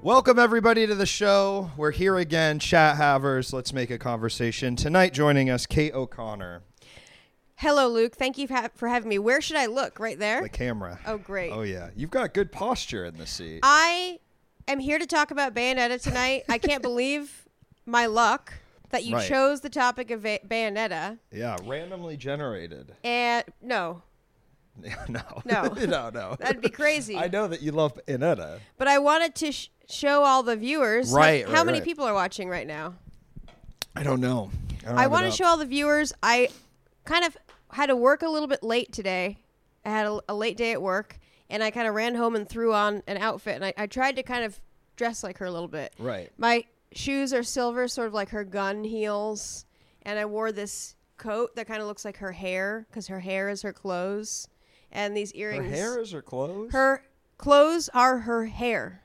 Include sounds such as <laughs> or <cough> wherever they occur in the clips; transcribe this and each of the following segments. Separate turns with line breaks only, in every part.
Welcome everybody to the show. We're here again, chat havers. Let's make a conversation tonight. Joining us, Kate O'Connor,
Hello, Luke. Thank you for ha- for having me. Where should I look? Right there?
the camera.
<laughs> Oh, great.
Oh yeah, you've got good posture in the seat.
I am here to talk about Bayonetta tonight.
<laughs>
I can't believe my luck that you
Right.
chose the topic of Va- Bayonetta.
yeah, randomly generated. <laughs>
And no,
no,
No.
<laughs> no, no.
<laughs> that'd be crazy.
I know that you love Inetta.
but I wanted to sh- show all the viewers. how-
Right,
How,
right,
many
right.
people are watching right now?
I don't know. don't
I
have it
want to
up.
show all the viewers. I kind of had to work a little bit late today. I had a, a late day at work, and I kind of ran home and threw on an outfit, and I, I tried to kind of dress like her a little bit.
Right.
My shoes are silver, sort of like her gun heels, and I wore this coat that kind of looks like her hair, because her hair is her clothes, and these
Her
earrings.
hair is her clothes.
Her clothes are her hair.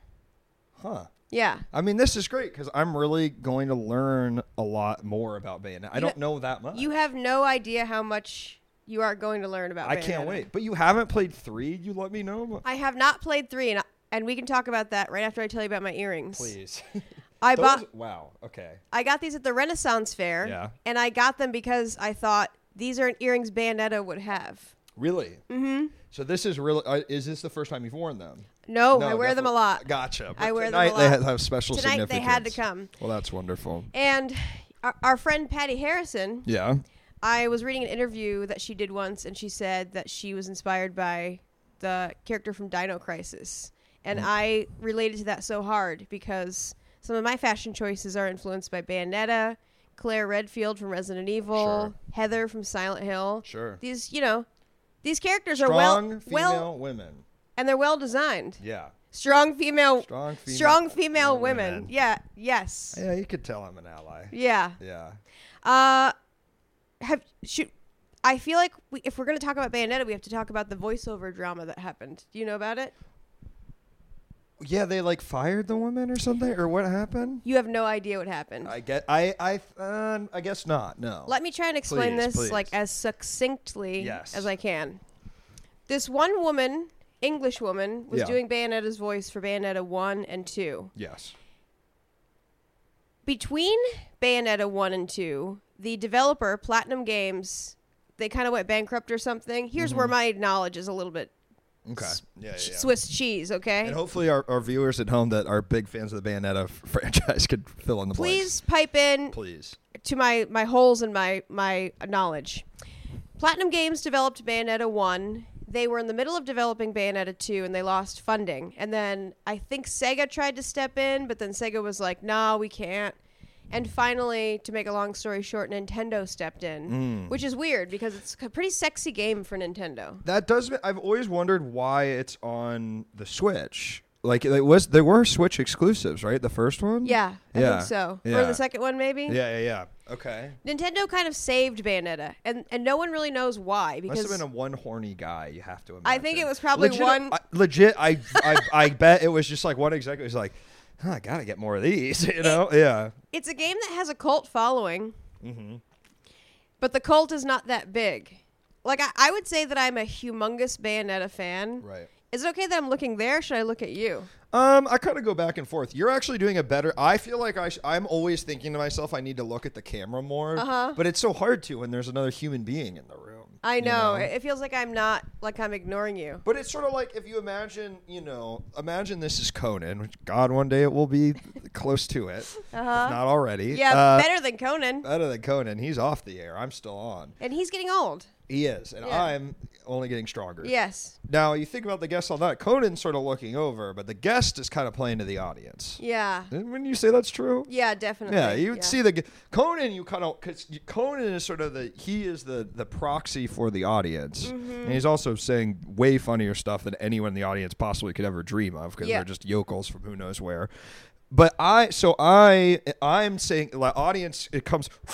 huh.
Yeah.
I mean, this is great because I'm really going to learn a lot more about Bayonetta. I don't know that much.
You have no idea how much you are going to learn about.
I can't
Bayonetta.
wait. But you haven't played three. You let me know.
I have not played three, and and we can talk about that right after I tell you about my earrings.
Please.
<laughs> I
Those-
bought,
wow. Okay.
I got these at the Renaissance Fair,
Yeah.
and I got them because I thought these are earrings Bayonetta would have.
Really. Mm-hmm. So this is really. Uh, is this the first time you've worn them?
No, Oh, I wear them
definitely-
a lot.
Gotcha.
I
But
wear them a
tonight They
lot.
ha- have special
Tonight they had to
significance. Well, that's wonderful.
And our, our friend Patty Harrison,
Yeah.
I was reading an interview that she did once, and she said that she was inspired by the character from Dino Crisis.
Mm.
And I related to that so hard because some of my fashion choices are influenced by Bayonetta, Claire Redfield from Resident Evil,
Sure.
Heather from Silent Hill.
Sure.
These, you know, these characters are
Strong
well,
female
well,
women.
and they're well designed.
Yeah.
Strong female,
Strong female-
strong female
women.
women. Yeah. Yes.
Yeah, you could tell I'm an ally.
Yeah.
Yeah.
Uh, have should I feel like we, if we're going to talk about Bayonetta, we have to talk about the voiceover drama that happened. Do you know about it?
Yeah, they like fired the woman or something, or what happened?
You have no idea what happened.
I get. I. I. Um, I guess not. No.
Let me try and explain
Please,
this like
please.
as succinctly
Yes.
as I can. This one woman, English woman, was
Yeah.
doing Bayonetta's voice for Bayonetta 1 and 2.
yes.
Between Bayonetta 1 and 2, the developer, Platinum Games, they kind of went bankrupt or something. Here's where my knowledge is a little bit
Okay. Mm-hmm. Yeah. yeah, yeah.
Swiss cheese, okay?
And hopefully, our, our viewers at home that are big fans of the Bayonetta f- <laughs> franchise could fill in the
please pipe in
blanks. Please.
to my my holes in my my knowledge. Platinum Games developed Bayonetta 1. They were in the middle of developing Bayonetta 2 and they lost funding. And then I think Sega tried to step in, but then Sega was like, "Nah, we can't." And finally, to make a long story short, Nintendo stepped in,
Mm.
which is weird because it's a pretty sexy game for Nintendo.
That does. ma- I've always wondered why it's on the Switch. Like it was, they were Switch exclusives, right? The first one.
Yeah, I
Yeah.
think so. Or
Yeah.
the second one maybe?
Yeah. Yeah. Yeah. Okay.
Nintendo kind of saved Bayonetta and and no one really knows why because
Must have been a one horny guy. You have to. Imagine.
I think it was probably
Legit-
one-
I, legit. I, I. I <laughs> bet it was just like one executive was like, huh, I gotta get more of these. <laughs> You know? yeah.
it's a game that has a cult following,
Mm-hmm.
but the cult is not that big. Like I, I would say that I'm a humongous Bayonetta fan.
Right.
Is it okay that I'm looking there? Should I look at you?
Um, I kind of go back and forth. You're actually doing a better. I feel like I sh- I'm always thinking to myself, I need to look at the camera more.
Uh-huh.
But it's so hard to when there's another human being in the room.
I
you
know, It, it feels like I'm not like I'm ignoring you.
But it's sort of like if you imagine, you know, imagine this is Conan, which God, one day it will be close to it, if not already.
Uh-huh. Yeah,
Uh,
better than Conan,
better than Conan. He's off the air. I'm still on.
and he's getting old.
He is, and
Yeah.
I'm only getting stronger.
Yes.
Now you think about the guest on that. Conan's sort of looking over, but the guest is kind of playing to the audience.
Yeah.
And Wouldn't you say that's true?
Yeah, <laughs> definitely.
Yeah, you would see the Conan. You kind of because Conan is sort of the he is the the proxy for the audience,
Mm-hmm.
and he's also saying way funnier stuff than anyone in the audience possibly could ever dream of because
Yeah.
they're just yokels from who knows where. But I so I I'm saying the audience it comes. <sniffs>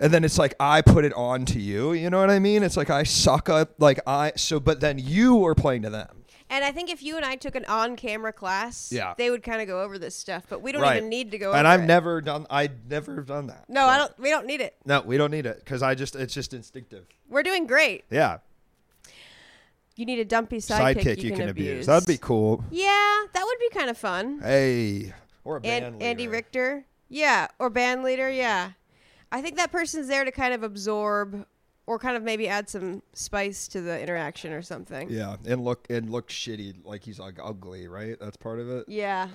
And then it's like I put it on to you, you know what I mean? It's like I suck up, like I so. But then you are playing to them.
And I think if you and I took an on-camera class,
Yeah.
they would kind of go over this stuff, but we don't even need to go
And
over
I've
it.
never done. I never done that.
No, I don't we don't need it.
No, we don't need it because I just it's just instinctive.
We're doing great.
Yeah.
you need a dumpy sidekick,
sidekick
you, can, abuse.
That'd be cool.
Yeah, that would be kind of fun.
Hey, or a band
and Andy
leader.
Richter, yeah, or band leader, yeah. I think that person's there to kind of absorb, or kind of maybe add some spice to the interaction or something.
Yeah, and look and look shitty, like he's like ugly, right? That's part of it.
Yeah.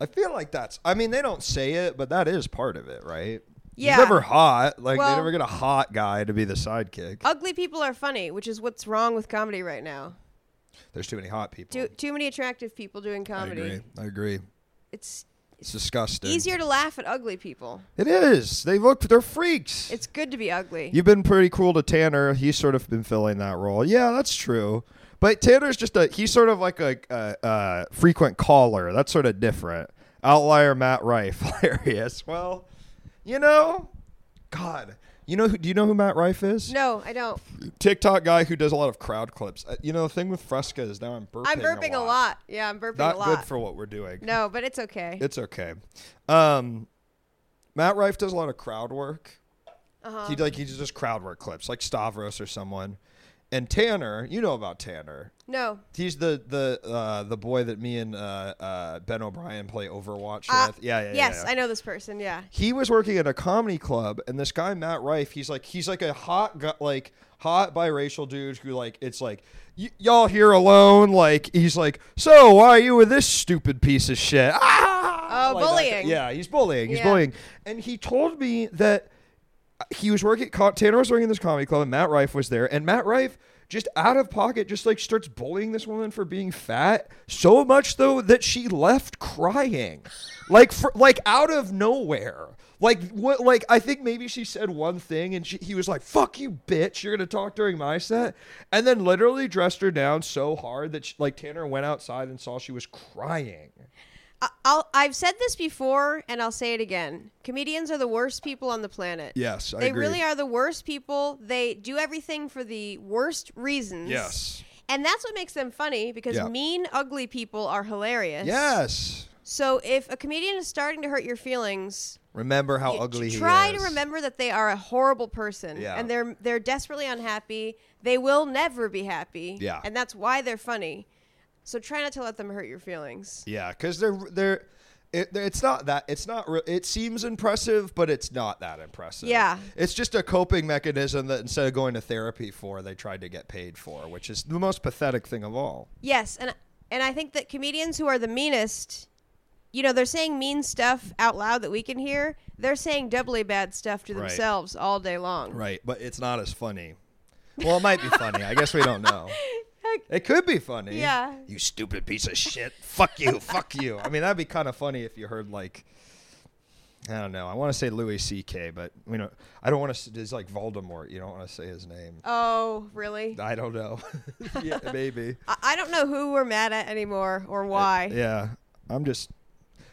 I feel like that's. I mean, they don't say it, but that is part of it, right?
Yeah.
He's never hot. Like
Well-
they never get a hot guy to be the sidekick.
Ugly people are funny, which is what's wrong with comedy right now.
There's too many hot people.
Too too many attractive people doing
I
comedy.
agree. I agree.
It's
It's disgusting.
easier to laugh at ugly people.
It is. They look. They're freaks.
It's good to be ugly.
You've been pretty cool to Tanner. He's sort of been filling that role. Yeah, that's true. But Tanner's just a he's sort of like a, a, a frequent caller. That's sort of different. Outlier Matt Rife, <laughs> hilarious. Well, you know, God, you know who? Do you know who Matt Rife is?
no, I don't.
TikTok guy who does a lot of crowd clips. Uh, you know, the thing with Fresca is now I'm burping.
I'm burping a
a
lot.
lot.
Yeah, I'm burping
Not
a lot.
good for what we're doing.
no, but it's okay.
It's okay. Um, Matt Rife does a lot of crowd work.
Uh-huh.
He like he just crowd work clips, like Stavros or someone. And Tanner, you know about Tanner.
no.
He's the the uh, the boy that me and uh, uh, Ben O'Brien play Overwatch
Ah,
with. Yeah, yeah, yeah,
yes,
yeah
I know this person. Yeah.
he was working at a comedy club and this guy matt rife he's like he's like a hot gu- like hot biracial dude who like it's like y- y'all here alone like he's like so why are you with this stupid piece of shit <laughs> ah!
Oh,
Like that guy-
bullying.
yeah he's bullying he's
Yeah.
bullying and he told me that he was working co- tanner was working at this comedy club and matt rife was there and matt rife just out of pocket just like starts bullying this woman for being fat so much though that she left crying like for, like out of nowhere like what like i think maybe she said one thing and she, he was like fuck you bitch you're gonna talk during my set and then literally dressed her down so hard that she, like tanner went outside and saw she was crying
I- I'll, I've said this before, and I'll say it again. Comedians are the worst people on the planet.
yes
They really are the worst people. They do everything for the worst reasons.
yes
And that's what makes them funny because
Yeah.
mean, ugly people are hilarious.
yes
So if a comedian is starting to hurt your feelings,
remember how
you
ugly he
try
is
to remember that they are a horrible person
Yeah.
and they're they're desperately unhappy. They will never be happy.
Yeah.
And that's why they're funny. So try not to let them hurt your feelings.
Yeah, because they're they're. It, it's not that it's not re- it seems impressive but it's not that impressive
Yeah.
it's just a coping mechanism that instead of going to therapy for they tried to get paid for which is the most pathetic thing of all
Yes, and and I think that comedians who are the meanest, you know, they're saying mean stuff out loud that we can hear. They're saying doubly bad stuff to
Right.
themselves all day long.
right but it's not as funny well it might be funny i guess we don't
<laughs>
know
Heck.
it could be funny
Yeah.
you stupid piece of shit fuck you <laughs> fuck you i mean that'd be kind of funny if you heard like I don't know. I want to say Louis C.K., but you know, I don't want to. It's like Voldemort. You don't want to say his name.
Oh, really?
I don't know. <laughs> yeah, maybe.
I, I don't know who we're mad at anymore or why.
Yeah. I'm just.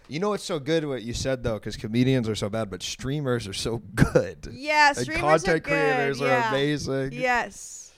You know it's so good what you said though, because comedians are so bad, but streamers are so good.
Yeah,
And
streamers
content
are good.
creators
yeah.
are amazing.
Yes.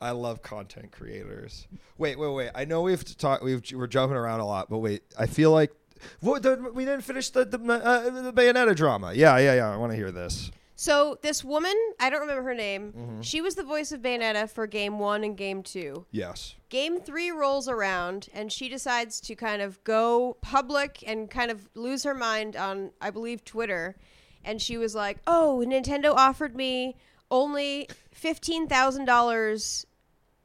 I love content creators. Wait, wait, wait. I know we've talked. We've we're jumping around a lot, but wait. I feel like what, the, we didn't finish the the, uh, the Bayonetta drama. Yeah, yeah, yeah. I want to hear this.
So this woman, I don't remember her name.
Mm-hmm.
She was the voice of Bayonetta for game one and game two.
Yes.
Game three rolls around, and she decides to kind of go public and kind of lose her mind on, I believe, Twitter. And she was like, "Oh, Nintendo offered me only fifteen thousand dollars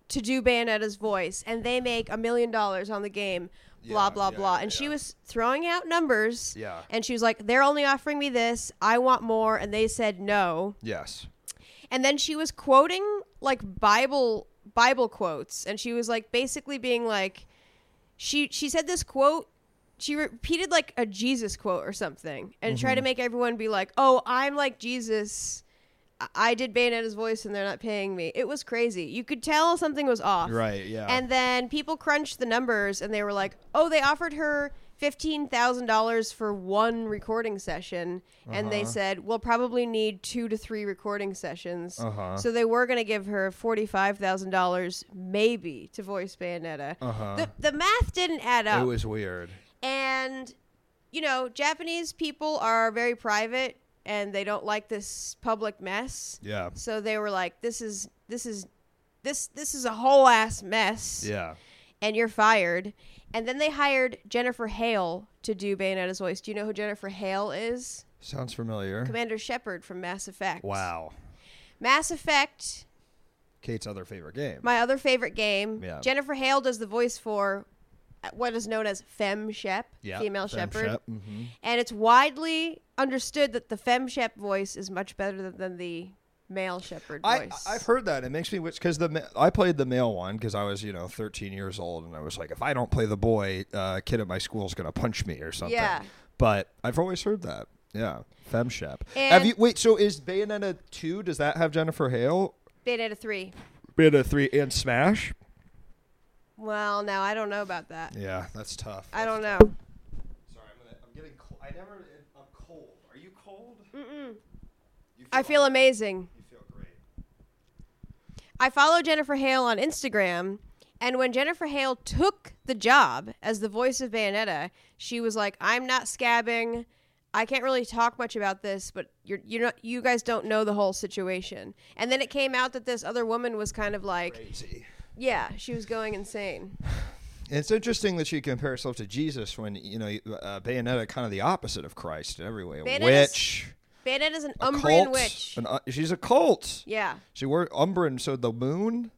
to do Bayonetta's voice, and they make a million dollars on the game." Blah
Yeah,
blah
yeah,
blah.
yeah,
and she
yeah.
was throwing out numbers.
Yeah.
And she was like, "They're only offering me this. I want more." And they said no
Yes.
and then she was quoting like bible bible quotes and she was like basically being like she she said this quote she repeated like a jesus quote or something and tried to make everyone be like oh i'm like jesus I- I did Bayonetta's voice and they're not paying me. It was crazy. You could tell something was off.
Right. Yeah.
And then people crunched the numbers and they were like, oh, they offered her $15,000 for one recording session. And
Uh-huh.
they said, we'll probably need two to three recording sessions.
Uh-huh.
So they were going to give her $45,000 maybe to voice Bayonetta.
Uh-huh.
The, the math didn't add up.
it was weird.
and, you know, Japanese people are very private and they don't like this public mess.
Yeah.
So they were like, "This is this is this this is a whole ass mess
Yeah.
and you're fired. And then they hired Jennifer Hale to do Bayonetta's voice. Do you know who Jennifer Hale is?
Sounds familiar.
Commander Shepard from Mass Effect.
Wow.
Mass Effect,
Kate's other favorite game.
my other favorite game.
Yeah.
Jennifer Hale does the voice for uh, what is known as Fem Shep,
yeah.
female
Fem
shepherd.
Shep. Mhm.
And it's widely understood that the Fem Shep voice is much better than, than the male shepherd
I,
voice.
I've heard that. It makes me wish because the ma- I played the male one because I was you know 13 years old and I was like if I don't play the boy, uh, kid at my school is gonna punch me or something.
Yeah.
But I've always heard that. Yeah. Femshep. Have
And-
you wait? So is Bayonetta two? Does that have Jennifer Hale?
Bayonetta 3.
Bayonetta three and Smash.
Well, now I don't know about that.
Yeah, that's tough.
I don't know.
Sorry, I'm, gonna, I'm getting. Cold. I never. I'm cold. Are you cold? You
I feel amazing.
You feel great.
I follow Jennifer Hale on Instagram, and when Jennifer Hale took the job as the voice of Bayonetta, she was like, "I'm not scabbing. I can't really talk much about this, but you're you know you guys don't know the whole situation." And then it came out that this other woman was kind of like,
Crazy.
"Yeah, she was going insane."
It's interesting that she compares herself to Jesus when you know uh, Bayonetta kind of the opposite of Christ in every way. A
Bayonetta's
Witch,
Bayonetta's an
a
Umbrian
cult,
witch.
an- uh, she's a cult.
yeah,
She wore Umbran, so the moon.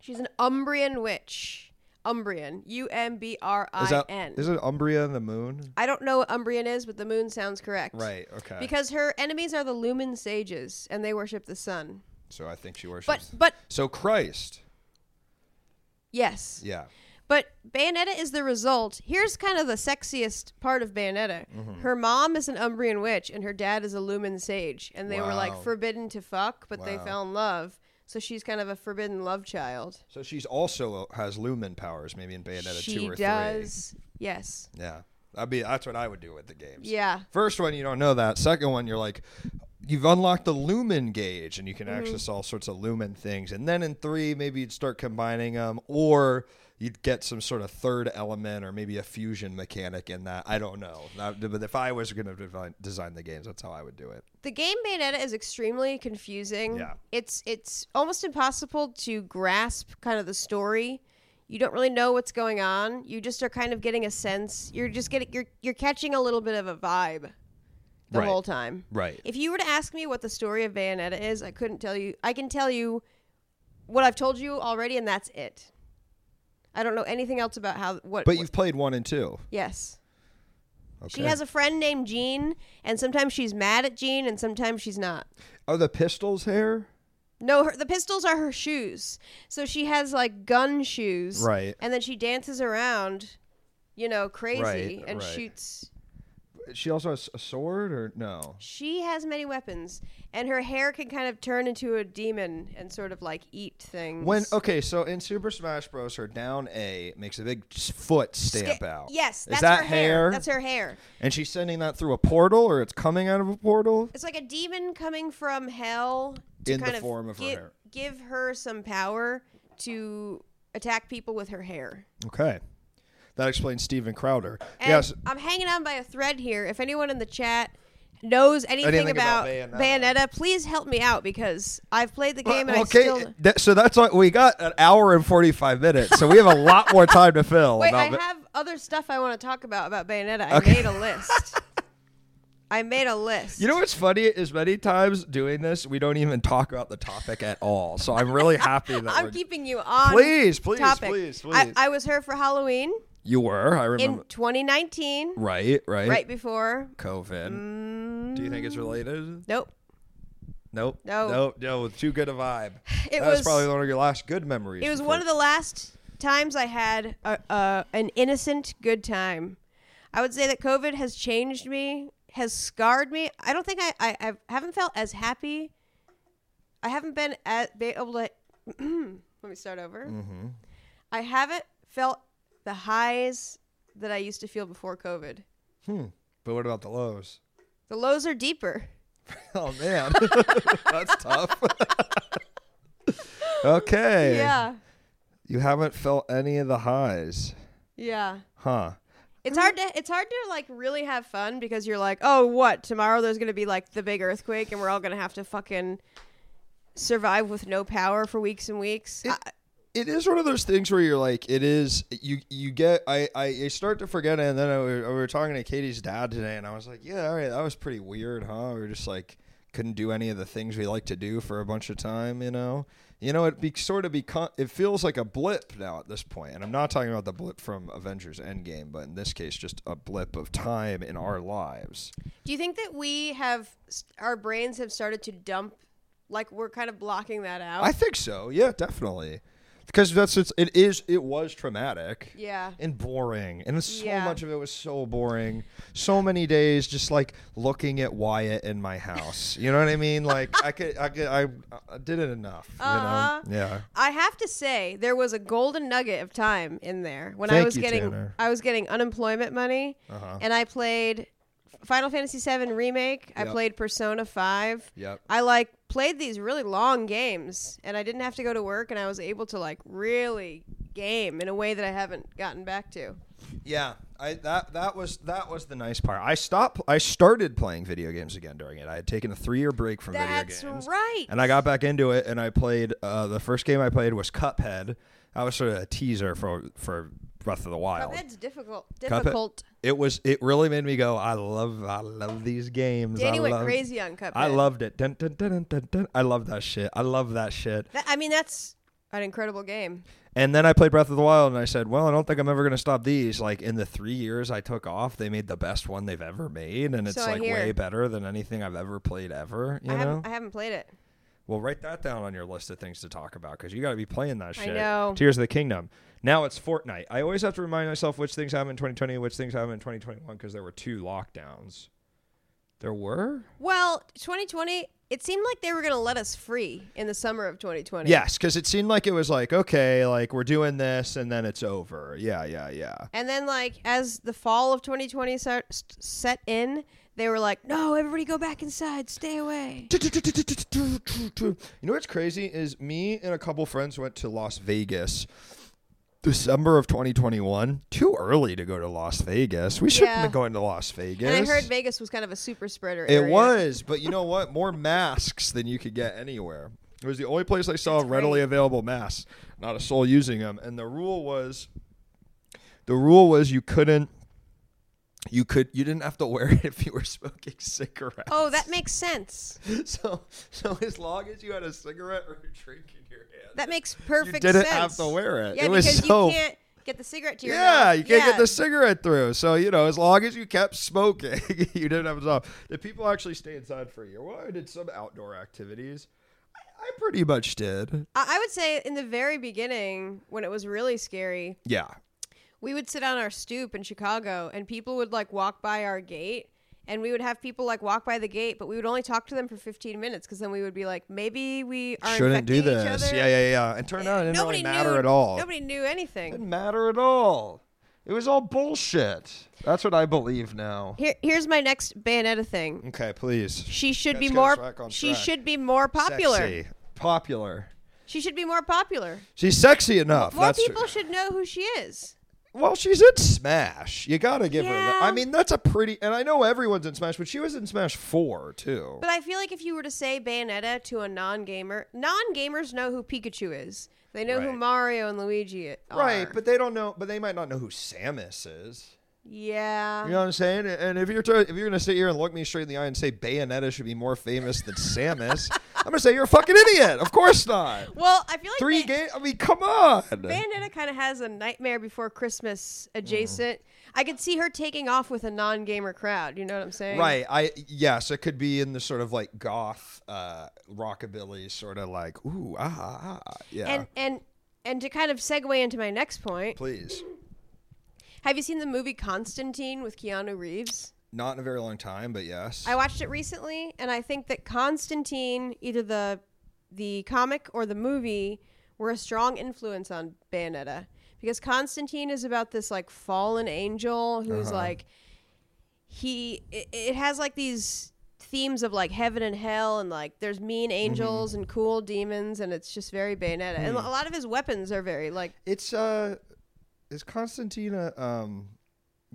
she's an Umbrian witch. Umbrian, U M B R
Is that
I N.
is it Umbria and the moon?
I don't know what Umbrian is, but the moon sounds correct.
Right. Okay.
Because her enemies are the Lumen sages, and they worship the sun.
so I think she
But
worships.
but
so Christ.
yes,
Yeah.
but Bayonetta is the result. Here's kind of the sexiest part of Bayonetta.
Mm-hmm.
Her mom is an Umbrian witch, and her dad is a Lumen sage, and they were like
Wow.
forbidden to fuck, but they
Wow.
fell in love. So she's kind of a forbidden love child.
So she's also uh, has lumen powers, maybe in Bayonetta
she
two or
does. Yes.
three. Yeah. That'd be that's what I would do with the games.
Yeah.
First one, you don't know that. Second one, you're like, you've unlocked the lumen gauge and you can
Mm-hmm.
access all sorts of lumen things. And then in three, maybe you'd start combining them or you'd get some sort of third element or maybe a fusion mechanic in that. I don't know. That- but if I was going to design, design the games, that's how I would do it.
The game Bayonetta is extremely confusing.
Yeah.
It's it's almost impossible to grasp kind of the story. You don't really know what's going on. You just are kind of getting a sense. You're just getting you're you're catching a little bit of a vibe the
Right.
whole time.
Right.
If you were to ask me what the story of Bayonetta is, I couldn't tell you. I can tell you what I've told you already and that's it. I don't know anything else about how what
But
what-
you've played one and two.
Yes.
Okay.
She has a friend named Jean and sometimes she's mad at Jean and sometimes she's not.
Are the pistols here?
No, her, the pistols are her shoes. So she has like gun shoes.
Right.
And then she dances around, you know, crazy
Right,
and
right.
shoots.
She also has a sword or no?
She has many weapons, and her hair can kind of turn into a demon and sort of like eat things.
When okay, so in Super Smash Bros, her down A makes a big s- foot
Sca-
stamp out.
Yes, that's
is that
her hair? That's her hair.
And she's sending that through a portal, or it's coming out of a portal.
It's like a demon coming from hell to
In the
kind
form of her
gi-
hair.
give her some power to attack people with her hair.
Okay, that explains Steven Crowder.
And
yes,
I'm hanging on by a thread here. If anyone in the chat knows anything,
Anything
about,
about
Bayonetta.
Bayonetta.
please help me out because I've played the game and
okay.
I still.
that- so that's what we got an hour and forty five minutes. So we have a lot more time to fill.
Wait,
about
I
Ba-
have other stuff I want to talk about about Bayonetta. I made a
<laughs>
list. I made a list.
you know what's funny is many times doing this we don't even talk about the topic at all. So I'm really happy that
<laughs> I'm
we're-
keeping you on.
Please, please,
topic.
please,
I,
please.
I was her for Halloween
you were. I
in
remember.
2019,
right, right,
right Mm-hmm. before. mm,
COVID. Do you think it's related?
Nope.
Nope.
No.
Nope. No. Too good a vibe.
It
that
was-
probably one of your last good memories.
It was one of the last times I had a, a, an innocent good time. I would say that COVID has changed me, has scarred me. I don't think I, I, I haven't felt as happy. I haven't been at, be able to. <clears throat> let me start over. I haven't felt the highs that I used to feel before COVID.
But what about the
<laughs>
lows?
The lows are deeper.
Oh
<laughs>
man, <laughs> that's tough. <laughs> okay.
Yeah.
You haven't felt any of the highs,
Yeah.
huh?
It's
Mm-hmm.
hard to it's hard to like really have fun because you're like, oh, what tomorrow? There's gonna be like the big earthquake, and we're all gonna have to fucking survive with no power for weeks and weeks.
It-
I-
it is one of those things where you're like, it is you you get I I I start to forget it, and then I, we were talking to Katie's dad today, and I was like, yeah, all right, that was pretty weird, huh? We were just like couldn't do any of the things we like to do for a bunch of time, you know. You know, it be sort of become it feels like a blip now at this point, and I'm not talking about the blip from Avengers Endgame, but in this case, just a blip of time in our lives.
do you think that we have our brains have started to dump? Like we're kind of blocking that out.
I think so, yeah, definitely, because that's it's, it is it was traumatic.
yeah.
and boring. And so
Yeah.
much of it was so boring. So many days just like looking at Wyatt in my house. You know what I mean? Like I could, I could, I, I did it enough.
Uh-huh.
You know? Yeah.
I have to say there was a golden nugget of time in there when I
Thank
was
you,
getting
Tanner.
I was getting unemployment money
Uh-huh.
and I played Final Fantasy VII remake. I
Yep.
played Persona 5.
Yep.
I like played these really long games and I didn't have to go to work and I was able to like really game in a way that I haven't gotten back to.
Yeah. I that that was that was the nice part. I stopped. I started playing video games again during it. I had taken a three year break from
That's
video games.
right.
And I got back into it, and I played. Uh, the first game I played was Cuphead. That was sort of a teaser for for Breath of the Wild.
Cuphead's difficult
Cuphead-
difficult.
It was. It really made me go. I love. I love these games.
Danny
I
went
love-
crazy on Cuphead.
I loved it. Dun, dun, dun, dun, dun, dun. I love that shit. I love that shit.
That- I mean that's an incredible game.
And then I played Breath of the Wild, and I said, "Well, I don't think I'm ever gonna stop these." Like in the three years I took off, they made the best one they've ever made, and it's
So I
like
hear.
way better than anything I've ever played ever. You
I
know?
haven't I haven't played it.
Well, write that down on your list of things to talk about because you got to be playing that
I
shit.
know.
Tears of the Kingdom. Now it's Fortnite. I always have to remind myself which things happened in 2020, which things happened in 2021 because there were two lockdowns. There were?
Well, 2020, it seemed like they were going to let us free in the summer of 2020.
Yes, because it seemed like it was like, okay, like we're doing this and then it's over. Yeah, yeah, yeah.
And then, like, as the fall of 2020 set, set in, they were like, no, everybody go back inside, stay away.
You know what's crazy is me and a couple friends went to Las Vegas December of 2021. Too early to go to Las Vegas. We shouldn't
Yeah.
be going to Las Vegas.
And I heard Vegas was kind of a super spreader.
It
area.
was, but you know what? More masks than you could get anywhere. It was the only place I saw
That's
readily
great.
available masks. Not a soul using them. And the rule was, the rule was you couldn't, you could, you didn't have to wear <laughs> it if you were smoking cigarettes.
Oh, that makes sense.
<laughs> So, so as long as you had a cigarette or a drink in your hand,
That makes perfect sense.
didn't have to wear it.
Yeah,
It was
because
so-
you can't get the cigarette to your
yeah,
mouth.
you can't get the cigarette through. So you know, as long as you kept smoking, <laughs> you didn't have a job. Did people actually stay inside for a year? Well, I did some outdoor activities. I, I pretty much did.
I I would say in the very beginning, when it was really scary,
Yeah,
we would sit on our stoop in Chicago and people would like walk by our gate and we would have people like walk by the gate, but we would only talk to them for 15 minutes because then we would be like, maybe we are
shouldn't do
infecting each
this.
other.
Yeah, yeah, yeah. And turned out it didn't
Nobody
really matter
knew,
at all.
Nobody knew anything.
didn't matter at all. It was all bullshit. That's what I believe now.
Here, here's my next Bayonetta thing.
Okay, please.
She should
Let's
be
get
more.
us back on
She
track.
should be more popular.
Sexy. Popular.
She should be more popular.
She's sexy enough.
More
That's
people should know who she is.
Well, she's in Smash. You got to give her that.
Yeah.
I mean, that's a pretty. And I know everyone's in Smash, but she was in Smash 4, too.
But I feel like if you were to say Bayonetta to a non-gamer, non-gamers know who Pikachu is. They know who
Right.
Mario and Luigi are.
Right, but they don't know. But they might not know who Samus is.
yeah.
You know what I'm saying? And if you're try- if you're gonna sit here and look me straight in the eye and say Bayonetta should be more famous than
<laughs>
Samus, I'm gonna say you're a fucking idiot. Of course not.
Well, I feel like
Three
Bay-
game. I mean, come on.
Bayonetta kind of has a Nightmare Before Christmas
Mm-hmm.
adjacent. I could see her taking off with a non-gamer crowd. You know what I'm saying?
Right. I yes, it could be in the sort of like goth uh, rockabilly sort of like ooh ah, ah, ah. yeah.
And and and to kind of segue into my next point,
Please.
have you seen the movie Constantine with Keanu Reeves?
Not in a very long time, but yes.
I watched it recently, and I think that Constantine, either the the comic or the movie, were a strong influence on Bayonetta because Constantine is about this like fallen angel who's like he. It, it has like these themes of like heaven and hell and like there's mean angels and cool demons and it's just very bayonetta and a lot of his weapons are very like
It's uh, is Constantina um,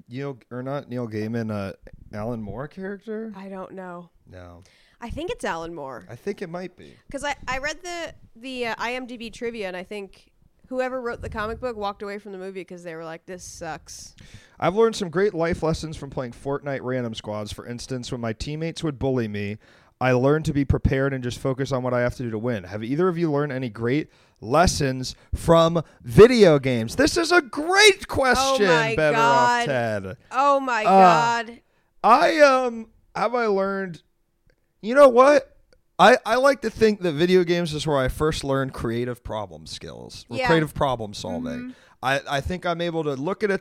Neil or not Neil Gaiman uh, Alan Moore character?
i don't know
No,
I think it's Alan Moore.
I think it might be.
Because I, I read the the uh, IMDb trivia and I think whoever wrote the comic book walked away from the movie because they were like, "This sucks."
I've learned some great life lessons from playing Fortnite random squads. For instance, when my teammates would bully me, I learned to be prepared and just focus on what I have to do to win. Have either of you learned any great lessons from video games? This is a great question,
Oh my
Better Off
God.
Ted.
Oh my god!
I um have I learned you know what? I, I like to think that video games is where I first learned creative problem skills, or
Yeah.
creative problem solving. I, I think I'm able to look at a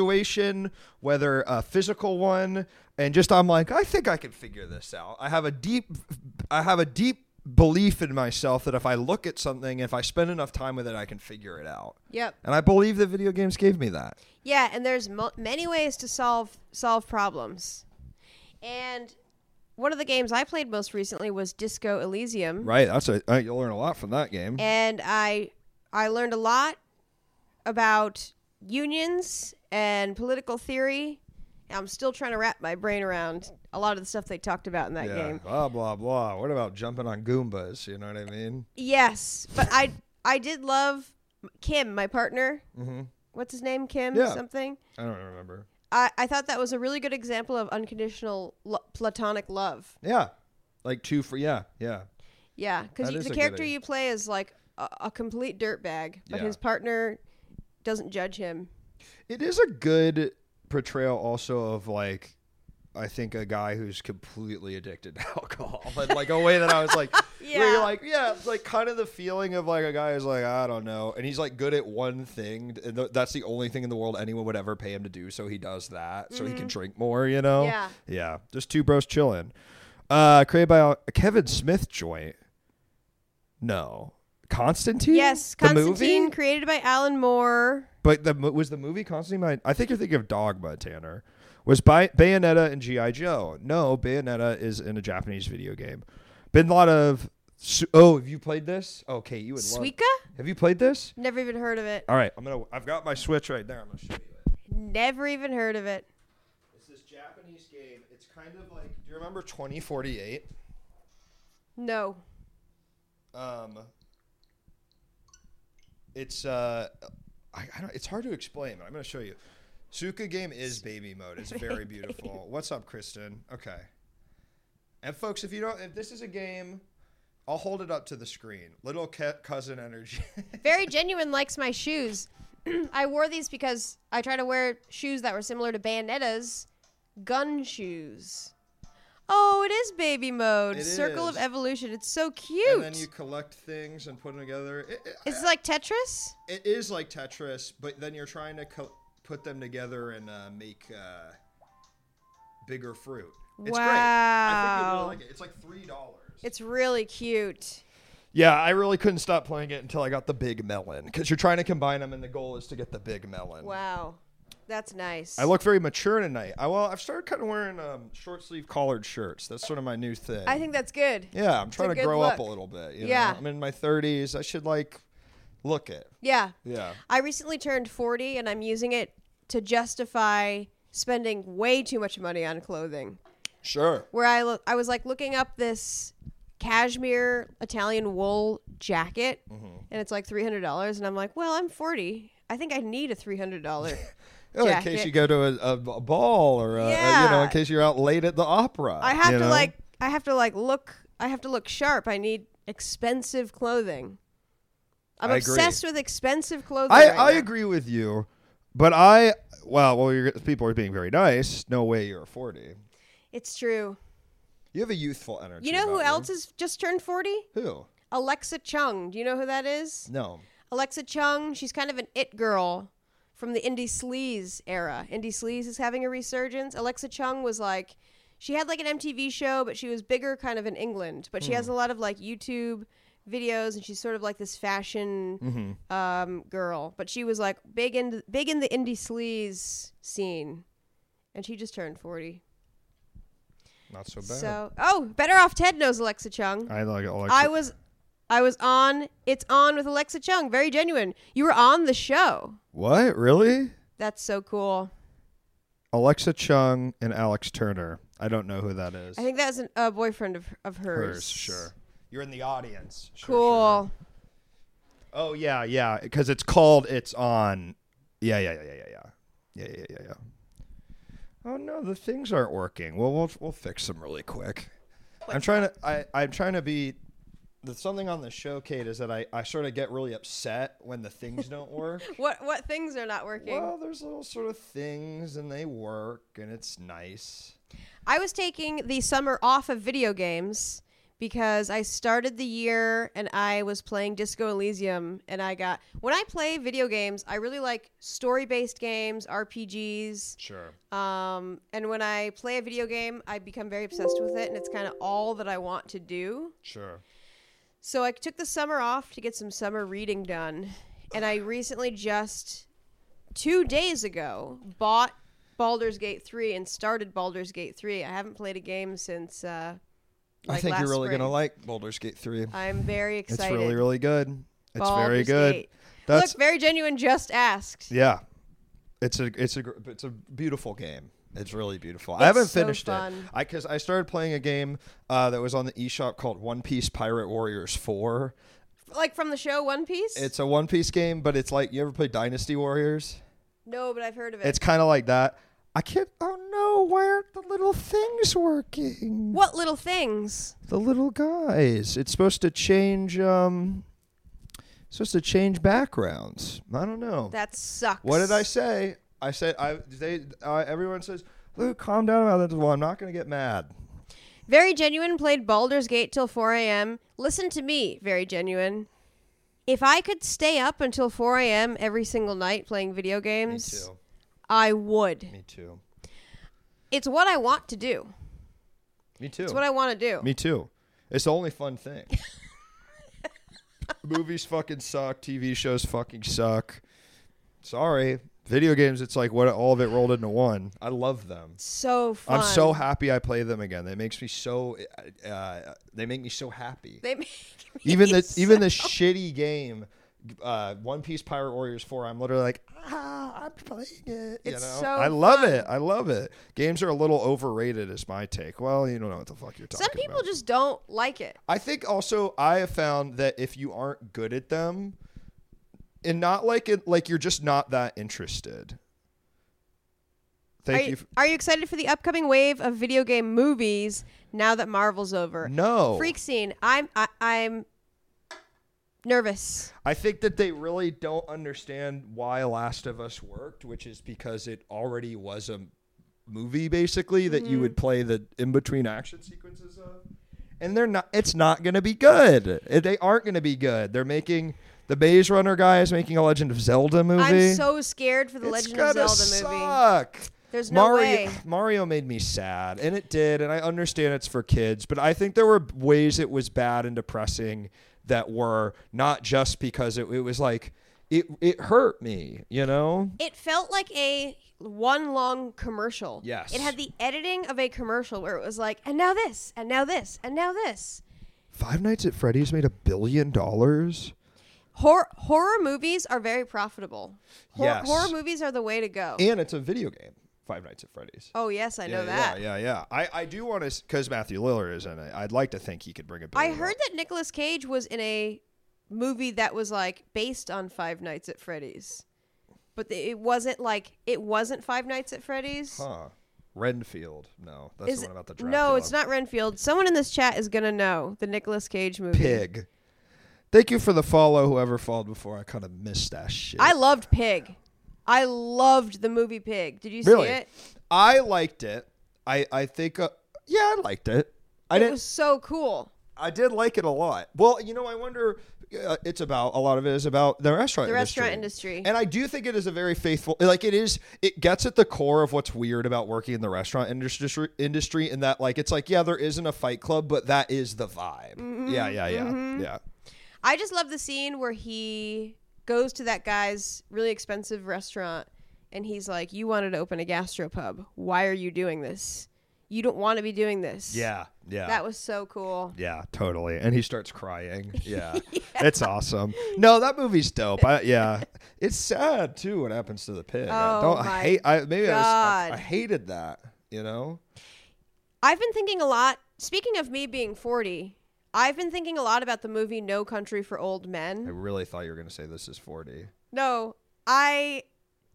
situation, whether a physical one, and just I'm like, I think I can figure this out. I have a deep I have a deep belief in myself that if I look at something, if I spend enough time with it, I can figure it out.
Yep.
And I believe that video games gave me that.
Yeah, and there's mo- many ways to solve solve problems. And one of the games I played most recently was Disco Elysium,
Right. That's a, uh, you'll learn a lot from that game.
and I I learned a lot about unions and political theory. I'm still trying to wrap my brain around a lot of the stuff they talked about in that
Yeah,
game.
Blah blah blah. What about jumping on Goombas? You know what I mean?
Yes, but I I did love Kim, my partner.
Mhm.
What's his name? Kim
Yeah.
something.
I don't remember.
I, I thought that was a really good example of unconditional lo- platonic love.
Yeah, like two for yeah yeah.
Yeah,
That
because
is a
the
good
character
idea.
you play is like a, a complete dirtbag, but
Yeah.
his partner doesn't judge him.
It is a good portrayal also of like I think a guy who's completely addicted to <laughs> alcohol in like a way that I was like where
<laughs> Yeah.
you're like yeah it's like kind of the feeling of like a guy who's like I don't know and he's like good at one thing and th- that's the only thing in the world anyone would ever pay him to do so he does that so he can drink more you know
Mm-hmm. Yeah.
yeah just two bros chilling uh created by a Kevin Smith joint no Constantine
Yes,
The movie?
Constantine, created by Alan Moore.
But the mo- was the movie Constantine? My, I think you're thinking of Dogma, Tanner. Was by, Bayonetta and GI Joe? No, Bayonetta is in a Japanese video game. Been a lot of. su- Oh, have you played this? Okay, you would love.
Suika?
Have you played this?
Never even heard of it.
All right, I'm gonna. I've got my Switch right there. I'm gonna show you it.
Never even heard of it.
It's this Japanese game. It's kind of like. Do you remember 2048?
No.
Um, it's uh, I, I don't. It's hard to explain, but I'm going to show you. Suka game is baby mode. It's very beautiful. What's up, Kristen? Okay. And folks, if you don't, if this is a game, I'll hold it up to the screen. Little ca- cousin energy. <laughs>
Very genuine likes my shoes. <clears throat> I wore these because I try to wear shoes that were similar to Bayonetta's gun shoes. Oh, it is baby mode.
It
Circle of
is.
evolution. It's so
and then
cute.
you collect things and put them together. It, it,
Is it like Tetris?
it is like Tetris, but then you're trying to co- put them together and uh, make uh, bigger fruit. It's great. I think you
Wow.
really like it. It's like three dollars.
It's really cute.
Yeah, I really couldn't stop playing it until I got the big melon because you're trying to combine them, and the goal is to get the big melon.
Wow. That's nice.
I look very mature tonight. I well, I've started kind of wearing um, short sleeve collared shirts. That's sort of my new thing.
I think that's good.
yeah, I'm trying to
good
grow up a
look.
little bit. you know?
Yeah.
I'm in my 30s. I should like look it.
Yeah.
Yeah,
I recently turned 40 and I'm using it to justify spending way too much money on clothing.
sure.
Where I look I was like looking up this cashmere Italian wool jacket
Mm-hmm.
and it's like $300 and I'm like, "Well, I'm 40. I think I need
<laughs>
a $300."
Oh, in case
Jacket.
you go to a, a b- a ball or a, a- you know,
Yeah.
in case you're out late at the opera.
I have
you
to
know?
like I have to like look I have to look sharp. I need expensive clothing. I'm
I agree.
obsessed with expensive clothing.
I,
right
I
now.
agree with you, but I well, well, you're, people are being very nice. No way you're 40.
It's true.
You have a youthful energy.
You know who
about
else has just turned 40?
Who?
Alexa Chung. Do you know who that is?
No.
Alexa Chung, she's kind of an it girl from the indie sleaze era. Indie sleaze is having a resurgence. Alexa Chung was like she had like an MTV show, but she was bigger kind of in England, but she has a lot of like YouTube videos and she's sort of like this fashion um, girl, but she was like big in big in the indie sleaze scene. And she just turned 40.
Not so bad.
So, oh, better off Ted knows Alexa Chung.
I like Alexa.
I was I was on It's On with Alexa Chung, very genuine. You were on the show.
what? Really?
That's so cool.
Alexa Chung and Alex Turner. I don't know who that is.
I think that's an, a boyfriend of, of hers.
Hers, sure. You're in the audience. Sure,
Cool.
sure. Oh yeah, yeah. Because it's called. It's on. Yeah, yeah, yeah, yeah, yeah, yeah, yeah, yeah, yeah, yeah. Oh no, the things aren't working. Well, we'll we'll fix them really quick. I'm trying to. I I'm trying to be. The something on the show, Kate, is that I I sort of get really upset when the <laughs> things don't work.
What what things are not working?
Well, there's little sort of things, and they work, and it's nice.
I was taking the summer off of video games because I started the year and I was playing Disco Elysium and I got when I play video games, I really like story-based games, RPGs.
Sure.
Um, and when I play a video game, I become very obsessed with it and it's kind of all that I want to do.
Sure.
So I took the summer off to get some summer reading done, and I recently just two days ago bought Baldur's Gate three and started Baldur's Gate three. I haven't played a game since. Uh, like
I think you're
last
really gonna
spring.
like Boulder's Gate Three.
I'm very
It's
excited.
really really good. It's very
Baldur's
good.
Gate.
That's
Look, very genuine. Just asked.
Yeah, it's a it's a gr- it's a beautiful game. It's really beautiful. I
It's
haven't
so
finished it.
fun.
I because I started playing a game uh, that was on the eShop called One Piece Pirate Warriors Four.
Like from the show One Piece.
It's a One Piece game, but it's like you ever play Dynasty Warriors?
no, but I've heard of it.
It's kind of like that. I can't. Oh no! Why aren't the little things working?
what little things?
The little guys. It's supposed to change. Um, supposed to change backgrounds. I don't know.
That sucks.
What did I say? I said I. They. Uh, everyone says, Luke, calm down about this. Well, I'm not going to get mad.
Very genuine played Baldur's Gate till 4 a.m. Listen to me, very genuine. If I could stay up until 4 a.m. every single night playing video games, I would.
Me too.
It's what I want to do.
Me too.
It's what I want to do.
Me too. It's the only fun <laughs> thing. Movies fucking suck. TV shows fucking suck. Sorry. Video games. It's like what all of it rolled into one. I love them.
So fun.
I'm so happy I play them again. They makes me so. Uh, they make me so happy.
They <laughs> make me
even the
so-
even the shitty game uh one piece pirate warriors 4 i'm literally like ah i'm playing it you
It's
know
so
i love it i love it games are a little overrated is my take well you don't know what the fuck you're talking
Some people
about.
just don't like it.
i think also i have found that if you aren't good at them and not like it like you're just not that interested thank
are
you
you,
f-
are you excited for the upcoming wave of video game movies now that Marvel's over?
no
Freak scene. I'm I, I'm nervous.
I think that they really don't understand why Last of Us worked, which is because it already was a movie basically that
Mm-hmm.
you would play the in between action sequences of. And they're not it's not going to be good. Uh, They aren't going to be good. They're making the Maze Runner guy is making a Legend of Zelda movie.
I'm so scared for the
It's
Legend of
gonna
Zelda movie.
suck.
There's no
Mario,
way.
Mario made me sad, and it did, and I understand it's for kids, but I think there were ways it was bad and depressing that were not just because it, it was like it it hurt me, you know.
It felt like a one long commercial.
Yes.
It had the editing of a commercial where it was like, and now this, and now this, and now this.
Five Nights at Freddy's made a billion dollars.
Hor- horror movies are very profitable. Hor-
Yes.
Horror movies are the way to go.
and it's a video game. Five Nights at Freddy's.
oh, yes, I know
yeah,
that.
Yeah, yeah, yeah. I, I do want to because Matthew Lillard is in it. I'd like to think he could bring it.
I heard that Nicolas Cage was in a movie that was like based on Five Nights at Freddy's. But the- it wasn't like it wasn't Five Nights at Freddy's.
Huh. Renfield. No, that's
Is
the one
it-
about the
No,
Dracula.
it's not Renfield. Someone in this chat is gonna know the Nicolas Cage movie.
Pig. Thank you for the follow, whoever followed before. I kind of missed that shit.
I loved Pig. I loved the movie Pig. Did you
really,
see it?
I liked it. I I think, uh, yeah, I liked it. I
It
didn't.
was so cool.
I did like it a lot. Well, you know, I wonder. Uh, it's about a lot of it is about the restaurant,
The
industry.
restaurant industry.
and I do think it is a very faithful. Like it is, it gets at the core of what's weird about working in the restaurant industry. Industry, in that, like, it's like, yeah, there isn't a Fight Club, but that is the vibe.
Mm-hmm.
yeah, yeah, yeah, yeah.
I just love the scene where he goes to that guy's really expensive restaurant and he's like, You wanted to open a gastropub. Why are you doing this? You don't want to be doing this.
Yeah, yeah.
That was so cool.
yeah, totally. And he starts
<laughs>
crying. Yeah. It's awesome. No, that movie's dope. I, yeah. It's sad too what happens to the pig. I
Oh
don't I
my
hate I maybe I, was, I-
God.
I hated that, you know?
I've been thinking a lot. Speaking of me being 40, I've been thinking a lot about the movie No Country for Old Men.
I really thought you were going to say this is 4D.
No, I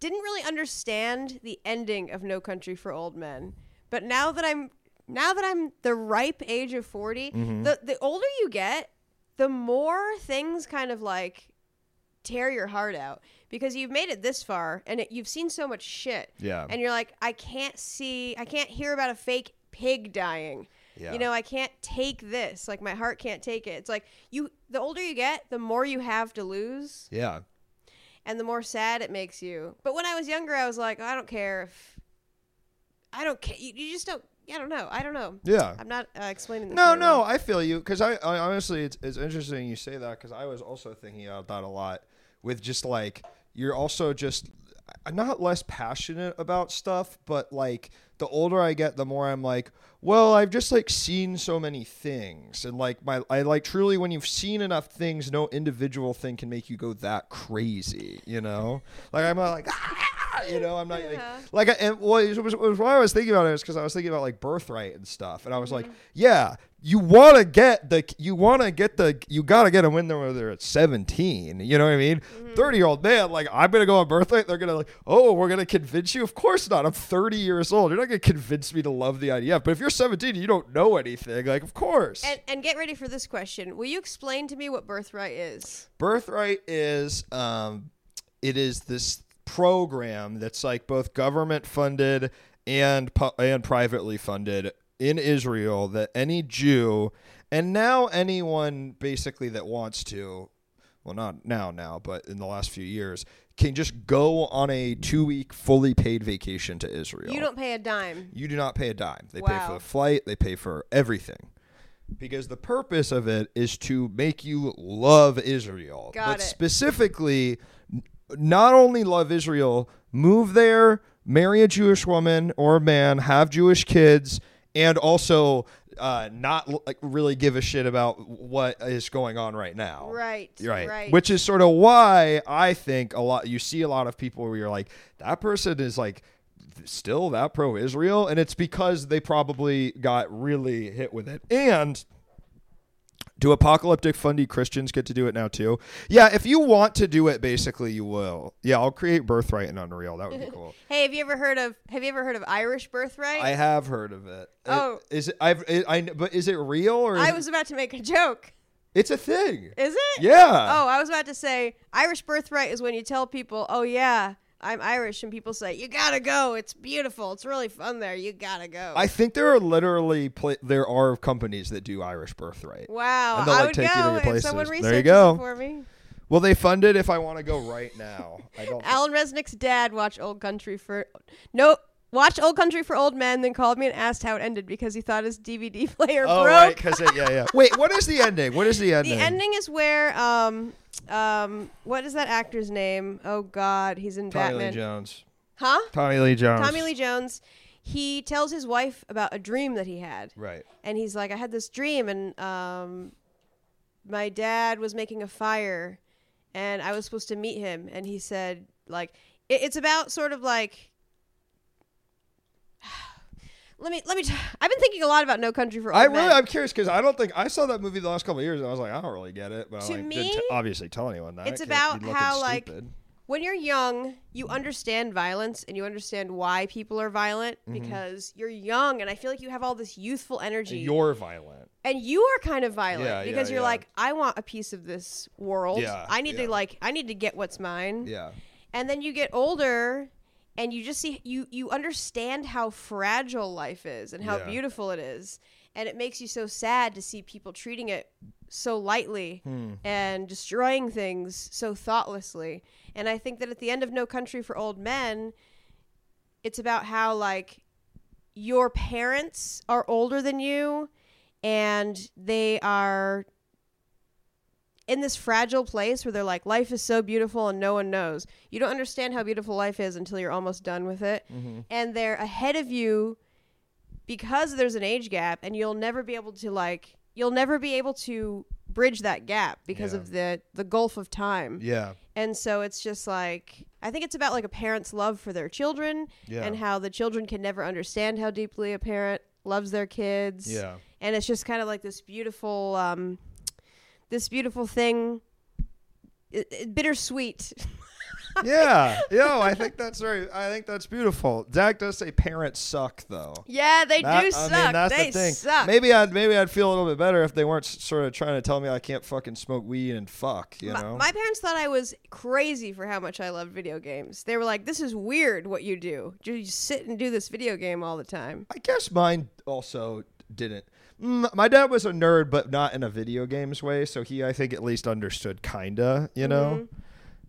didn't really understand the ending of No Country for Old Men. But now that I'm now that I'm the ripe age of 40,
Mm-hmm.
the the older you get, the more things kind of like tear your heart out because you've made it this far and it, you've seen so much shit.
Yeah.
And you're like, I can't see, I can't hear about a fake pig dying.
Yeah.
You know, I can't take this. Like my heart can't take it. It's like you the older you get, the more you have to lose
Yeah.
and the more sad it makes you. But when I was younger, I was like, "Oh, I don't care if I don't care. You, you just don't. I don't know. I don't know.
Yeah.
I'm not uh, explaining. This
No,
very
no,
well.
I feel you because I, I honestly, it's, it's interesting you say that because I was also thinking about that a lot with just like you're also just I'm not less passionate about stuff, but like the older I get, the more I'm like, well, I've just like seen so many things, and like my I like truly when you've seen enough things, no individual thing can make you go that crazy, you know? Like I'm not like. "Ah," You know, I'm not like-
Yeah.
like, I, and well, it was, it was why I was thinking about it is because I was thinking about like birthright and stuff, and I was like,
Mm-hmm.
yeah, you want to get the, you want to get the, you gotta get them in there whether it's 17, you know what I mean?
Mm-hmm.
30 year old man, like I'm gonna go on birthright, they're gonna like, oh, we're gonna convince you? Of course not. I'm 30 years old. You're not gonna convince me to love the IDF, but if you're 17, you don't know anything. Like, of course.
And, and get ready for this question. Will you explain to me what birthright is?
Birthright is um, it is this program that's like both government funded and pu- and privately funded in Israel that any Jew and now anyone basically that wants to well not now now but in the last few years can just go on a 2 week fully paid vacation to Israel.
You don't pay a dime.
You do not pay a dime. They pay
Wow.
for the flight, they pay for everything. Because the purpose of it is to make you love Israel.
Got
but
it.
specifically, n- not only love Israel, move there, marry a Jewish woman or man, have Jewish kids, and also uh, not l- like really give a shit about what is going on right now.
Right.
Right.
Right.
Which is sort of why I think a lot you see a lot of people where you're like, that person is like still that pro Israel. And it's because they probably got really hit with it. And do apocalyptic fundy Christians get to do it now too? Yeah, if you want to do it, basically you will. Yeah, I'll create birthright and Unreal. That would be
<laughs>
cool.
hey, have you ever heard of Have you ever heard of Irish birthright?
I have heard of it. It-
Oh.
is it? I've. It, I. But is it real or? is
I
it-
was about to make a joke.
It's a thing.
Is it?
yeah.
Oh, I was about to say Irish birthright is when you tell people, "Oh yeah, I'm Irish," and people say, "You gotta go. It's beautiful. It's really fun there. You gotta go."
I think there are literally pla- there are companies that do Irish birthright.
wow,
And they'll,
I
like,
would
take you to
go
your
if someone
places.
researches
There you go.
it for me.
Will they fund it if I want to go right now? I don't. think-
Alan Resnick's dad watched Old Country for no. Watched Old Country for Old Men, then called me and asked how it ended because he thought his DVD <laughs> player
oh
broke.
right, because yeah, yeah. Wait, what is the ending? What is the
The
ending?
ending is where um um what is that actor's name? Oh God, he's in
Tommy
Batman,
Lee Jones.
huh?
Tommy Lee Jones.
Tommy Lee Jones, he tells his wife about a dream that he had.
Right.
And he's like, I had this dream, and um, my dad was making a fire, and I was supposed to meet him. And he said, like, it, it's about sort of like. <sighs> Let me let me. T- I've been thinking a lot about No Country for Old
I
Men.
really, I'm curious because I don't think I saw that movie the last couple of years, and I was like, I don't really get it, but I
To
like,
me,
didn't t- obviously tell anyone that.
it's
Can't
about
be looking
how, like,
stupid.
when you're young, you understand violence and you understand why people are violent
Mm-hmm.
because you're young, and I feel like you have all this youthful energy.
you're violent.
and you are kind of violent
Yeah,
because
yeah,
you're
yeah.
like i want a piece of this world
Yeah,
i need
yeah.
to like i need to get what's mine
Yeah.
and then you get older and you just see you you understand how fragile life is and how
Yeah.
beautiful it is and it makes you so sad to see people treating it so lightly
Hmm.
and destroying things so thoughtlessly and i think that at the end of no country for old men it's about how like your parents are older than you and they are in this fragile place where they're like life is so beautiful and no one knows you don't understand how beautiful life is until you're almost done with it
Mm-hmm.
and they're ahead of you because there's an age gap and you'll never be able to like you'll never be able to bridge that gap because
Yeah.
of the the gulf of time
Yeah.
and so it's just like I think it's about like a parent's love for their children
Yeah.
and how the children can never understand how deeply a parent loves their kids.
Yeah.
And it's just kind of like this beautiful, um, this beautiful thing, it, it- bittersweet. <laughs>
yeah, yo, I think that's very. I think that's beautiful. Zach does say parents suck, though.
yeah, they
That-
do
I
suck.
mean, that's
they
the thing.
suck.
Maybe I'd maybe I'd feel a little bit better if they weren't s- sort of trying to tell me I can't fucking smoke weed and fuck. You
my,
know.
my parents thought I was crazy for how much I loved video games. They were like, "This is weird what you do. You just sit and do this video game all the time."
I guess mine also didn't. Mm, My dad was a nerd, but not in a video games way. So he, I think, at least understood kinda. You know.
Mm-hmm.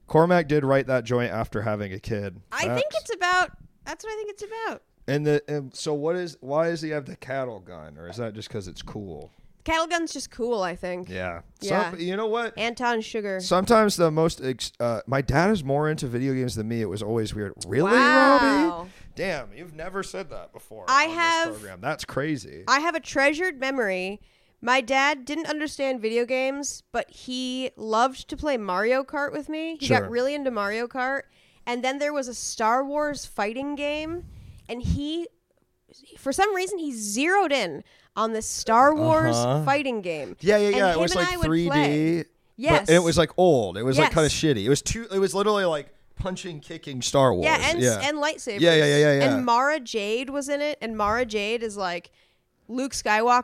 Cormac did write that joint after having a kid.
I think
That's-
it's about. That's what I think it's about.
And the and so what is why does he have the cattle gun or is that just because it's cool?
Cattle gun's just cool. I think.
Yeah.
Yeah.
Some, you know what?
Anton Sugar.
Sometimes the most ex- uh, my dad is more into video games than me. It was always weird. Really,
Wow.
Robbie? Damn, you've never said that before.
I
on this
have-
program. That's crazy.
I have a treasured memory. My dad didn't understand video games, but he loved to play Mario Kart with me. He
Sure.
got really into Mario Kart. And then there was a Star Wars fighting game, and he for some reason he zeroed in on this Star Wars
Uh-huh.
fighting game.
yeah, yeah,
And
yeah.
him
It was
and
like
I would
3D.
play.
but-
Yes.
and it was like old. It was like
Yes.
kind of shitty. It was too. It was literally like punching, kicking Star Wars.
Yeah, and
yeah.
and lightsabers.
Yeah, yeah, yeah, yeah, yeah.
And Mara Jade was in it, and Mara Jade is like Luke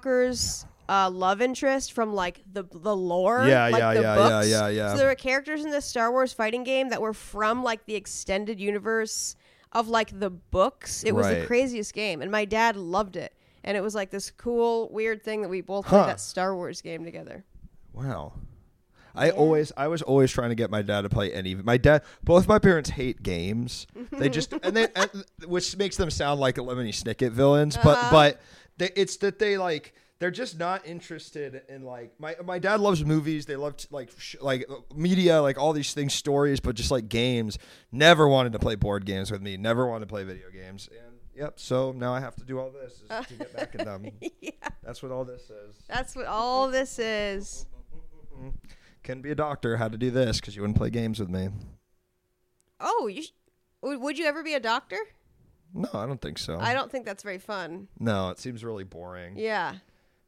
Skywalker's uh, love interest from like the the lore.
Yeah,
like,
yeah,
the
yeah, yeah,
books.
yeah, yeah.
So there were characters in this Star Wars fighting game that were from like the extended universe of like the books. It was
Right.
the craziest game, and my dad loved it. And it was like this cool, weird thing that we both
Huh.
played that Star Wars game together. <laughs>
Wow. I always I was always trying to get my dad to play any my dad both my parents hate games. They just and then and, which makes them sound like Lemony Snicket villains, but but they, it's that they like they're just not interested in like my my dad loves movies, they love like sh- like uh, media, like all these things, stories, but just like games. Never wanted to play board games with me, never wanted to play video games. And yep, so now I have to do all this is to get back at them. That's what all this is
That's what all this is.
couldn't be a doctor how to do this because you wouldn't play games with me
Oh, you sh- would would you ever be a doctor?
no i don't think so
I don't think that's very fun.
no it seems really boring
Yeah.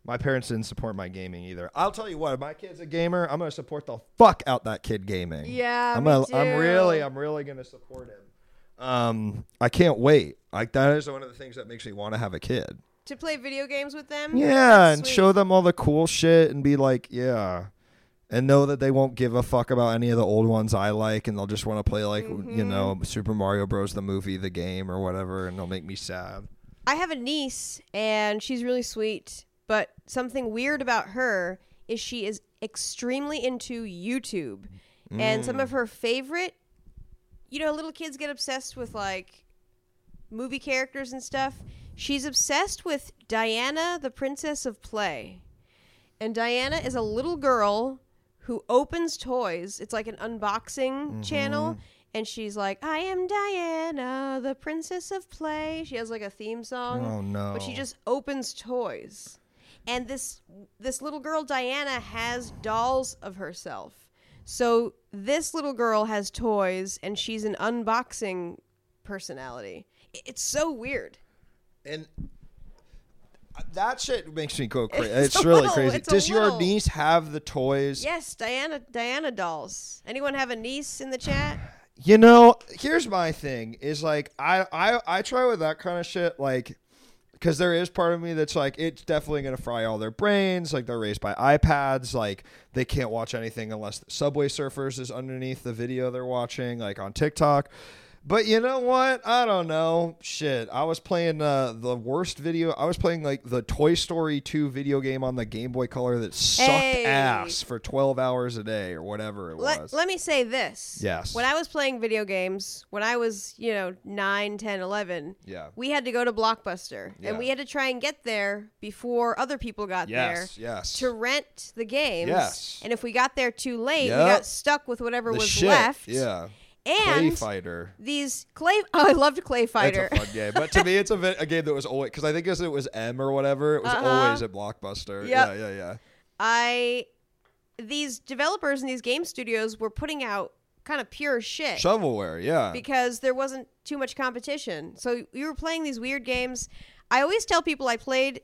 my parents didn't support my gaming either i'll tell you what if my kid's a gamer i'm gonna support the fuck out that kid gaming
Yeah,
i'm,
me
gonna- I'm
too.
really i'm really gonna support him um i can't wait like that is one of the things that makes me want to have a kid
To play video games with them?
yeah
That's
and
sweet.
show them all the cool shit and be like yeah and know that they won't give a fuck about any of the old ones I like, and they'll just want to play like you
Mm-hmm.
know Super Mario Bros. the movie, the game, or whatever, and they'll make me sad.
I have a niece and she's really sweet, but something weird about her is she is extremely into YouTube. And
Mm.
some of her favorite you know, little kids get obsessed with like movie characters and stuff. She's obsessed with Diana, the Princess of Play. And Diana is a little girl who opens toys. It's like an unboxing channel. And she's like, I am Diana, the Princess of Play. She has like a theme song.
Oh, no.
Mm. But she just opens toys. And this this little girl Diana has dolls of herself. So this little girl has toys and she's an unboxing personality. I- It's so weird.
And uh, that shit makes me go crazy. It's,
<laughs> It's a
really
little-
crazy.
it's a
Does your
little.
niece have the toys?
Yes, Diana Diana dolls. Anyone have a niece in
<sighs>
the chat?
You know, here's my thing: is like I I I try with that kind of shit, like because there is part of me that's like it's definitely gonna fry all their brains. Like they're raised by iPads, like they can't watch anything unless Subway Surfers is underneath the video they're watching, like on TikTok. But you know what? I don't know. Shit, I was playing uh, the worst video. I was playing like the Toy Story 2 video game on the Game Boy Color that sucked
Hey.
ass for 12 hours a day or whatever it was.
Let, let me say this.
Yes.
When I was playing video games, when I was, you know, 9, 10, 11,
Yeah.
we had to go to Blockbuster
Yeah.
and we had to try and get there before other people got there.
yes, yes.
to rent the games.
Yes.
And if we got there too late, we
Yep.
got stuck with whatever
the
was
shit.
left.
Yeah. Clay
And
Fighter.
these clay. <laughs> Oh, I loved Clay
That's
Fighter.
a fun game, but to me, it's a, vi- a game that was always because I think as it was M or whatever, it was
Uh-huh.
always a blockbuster. Yeah, yeah, yeah.
I these developers and these game studios were putting out kind of pure shit
Shovelware, yeah.
because there wasn't too much competition. So we were playing these weird games. I always tell people I played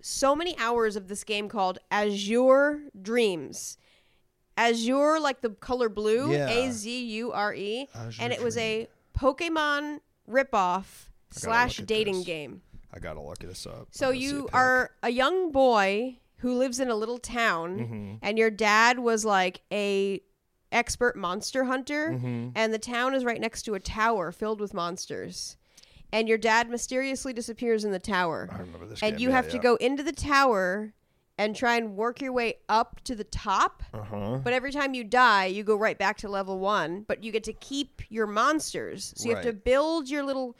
so many hours of this game called Azure Dreams. Azure, like the color blue,
Yeah.
A Z U R E.
Azure
And it was a Pokemon ripoff slash
look at
dating
this.
game.
I gotta look this up. I
So
gotta see a
you
pic.
are a young boy who lives in a little town,
Mm-hmm.
and your dad was like a expert monster hunter,
Mm-hmm.
and the town is right next to a tower filled with monsters. And your dad mysteriously disappears in the tower,
I remember this.
and
game.
you
yeah,
have to
yeah.
go into the tower and try and work your way up to the top.
Uh huh.
But every time you die, you go right back to level one. But you get to keep your monsters, so you have to
Right.
build your little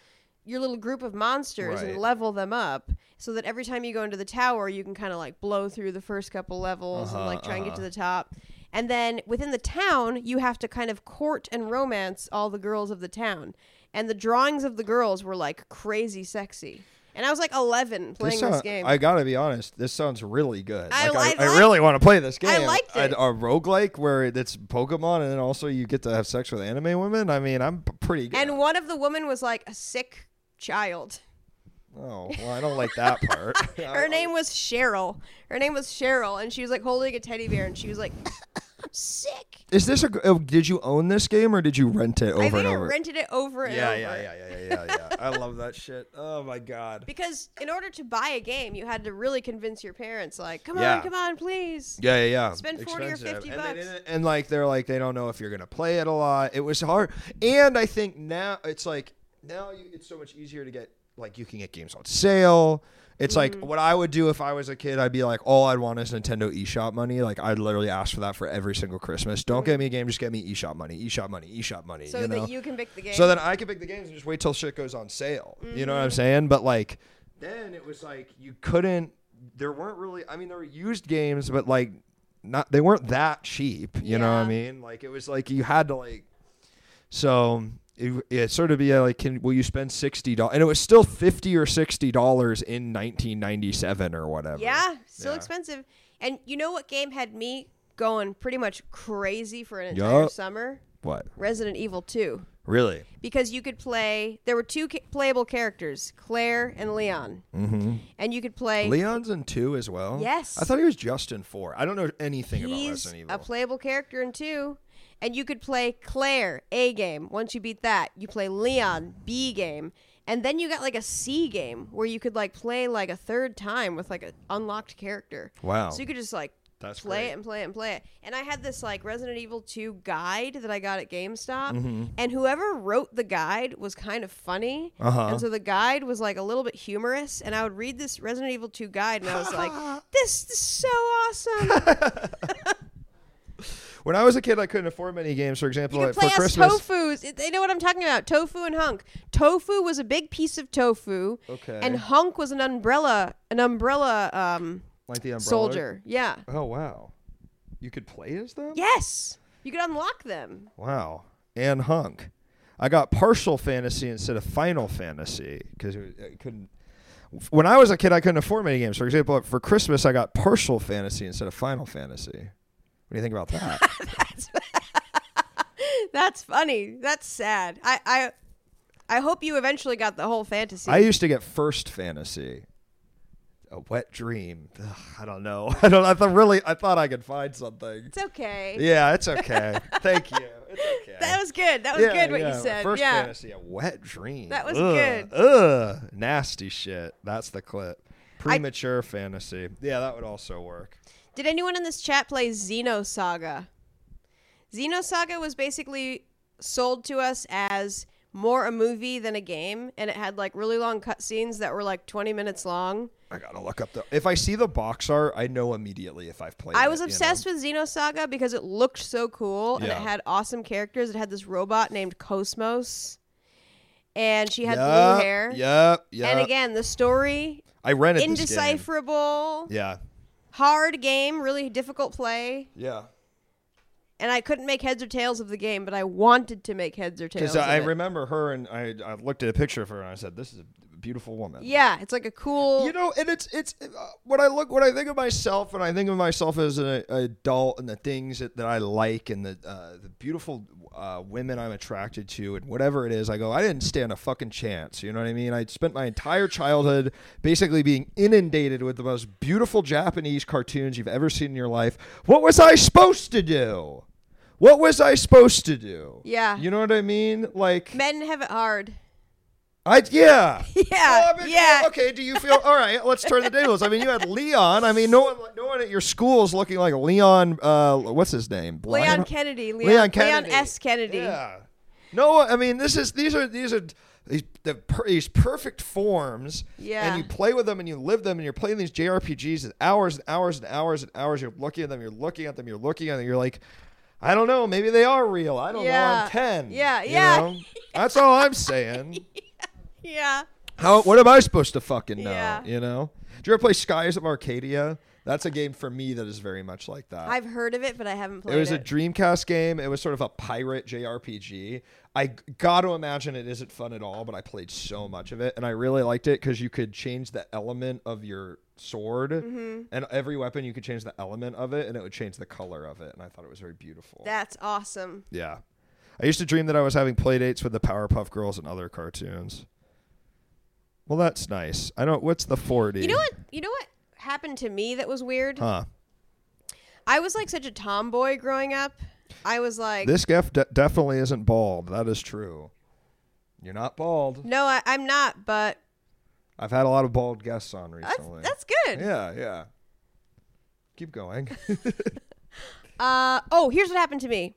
your little group of monsters
Right.
and level them up, so that every time you go into the tower, you can kind of like blow through the first couple levels and
Uh-huh,
like try and get
uh-huh.
to the top. And then within the town, you have to kind of court and romance all the girls of the town. And the drawings of the girls were like crazy sexy. And I was like 11 playing this,
sound-
game.
uh, I gotta be honest. This sounds really good.
I-
like, I,
I
I
like-
really want to play this game.
I liked
A-
it.
A roguelike where it's Pokemon, and then also you get to have sex with anime women. I mean, I'm p- pretty good.
and one of the women was like a sick child.
oh well, I don't like that part. <laughs>
<laughs> Her name was Cheryl. Her name was Cheryl, and she was like holding a teddy bear, and she was like, "I'm sick."
Is this a? g- oh, Did you own this game or did you rent it over
I think
and
I
over?
rented it over and
yeah,
over.
yeah, yeah, yeah, yeah, yeah, yeah. I love that shit. Oh my
<laughs>
god.
Because in order to buy a game, you had to really convince your parents, like, "Come
Yeah.
on, come on, please."
Yeah, yeah, yeah.
Spend 40 or 50
and they
bucks.
didn't- and like they're like they don't know if you're gonna play it a lot. It was hard, and I think now it's like now you, it's so much easier to get like you can get games on sale. It's
Mm-hmm.
like what I would do if I was a kid. I'd be like, all I'd want is Nintendo eShop money. Like I'd literally ask for that for every single Christmas. Don't get me a game, just get me eShop money, eShop money, eShop money.
Mm-hmm. So
you know?
that you can pick the game.
So then I could pick the games and just wait till shit goes on sale. You know what I'm
Mm-hmm.
saying? But like then it was like you couldn't there weren't really I mean there were used games but like not they weren't that cheap, you know what I
Yeah.
mean? Like it was like you had to like so it, it sort of be uh, like can will you spend $60 and it was still 50 or 60 dollars in 1997 or whatever.
yeah, still
Yeah.
expensive. And you know what game had me going pretty much crazy for an
Yup.
entire summer?
What?
Resident Evil 2.
Really?
because you could play. There were two ca- playable characters, Claire and Leon, mm-hmm. and you could play.
Leon's in 2 as well?
Yes.
I thought he was just in 4. I don't know anything about
he's
Resident Evil.
a playable character in two, and you could play Claire A game. Once you beat that, you play Leon B game, and then you got like a C game where you could like play like a third time with like an unlocked character.
Wow.
So you could just like.
That's
play
great.
it and play it and play it. And I had this like Resident Evil 2 guide that I got at GameStop.
Mm-hmm.
And whoever wrote the guide was kind of funny.
Uh-huh.
And so the guide was like a little bit humorous. And I would read this Resident Evil 2 guide and I
<laughs>
was like, this is so awesome.
When I was a kid, I couldn't afford many games. For example,
You
like,
could play
for
as
Christmas,
tofu's. It- They know what I'm talking about. Tofu and hunk. Tofu was a big piece of tofu.
Okay.
And hunk was an umbrella, an umbrella um,
like the umbrella.
soldier. Yeah.
Oh wow, you could play as them.
Yes. You could unlock them. <laughs>
Wow, and hunk. I got partial fantasy instead of final fantasy because I couldn't. When I was a kid, I couldn't afford many games. For example, for Christmas, I got partial fantasy instead of final fantasy. What do you think about
<laughs>
that?
That's funny. That's sad. I I, I hope you eventually got the whole fantasy.
I used to get first fantasy. A wet dream. Ugh, I don't know. <laughs> I don't. I thought really. I thought I could find something.
it's okay.
Yeah, it's okay. Thank you. It's okay.
<laughs> That was good. That was good what you said.
First
yeah.
fantasy, a wet dream.
That was
Ugh.
good.
Ugh, nasty shit. That's the clip. Premature fantasy. Yeah, that would also work.
Did anyone in this chat play Xenosaga? Xenosaga was basically sold to us as more a movie than a game, and it had like really long cutscenes that were like 20 minutes long.
I gotta look up the. If I see the box art, I know immediately if I've played.
I
it,
was
you know?
obsessed with Xenosaga because it looked so cool and
Yeah.
it had awesome characters. It had this robot named Cosmos, and she had
Yup,
blue hair.
Yup. Yup.
And again, the story
I rented this game.
indecipherable,
Yeah.
hard game, really difficult play.
Yeah.
and I couldn't make heads or tails of the game, but I wanted to make heads or tails.
Because
of
uh, I
it.
remember her, and I, I looked at a picture of her, and I said, "This is a beautiful woman.
Yeah, it's like a cool.
You know, and it's it's uh, when I look when I think of myself and I think of myself as an adult and the things that, that I like and the uh, the beautiful uh, women I'm attracted to and whatever it is, I go I didn't stand a fucking chance. You know what I mean? I spent my entire childhood basically being inundated with the most beautiful Japanese cartoons you've ever seen in your life. What was I supposed to do? What was I supposed to do?
Yeah.
You know what I mean? Like
Men have it
<laughs>
hard.
I yeah.
Yeah,
Well, I mean,
yeah.
Okay. Do you feel all right? Let's turn the tables. I mean, you had Leon. I mean, no one, no one at your school is looking like Leon. Uh, what's his name? Blind?
Leon Kennedy. Leon,
Leon Kennedy.
Leon S. Kennedy.
Yeah. No, I mean, this is these are these are these, the per, these perfect forms.
Yeah.
And you play with them and you live them and you're playing these JRPGs and hours and hours and hours and hours. You're looking at them. You're looking at them. You're looking at them. You're like. I don't know. Maybe they are real. I don't know.
Yeah.
I'm ten.
Yeah,
you
yeah.
know? That's all I'm
<laughs>
saying.
Yeah.
How? What am I supposed to fucking know?
Yeah.
You know? Do you ever play Skies of Arcadia? That's a game for me that is very much like that.
I've heard of it, but I haven't played
Uh, it
it.
was a Dreamcast game. It was sort of a pirate JRPG. I g- got to imagine it isn't fun at all, but I played so much of it, and I really liked it because you could change the element of your sword,
Mm-hmm.
and every weapon you could change the element of it, and it would change the color of it, and I thought it was very beautiful.
That's awesome.
yeah, I used to dream that I was having playdates with the Powerpuff Girls and other cartoons. Well, that's nice. I don't. What's the forty?
You know what? You know what happened to me that was weird?
Huh?
I was like such a tomboy growing up. I was like,
This gef de- definitely isn't bald. That is true. You're not bald.
no, I, I'm not, but
I've had a lot of bald guests on
that's,
recently.
that's good.
yeah, yeah. Keep going. <laughs>
Uh, oh, here's what happened to me.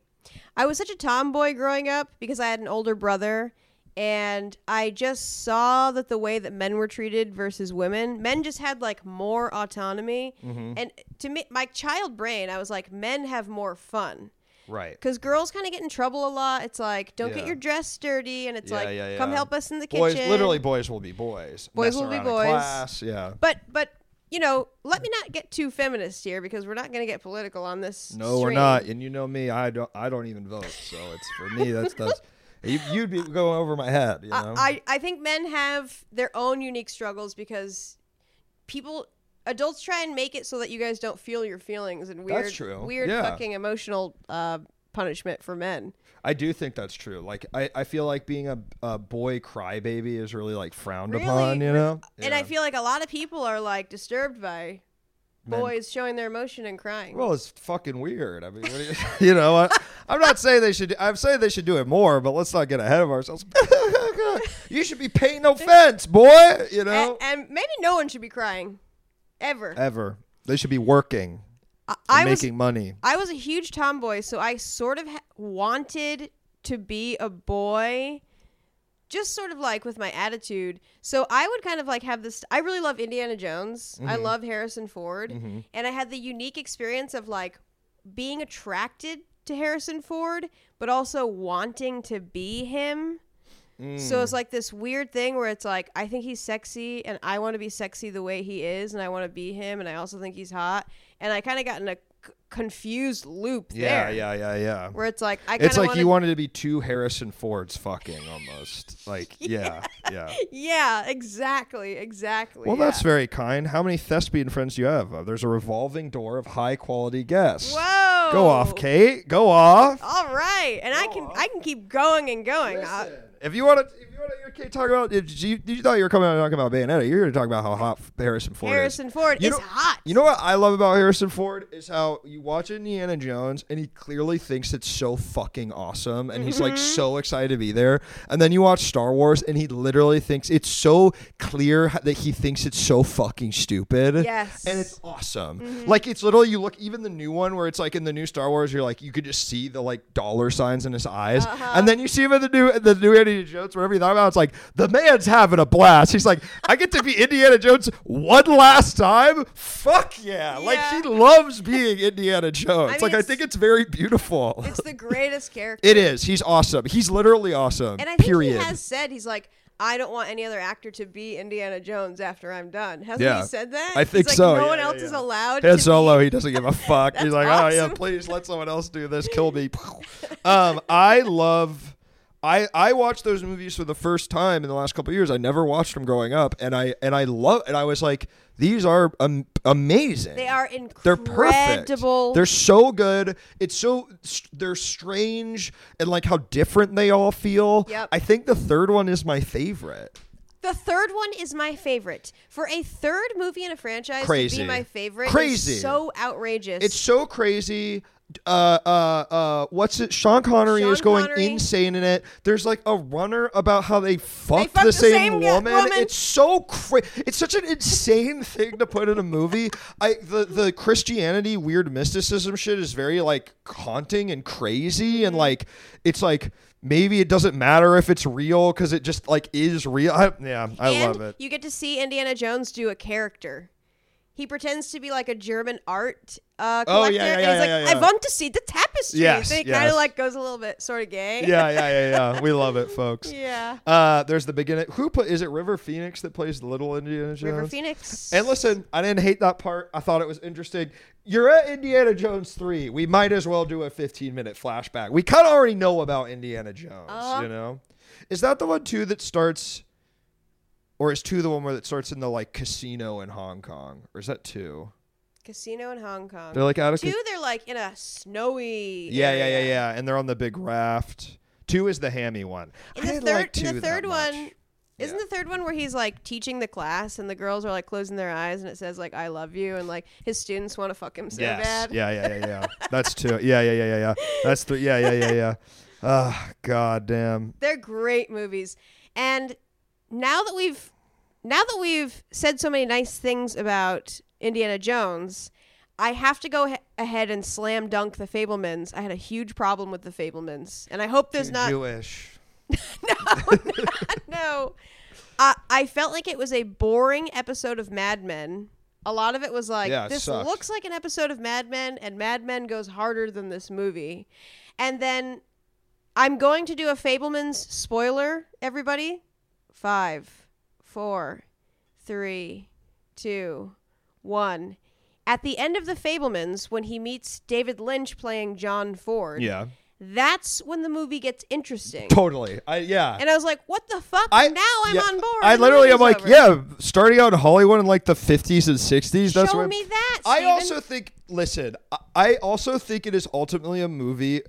I was such a tomboy growing up because I had an older brother, and I just saw that the way that men were treated versus women, men just had like more autonomy.
Mm-hmm.
And to me, my child brain, I was like, men have more fun.
right.
Because girls kind of get in trouble a lot. It's like, don't
Yeah.
get your dress dirty, and it's
Yeah,
like,
yeah,
come
yeah.
help us in the
Boys,
kitchen.
literally, boys will be boys. Mess
Boys will be
around in
boys.
Class. Yeah.
But but you know, let me not get too feminist here because we're not going to get political on this.
No, we're
stream.
not. And you know me, I don't. I don't even vote. So it's for me. That's that's. <laughs> You, you'd be going over my head. You know.
I, I I think men have their own unique struggles because people adults try and make it so that you guys don't feel your feelings and weird
true.
weird
Yeah.
fucking emotional uh, punishment for men.
I do think that's true. Like I, I feel like being a, a boy crybaby is really like frowned
Really?
upon, you know?
And I
Yeah.
feel like a lot of people are like disturbed by
Men-
boys showing their emotion and crying.
Well, it's fucking weird. I mean, what do you, you <laughs> know, I, I'm not saying they should. I'm saying they should do it more, but let's not get ahead of ourselves. <laughs> you should be paying no fence, boy. You
A-
know,
and, maybe no one should be crying ever.
ever they should be working,
I,
and
I was
making money.
I was a huge tomboy, so I sort of ha- wanted to be a boy, just sort of like with my attitude. So I would kind of like have this. I really love Indiana Jones.
Mm-hmm.
I love Harrison Ford, and I had the unique experience of like being attracted to Harrison Ford, but also wanting to be him.
Mm.
So it's like this weird thing where it's like I think he's sexy and I want to be sexy the way he is and I want to be him and I also think he's hot and I kind of got in a c- confused loop
Yeah,
there
yeah, yeah, yeah.
where it's like I kind
It's
of
like
wanna,
you wanted to be two Harrison Fords fucking almost.
<laughs>
Like, yeah, yeah.
<laughs> yeah exactly exactly
Well,
yeah.
that's very kind. How many thespian friends do you have? Uh, there's a revolving door of high quality guests.
whoa Oh,
Go off, Kate. Go off.
all right and I can I can keep going and going Uh,
If you want to, if you want to, you can't talk about. If you, you thought you were coming out talking about Bayonetta, you're going to talk about how hot Harrison Ford
Harrison
is.
Ford
You
is
know-
hot
You know what I love about Harrison Ford is how you watch Indiana Jones and he clearly thinks it's so fucking awesome and he's
Mm-hmm.
like so excited to be there. And then you watch Star Wars and he literally thinks it's so clear h- that he thinks it's so fucking stupid.
Yes.
And it's awesome.
Mm-hmm.
Like it's literally you look even the new one where it's like in the new Star Wars you're like you could just see the like dollar signs in his eyes.
Uh-huh.
And then you see him in the new the new Indiana Jones whatever you thought about it's like the man's having a blast. He's like I get to
<laughs>
be Indiana Jones one last time. Fuck yeah. Like
Yeah.
he loves being Indiana Jones.
mean,
like I
it's-
think it's very beautiful.
it's
<laughs>
the greatest character
It is. He's awesome. He's literally awesome.
and I think
period.
he has said he's like. I don't want any other actor to be Indiana Jones after I'm done. Hasn't
Yeah.
he said that?
I
He's
think
like,
so.
No
Yeah,
one
yeah,
else is
yeah.
allowed.
Han
to
Solo, he doesn't give
<laughs>
a fuck. He's
That's
like, oh yeah,
awesome. <laughs>
please let someone else do this. Kill me. um, I love. I, I watched those movies for the first time in the last couple of years. I never watched them growing up, and I and I love and I was like, these are um, amazing.
They are
They're perfect.
incredible.
They're so good. It's so they're strange and like how different they all feel.
Yep.
I think the third one is my favorite.
The third one is my favorite. For a third movie in a franchise to
Crazy.
be my favorite
Crazy.
is so outrageous.
It's so crazy. Uh, uh, uh, what's it? Sean Connery
Sean
is going
Connery.
insane in it. There's like a runner about how they fucked,
fucked
the,
the
same,
same guy-
woman.
woman.
It's so cra- It's such an insane <laughs> thing to put in a movie. I the the Christianity weird mysticism shit is very like haunting and crazy
Mm-hmm.
and like it's like maybe it doesn't matter if it's real because it just like is real. I, yeah, I
and
love it.
you get to see Indiana Jones do a character. He pretends to be like a German art uh,
Oh, yeah,
collector,
yeah,
and
yeah,
he's like,
yeah, yeah.
"I want to see the tapestries."
Yes,
and he kind
yes.
of like goes a little bit sort of gay.
yeah, yeah, yeah, yeah. We love it, folks.
<laughs> yeah.
Uh, there's the beginning. Who put? Is it River Phoenix that plays Little Indiana Jones?
River Phoenix.
And listen, I didn't hate that part. I thought it was interesting. You're at Indiana Jones three. We might as well do a 15 minute flashback. We kind of already know about Indiana Jones.
Uh-huh.
You know, is that the one too that starts, or is two the one where that starts in the like casino in Hong Kong, or is that two?
Casino in Hong Kong.
They're like out of.
Two, they're like in a snowy.
yeah, yeah, yeah,
area.
yeah, and they're on the big raft. Two is the hammy one.
And
I
the
didn't
third,
like
and
two
the
that
third
much.
one, isn't
Yeah.
the third one where he's like teaching the class and the girls are like closing their eyes and it says like "I love you" and like his students want to fuck him so bad.
Yeah, yeah, yeah, yeah. That's two. Yeah, yeah, yeah, yeah, yeah. That's three. Yeah, yeah, yeah, yeah. Ah, god damn.
They're great movies. And now that we've now that we've said so many nice things about Indiana Jones, I have to go ha- ahead and slam dunk the Fablemans. I had a huge problem with the Fablemans, and I hope there's not
Jewish.
no. I I felt like it was a boring episode of Mad Men. A lot of it was like,
Yeah, it
this
sucked.
looks like an episode of Mad Men, and Mad Men goes harder than this movie. And then I'm going to do a Fableman's spoiler, everybody. Five, four, three, two, one. At the end of the Fablemans, when he meets David Lynch playing John Ford,
Yeah.
that's when the movie gets interesting.
Totally. I yeah.
And I was like, "What the fuck?" now I'm
yeah,
on board.
I
The
literally am
movie's
like,
over.
yeah, starting out in Hollywood in like the 50s and 60s. That's
Show
where
me that.
I
Steven.
also think. Listen, I- I also think it is ultimately a movie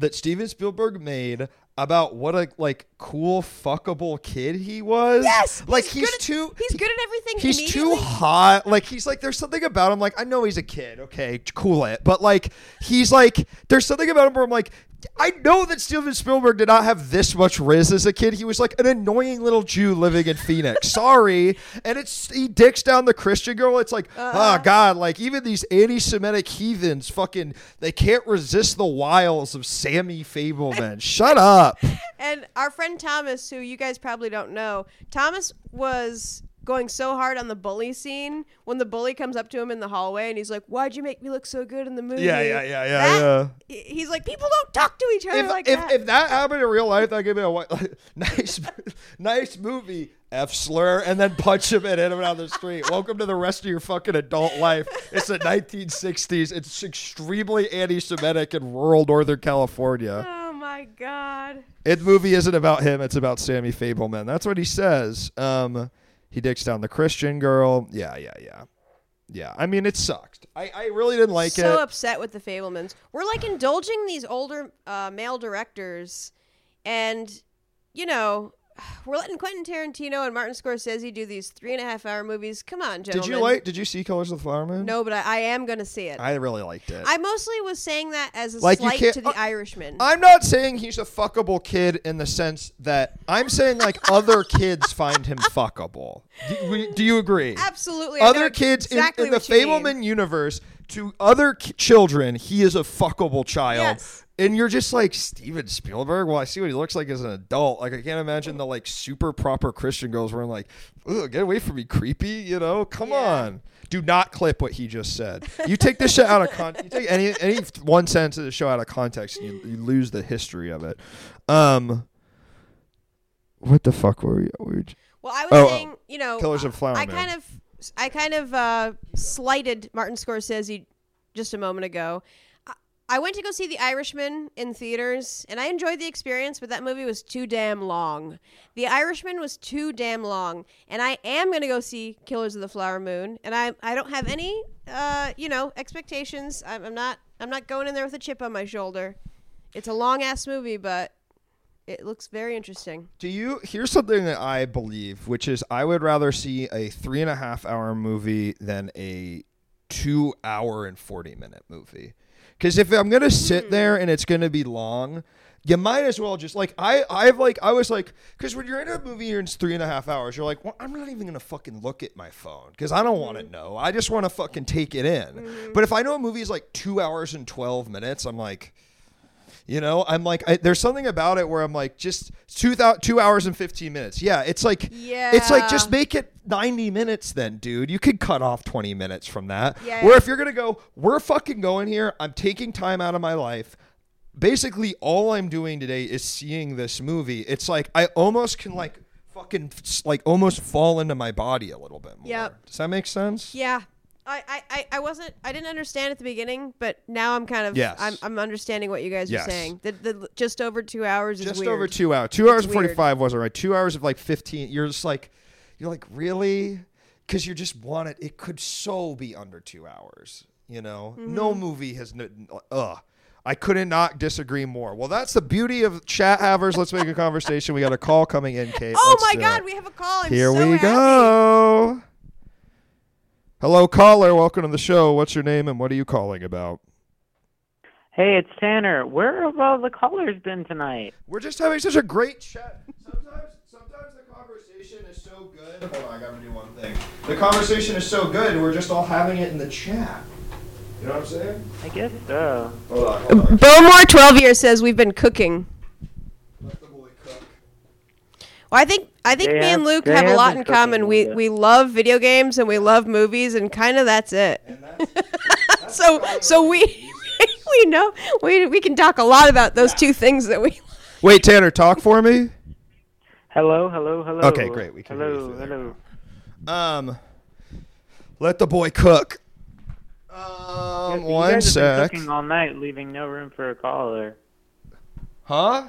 that Steven Spielberg made about what a like cool fuckable kid he was.
yes,
like he's,
good at-
too.
He's good at everything.
He's too
immediately.
hot. Like he's like there's something about him. Like I know he's a kid. Okay, cool it. But like he's like there's something about him where I'm like I know that Steven Spielberg did not have this much riz as a kid. He was like an annoying little Jew living in
<laughs>
Phoenix. Sorry. And it's he dicks down the Christian girl. It's like
Uh-huh.
oh god. Like even these anti-Semitic heathens, fucking they can't resist the wiles of Sammy
<laughs>
Fableman. Shut up.
And our friend Thomas, who you guys probably don't know, Thomas was going so hard on the bully scene when the bully comes up to him in the hallway and he's like, "Why'd you make me look so good in the movie?"
Yeah, yeah, yeah, yeah,
That- He's like, "People don't talk to each other
if,
like
if,
that."
if that happened in real life, that could be a white, <laughs> nice, nice movie. F slur and then punch him and hit him down the street. Welcome to the rest of your fucking adult life. It's the 1960s. It's extremely anti-Semitic in rural Northern California.
oh my god.
It movie isn't about him. It's about Sammy Fableman. That's what he says. Um, he dicks down the Christian girl. Yeah, yeah, yeah, yeah. I mean, it sucked. I, I really didn't like
so
it.
upset with the Fablemans. We're like indulging these older uh, male directors, and you know, <sighs> we're letting Quentin Tarantino and Martin Scorsese do these three and a half hour movies. Come on,
did
gentlemen.
you like? Did you see Colors of the Flower Moon?
No, but I, I am gonna see it. I,
I really liked it.
mostly was saying that as a
Like, you
slight
can't-
to the
uh,
Irishman.
I'm not saying he's a fuckable kid in the sense that I'm saying like other kids find him fuckable. Do, we- do you agree?
Absolutely. I know
Other kids in-
exactly
in, the
what you mean.
Fableman universe to other k- children, he is a fuckable child.
Yes.
And you're just like Steven Spielberg. Well, I see what he looks like as an adult. Like I can't imagine the like super proper Christian girls were like, "Ugh, get away from me, creepy." You know, come
Yeah.
on. Do not clip what he just said. You take this shit out of context. You take any any one sentence of the show out of context, and you, you lose the history of it. Um, what the fuck were we? Were we
Well, I was
Oh, oh.
saying, you know,
Killers of the Flower
I
Moon.
kind of, I kind of uh, slighted Martin Scorsese just a moment ago. I, I went to go see The Irishman in theaters, and I enjoyed the experience, but that movie was too damn long. The Irishman was too damn long, and I am going to go see Killers of the Flower Moon, and I I don't have any uh you know expectations. I'm, I'm not I'm not going in there with a chip on my shoulder. It's a long ass movie, but it looks very interesting.
Do you? Here's something that I believe, which is I would rather see a three and a half hour movie than a two hour and 40 minute movie. Because if I'm going to sit there and it's going to be long, you might as well just like, I, I've like, I was like, because when you're in a movie and it's three and a half hours, you're like, well, I'm not even going to fucking look at my phone because I don't want to know. I just want to fucking take it in. But if I know a movie is like two hours and 12 minutes, I'm like, you know, I'm like, I, there's something about it where I'm like, just two thou- two hours and fifteen minutes. Yeah, it's like, it's like just
Yeah.
make it ninety minutes, then, dude. You could cut off twenty minutes from that.
Yeah.
Where if you're gonna go, we're fucking going here. I'm taking time out of my life. Basically, all I'm doing today is seeing this movie. It's like I almost can like fucking like almost fall into my body a little bit more.
Yep.
Does that make sense?
Yeah. I, I, I- I wasn't I didn't understand at the beginning, but now I'm kind of
Yes.
I'm, I'm understanding what you guys
Yes.
are saying. The, the just over two hours is
just
weird.
over two hours. Two hours and
weird.
forty five wasn't right. Two hours of like fifteen. You're just like, you're like really, because you just want it. It could so be under two hours. You know,
Mm-hmm.
no movie has. n- Ugh. I couldn't not disagree more. Well, that's the beauty of chat havers. Let's make a conversation. We got a call coming in, Kate.
Oh
Let's
my
do
God,
it.
we have a call. I'm
Here
so
we
happy.
go. Hello, caller. Welcome to the show. What's your name and what are you calling about?
Hey, it's Tanner. Where have all the callers been tonight?
We're just having such a great chat. Sometimes, sometimes the conversation is so good. Hold on, I gotta do one thing. The conversation is so good. We're just all having it in the chat. You know what I'm saying?
I guess so.
Hold on, hold on.
Bowmore twelve year says we've been cooking.
Let the boy cook.
Well, I think I think
They
me
have-
and Luke
they
have a
have
lot
been
in
cooking
common.
a
We
little
we love video games and we love movies, and kind of that's it. <laughs>
And that's
so so we <laughs> we know we we can talk a lot about those two things that we.
wait, Tanner, talk for me.
Hello, hello, hello.
Okay, great. We can hear you
hello,
through there
hello.
Um, let the boy cook. Um,
Yeah, so you
one
guys have
sec.
been cooking all night, leaving no room for a caller.
Huh?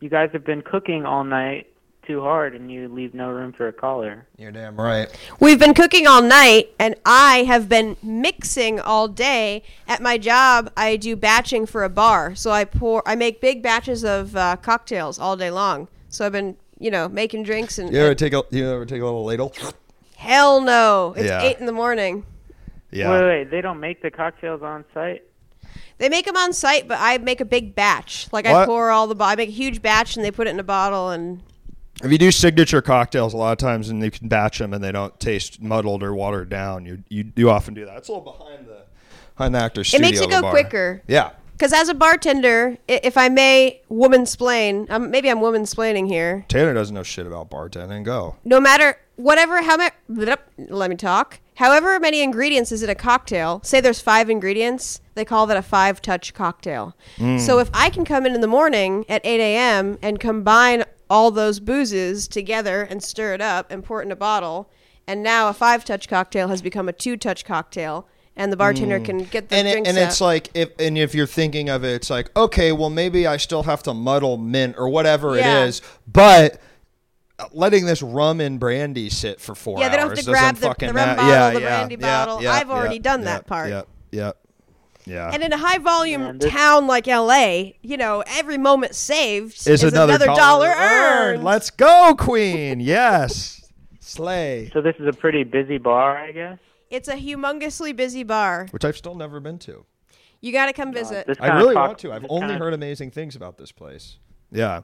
You guys have been cooking all night too hard, and you leave no room for a caller.
You're damn right.
We've been cooking all night, and I have been mixing all day. At my job, I do batching for a bar, so I pour, I make big batches of uh, cocktails all day long. So I've been, you know, making drinks and
You ever take a you ever take a little ladle?
hell no, it's
Yeah.
eight in the morning.
Yeah.
Wait, wait. They don't make the cocktails on site.
They make them on site, but I make a big batch. Like I
What?
pour all the, bo- I make a huge batch, and they put it in a bottle. And
If you do signature cocktails, a lot of times, and you can batch them, and they don't taste muddled or watered down, you you do often do that. It's a little behind the behind the actor's
It
studio.
makes it
of a
go
bar.
quicker.
Yeah,
because as a bartender, i- if I may womansplain, um, maybe I'm womansplaining here.
Tanner doesn't know shit about bartending. Go.
no matter whatever how much let me talk however many ingredients is in a cocktail say there's five ingredients they call that a five touch cocktail
Mm.
so if i can come in in the morning at 8 a.m and combine all those boozes together and stir it up and pour it in a bottle and now a five touch cocktail has become a two touch cocktail and the bartender can get the
Mm. and it,
drinks
and
out.
it's like if and if you're thinking of it, it's like okay, well maybe I still have to muddle mint or whatever
Yeah.
it is, but letting this rum and brandy sit for four
Yeah, they don't have
hours
to grab
doesn't
the-
fucking
the rum
ma-
bottle,
yeah,
the
yeah,
brandy
yeah,
bottle.
yeah,
I've already
yeah,
done
yeah,
that part.
Yep, yep, yeah.
and in a high volume
Man, this-
town like LA, you know, every moment saved
is, another,
dollar earned.
Let's go, Queen. Yes. Slay.
So this is a pretty busy bar, I guess.
It's a humongously busy bar.
Which I've still never been to.
You got to come visit.
This
I
kinda
really
talk-
want to. I've
this
only
kinda-
heard amazing things about this place. Yeah.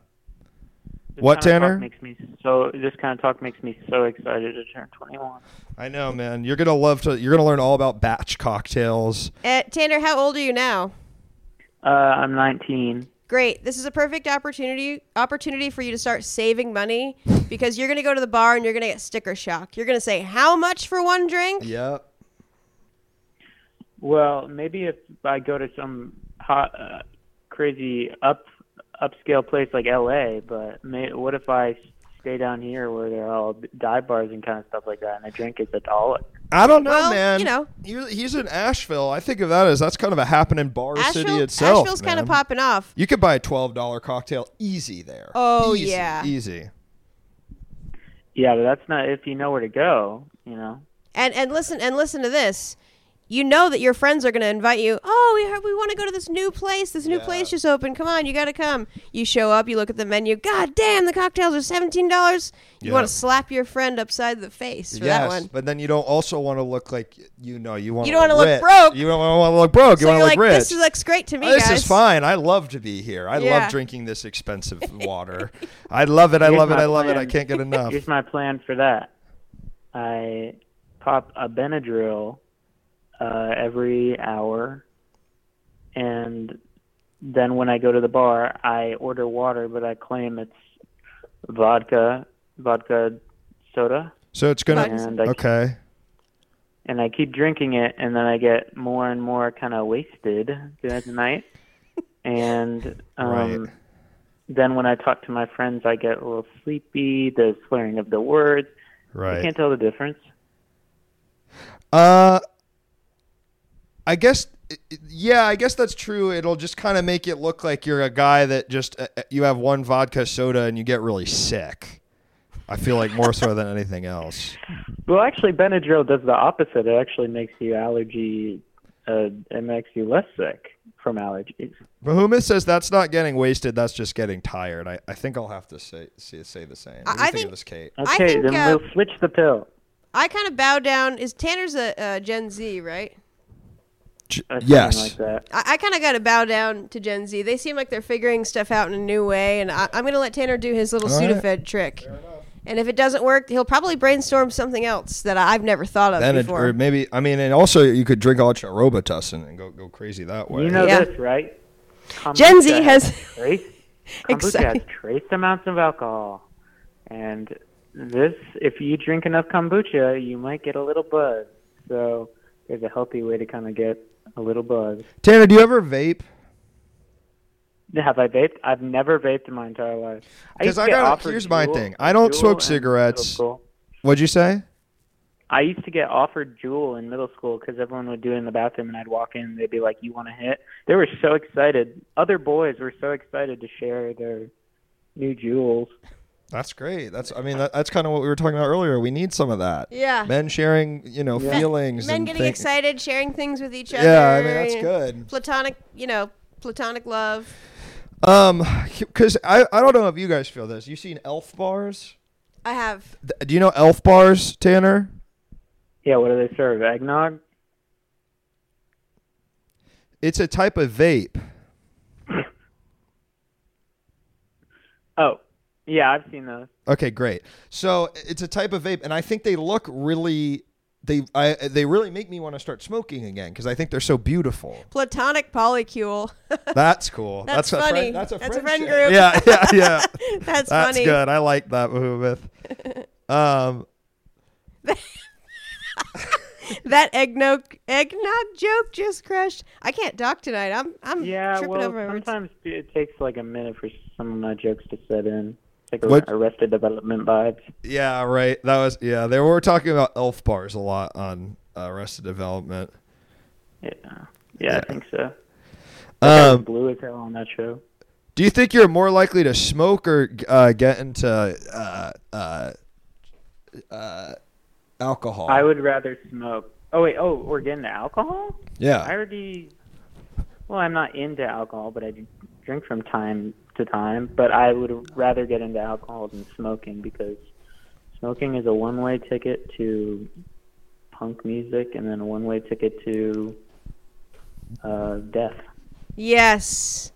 this
What,
kinda
Tanner?
Talk makes me so. This kind of talk makes me so excited to turn 21.
I know, man. You're gonna love to you're gonna learn all about batch cocktails.
Uh, Tanner, how old are you now?
Uh, I'm 19.
Great. This is a perfect opportunity opportunity for you to start saving money because you're going to go to the bar and you're going to get sticker shock. You're going to say, "How much for one drink?"
Yep.
Well, maybe if I go to some hot, uh, crazy up upscale place like L.A., but may, what if I stay down here where there are all dive bars and kind of stuff like that, and I drink it at all.
I don't know,
Well,
man.
you know.
You're- he's in Asheville. I think of that as that's kind of a happening bar city
Asheville,
itself.
Asheville's kind of
man.
popping off.
You could buy a twelve dollar cocktail easy there.
Oh,
Easy,
yeah.
easy.
Yeah, but that's not if you know where to go. You know,
And and listen and listen to this. You know that your friends are going to invite you. Oh, we heard, we want to go to this new place. This new
Yeah.
place just opened. Come on, you got to come. You show up. You look at the menu. God damn, the cocktails are seventeen dollars. You
Yeah.
want to slap your friend upside the face for
yes,
that one.
but then you don't also want to look like you know you want.
You don't wanna look
rich.
broke.
You don't want to look broke.
so
you want
you're
to look
like,
rich.
this looks great to me,
this
guys.
is fine. I love to be here. I
Yeah.
love drinking this
<laughs>
expensive water. I love it. I
Here's
love it.
my
I love it. I
plan.
can't get enough.
here's my plan for that. I pop a Benadryl uh, every hour, and then when I go to the bar, I order water, but I claim it's vodka, vodka soda,
So it's gonna.
Bugs.
and I
Okay.
and I keep drinking it, and then I get more and more kind of wasted throughout
<laughs>
the night. And um,
Right.
then when I talk to my friends, I get a little sleepy. The slurring of the words, I
Right.
can't tell the difference.
Uh, I guess. i- i- Yeah, I guess that's true. It'll just kind of make it look like you're a guy that just uh, uh, you have one vodka soda and you get really sick. I feel like more so than anything else.
Well, actually, Benadryl does the opposite. It actually makes you allergy. Uh, it makes you less sick from allergies.
Bahuma says that's not getting wasted. That's just getting tired. I, I think I'll have to say say, say the same. What do you
I
think
think-
of this, Kate?
I
Okay,
think,
then
uh,
we'll switch the pill.
I kind of bow down. Is Tanner's a uh, Gen Z, right?
Or something
yes.
Like that.
I, I kind of got to bow down to Gen Z. They seem like they're figuring stuff out in a new way, and I, I'm going to let Tanner do his little
All right.
Sudafed trick. And if it doesn't work, he'll probably brainstorm something else that I've never thought of
Then it,
before.
or maybe I mean, and also you could drink a bunch of Robitussin and go go crazy that way.
You know
Yeah.
this, right?
Gen Z
Kombucha
has- <laughs>
trace, kombucha has
Exactly.
trace amounts of alcohol, and this, if you drink enough kombucha, you might get a little buzz. So there's a healthy way to kind of get a little buzz.
Tanner, do you ever vape?
Have I vaped? I've never vaped in my entire life. I
'Cause
used to
I
get
gotta-
offered
here's my
Juul-
thing. I don't
Juul
smoke
in
cigarettes.
middle school.
What'd you say?
I used to get offered Juul in middle school because everyone would do it in the bathroom, and I'd walk in, and they'd be like, "You want to hit?" They were so excited. Other boys were so excited to share their new Juuls.
That's great. That's I mean that, that's kind of what we were talking about earlier. We need some of that.
Yeah.
Men sharing, you know, feelings.
Men
and
getting
think-
excited, sharing things with each other.
Yeah, I mean that's
and
good.
Platonic, you know, platonic love.
Um, because I I don't know if you guys feel this. You seen Elf bars?
I have.
Th- Do you know Elf bars, Tanner?
Yeah, what do they serve? Eggnog.
It's a type of vape.
Oh, yeah, I've seen those.
Okay, great. So it's a type of vape, and I think they look really they I they really make me want to start smoking again because I think they're so beautiful.
Platonic polycule. <laughs>
That's cool.
That's
a
funny.
Friend, that's a
That's a
friend,
friend group.
Yeah, yeah,
<laughs>
yeah. that's
That's, funny.
good. I like that movement. Um,
That eggnog eggnog joke just crashed. I can't talk tonight. I'm I'm
Yeah,
Hmm, tripping
well,
over my words.
sometimes it takes like a minute for some of my jokes to set in. It's like a
What-
Arrested Development vibes.
yeah, right. That was yeah. They were talking about elf bars a lot on uh, Arrested Development.
Yeah, yeah, I think so. I was
Um,
blue as hell on that show.
do you think you're more likely to smoke or uh, get into uh, uh, uh, alcohol?
I would rather smoke. Oh wait, oh, we're getting to alcohol.
yeah.
I already. Well, I'm not into alcohol, but I do drink from time to time. But I would rather get into alcohol than smoking because smoking is a one-way ticket to punk music, and then a one-way ticket to uh, death.
Yes.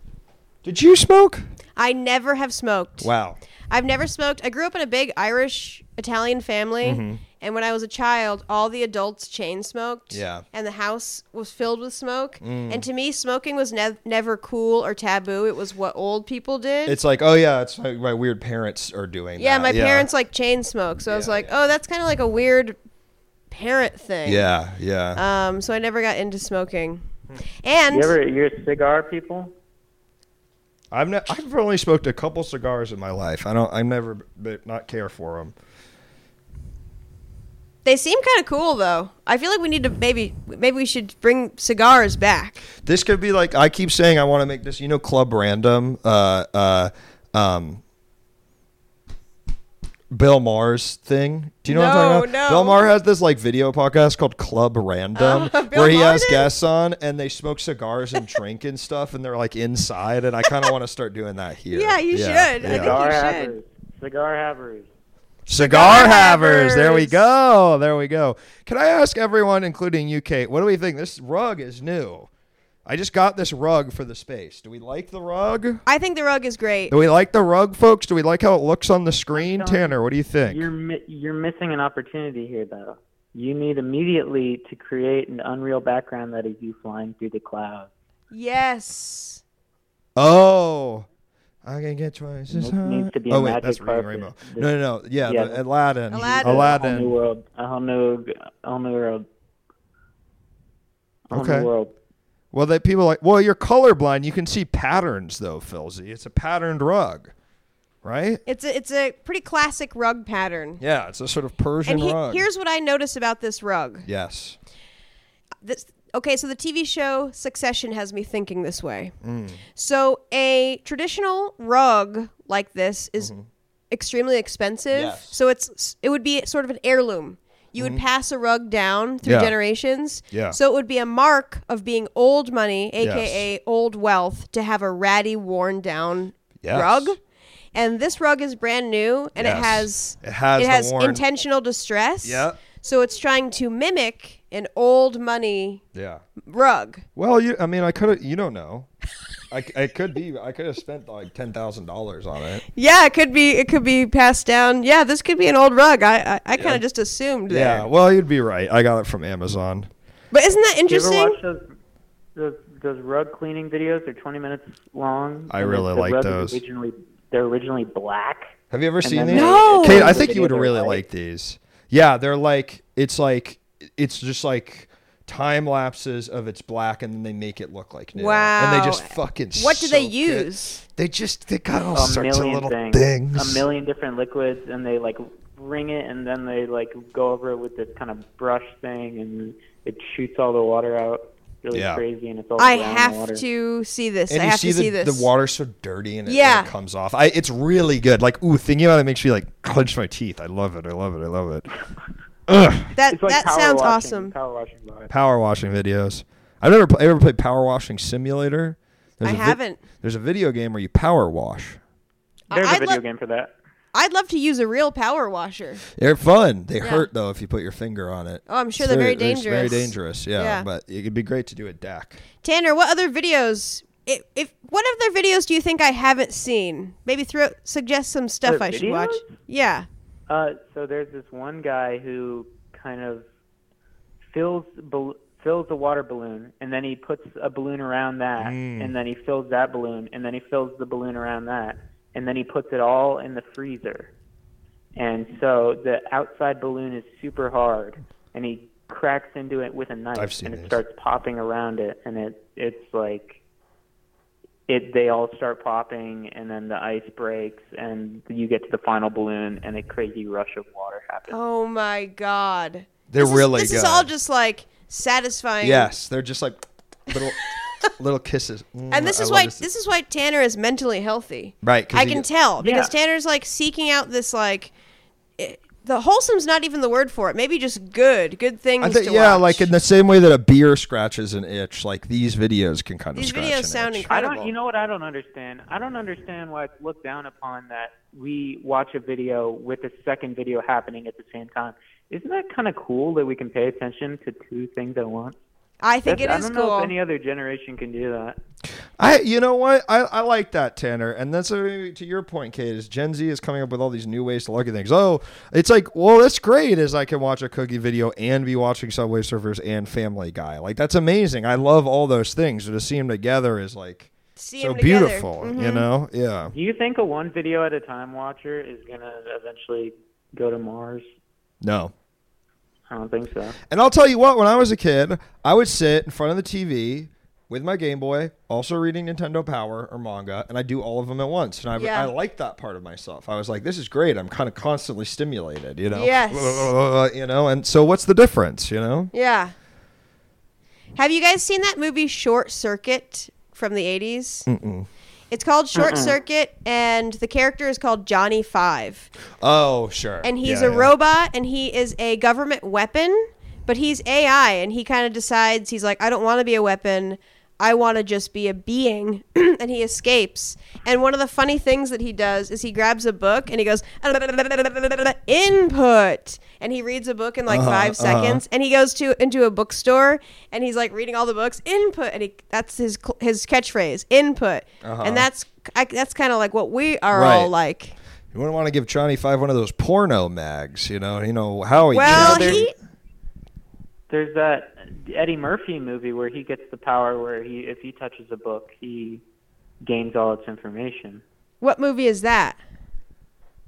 Did you smoke?
I never have smoked.
Wow.
I've never smoked. I grew up in a big Irish Italian family,
Mm-hmm.
and when I was a child, all the adults chain smoked.
Yeah. Mm.
and the house was filled with smoke. And to me, smoking was nev- never cool or taboo. It was what old people did.
It's like, oh yeah, it's like my weird parents are doing.
yeah,
that.
my parents like chain smoke, so I was
Yeah,
like, oh, that's kind of like a weird parent thing.
Yeah, Hmm. yeah.
Um, so I never got into smoking. And
You ever you're cigar people?
I've ne- I've only smoked a couple cigars in my life. I don't. I never but not care for them.
They seem kind of cool though. I feel like we need to maybe maybe we should bring cigars back.
This could be like I keep saying I want to make this. You know, Club Random. Uh, uh, um, Bill Maher's thing. Do you know what I'm talking
No,
about?
no.
Bill Maher has this like video podcast called Club Random,
Oh, <laughs> Bill
where he
Maher
has
did?
guests on and they smoke cigars and drink and stuff, and they're like inside. And I kind of want to start doing that here.
Yeah, you should. I think
Cigar
you should.
havers. Cigar havers.
Cigar
Cigar
havers. There we
havers.
go. There we go. Can I ask everyone, including you, Kate, what do we think? This rug is new. I just got this rug for the space. Do we like the rug?
I think the rug is great.
Do we like the rug, folks? Do we like how it looks on the screen?
I'm telling
Tanner, what do you think?
You're mi- you're missing an opportunity here, though. You need immediately to create an unreal background that is you flying through the clouds.
Yes.
Oh, I can get twice as
It
high.
needs to be a
oh, wait,
magic
that's Reading
carpet.
Rainbow.
This-
No, no, no. Yeah,
Yeah,
the
this-
Aladdin.
Aladdin.
A whole new world. A whole new, a whole new world. A whole
Okay.
new world.
Well, that people like, well, you're colorblind. You can see patterns, though, Philzy. It's a patterned rug, right?
It's a, it's a pretty classic rug pattern.
Yeah, it's a sort of Persian
And he-
rug.
here's what I notice about this rug.
yes.
This, okay, so the TV show Succession has me thinking this way.
Mm.
So a traditional rug like this is extremely expensive.
Mm-hmm. Yes. Mm-hmm.
So it's it would be sort of an heirloom. You would pass a rug down through
Yeah.
generations.
Yeah.
So it would be a mark of being old money, aka old wealth, to have a ratty, worn down
Yes.
rug. And this rug is brand new, and it
Yes.
has
It has
it
the
has
worn-
intentional distress.
Yep.
So it's trying to mimic an old money
Yeah.
rug.
Well, you. I mean, I could. have You don't know. I, I could be. I could have spent like ten thousand dollars on it.
Yeah, it could be. It could be passed down. Yeah, this could be an old rug. I I, I kind of just assumed there.
Yeah. Well, you'd be right. I got it from Amazon.
But isn't that
You ever
interesting?
watch those, those those rug cleaning videos? They're 20 minutes long.
I
and
really
the
like
rug is
those.
Originally, they're originally black.
Have you ever
And
seen
then
these?
they-
No.
Kate,
Oh,
I
the
think you would
videos are
really
white.
like these. Yeah, they're like it's like it's just like time lapses of it's black and then they make it look like new. And
Wow.
they just fucking
What do they
soak it.
use?
They just they got all
a
sorts of
million
little
things,
things.
a million different liquids, and they like wring it, and then they like go over it with this kind of brush thing, and it shoots all the water out. Really
Yeah.
crazy, and it's all
I
brown water.
have to see this.
And
I
you
have
see,
to
the,
see this.
the water's so dirty and it, and
Yeah.
it comes off. I, it's really good. Like, ooh, thinking about it makes me like <laughs> clench my teeth. I love it. I love it. I love it. Ugh.
that
It's like
that
power
sounds
washing,
awesome.
Power washing bar.
Power washing videos. I've never pl- ever played Power Washing Simulator. There's
I
a vi-
haven't.
There's a video game where you power wash.
There's
I'd
a video
love-
game for that.
I'd love to use a real power washer.
They're fun. They
Yeah.
hurt though if you put your finger on it.
Oh, I'm sure
It's
they're very
it's Very
dangerous.
dangerous. Yeah,
Yeah.
but it'd be great to do a deck.
Tanner, what other videos? If, if what other videos do you think I haven't seen? Maybe throw suggest some stuff
Other
I should watch.
videos?
Yeah.
Uh, so there's this one guy who kind of fills bal- fills the water balloon, and then he puts a balloon around that,
Mm.
and then he fills that balloon, and then he fills the balloon around that, and then he puts it all in the freezer. And so the outside balloon is super hard, and he cracks into it with a knife,
I've seen
and it
these.
starts popping around it, and it it's like it they all start popping and then the ice breaks and you get to the final balloon and a crazy rush of water happens.
Oh my god.
They're
this is-
really
This is
good.
all just like satisfying.
Yes, they're just like
<laughs>
little little kisses. Mm,
And this
I
is
love
why this is why Tanner is mentally healthy.
Right, 'cause
I
he
can
get-
tell because
Yeah.
Tanner's like seeking out this like it, the wholesome's not even the word for it. Maybe just good, good things
I think,
to
yeah,
watch.
like in the same way that a beer scratches an itch, like these videos can kind of
These
scratch
videos
an
sound
itch.
incredible.
I don't you know what I don't understand? I don't understand why it's looked down upon that we watch a video with a second video happening at the same time. Isn't that kind of cool that we can pay attention to two things at once?
I think
That's-
it is
I don't know
cool.
if any other generation can do that.
I, you know what? I, I like that, Tanner. And that's uh, to your point, Kate, is Gen Z is coming up with all these new ways to look at things. Oh, it's like, well, that's great is I can watch a cookie video and be watching Subway Surfers and Family Guy. Like, that's amazing. I love all those things. So to see them together is like
See
so
them together. Mm-hmm.
beautiful, you know? Yeah.
Do you think a one video at a time watcher is going to eventually go to Mars?
No.
I don't think so.
And I'll tell you what, when I was a kid, I would sit in front of the TV with my Game Boy, also reading Nintendo Power or manga, and I do all of them at once. And I,
Yeah.
I like that part of myself. I was like, this is great. I'm kind of constantly stimulated, you know?
Yes.
<laughs> you know, and so what's the difference, you know?
Yeah. Have you guys seen that movie Short Circuit from the 80s?
Mm-mm.
It's called Short Circuit, and the character is called Johnny Five.
Oh, sure.
And he's
Yeah,
a
yeah.
robot, and he is a government weapon, but he's AI, and he kind of decides he's like, I don't want to be a weapon. I want to just be a being, <clears throat> and he escapes. And one of the funny things that he does is he grabs a book and he goes, <laughs> input. And he reads a book in like
Uh-huh,
5
uh-huh.
seconds. And he goes to into a bookstore and he's like reading all the books, input. And he, that's his cl- his catchphrase, input.
Uh-huh.
And that's I, that's kind of like what we are
Right.
all like.
You wouldn't want to give Johnny Five one of those porno mags, you know? You know how he.
Well,
Yeah,
he
There's that Eddie Murphy movie where he gets the power where he, if he touches a book, he gains all its information.
What movie is that?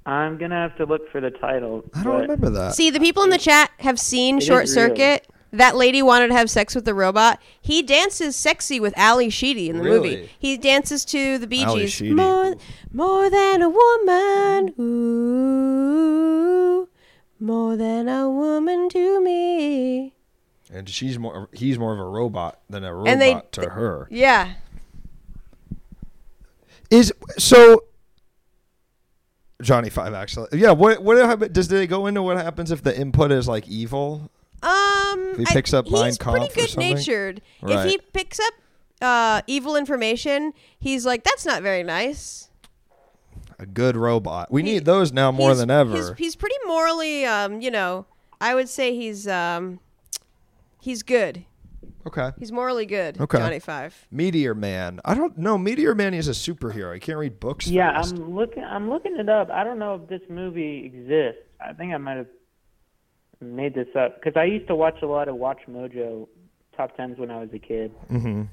I'm gonna have to look for the title.
I don't
but
remember that.
See, the people in the chat have seen
It is
Short
real.
Circuit. That lady wanted to have sex with the robot. He dances sexy with Ali Sheedy in the
Really?
movie. He dances to the Bee
Ally
Gees.
Sheedy.
More, more than a woman, ooh, more than a woman to me.
and she's more. He's more of a robot than a robot
And they-
to her.
Yeah,
Is so. Johnny Five actually. Yeah. What what happened? Does they go into what happens if the input is like evil?
Um,
If he picks up Mein
he's
Kampf
pretty
or
good
something?
natured.
Right.
If he picks up uh, evil information, he's like, "That's not very nice."
A good robot. We
He-
need those now more
He's-
than ever.
He's, he's pretty morally, um, you know, I would say he's um, he's good.
okay.
He's morally good.
Okay.
Johnny Five.
Meteor Man. I don't know. Meteor Man is a superhero. He can't read books.
Yeah,
fast.
um,
I'm looking. I'm looking it up. I don't know if this movie exists. I think I might have made this up because I used to watch a lot of Watch Mojo top tens when I was a kid,
Mhm.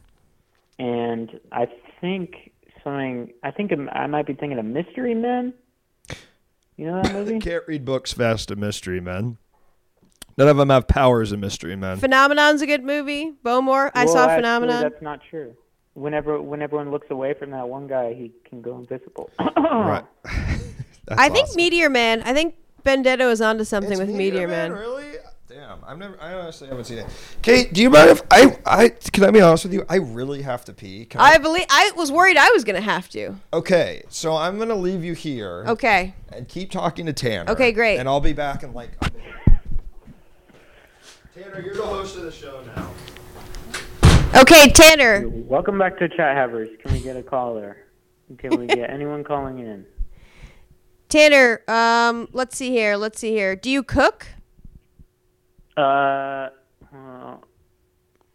and I think something. I think I'm- I might be thinking of Mystery Men. You know
<laughs>
that movie?
Can't read books fast. A mystery man. None of them have powers. A mystery man.
Phenomenon's a good movie. Bowmore. I
Well,
saw
actually,
Phenomenon.
That's not true. Whenever when everyone looks away from that one guy, he can go invisible.
Right. <laughs> That's
I think
awesome.
Meteor Man. I think Bendetto is onto something
It's
with Meteor, Man.
Really? Damn, I've never. I honestly haven't seen it. Kate, do you mind if I? I can I be honest with you? I really have to pee. Can I-
I believe I was worried I was gonna have to.
okay, so I'm gonna leave you here
Okay.
and keep talking to Tanner.
Okay, great.
And I'll be back in like. a minute. Tanner, you're the host of the show now.
Okay, Tanner.
Welcome back to Chat Havers. Can we get a caller? Can
<laughs>
we get anyone calling in?
Tanner, um, let's see here. Let's see here. Do you cook?
Uh, well,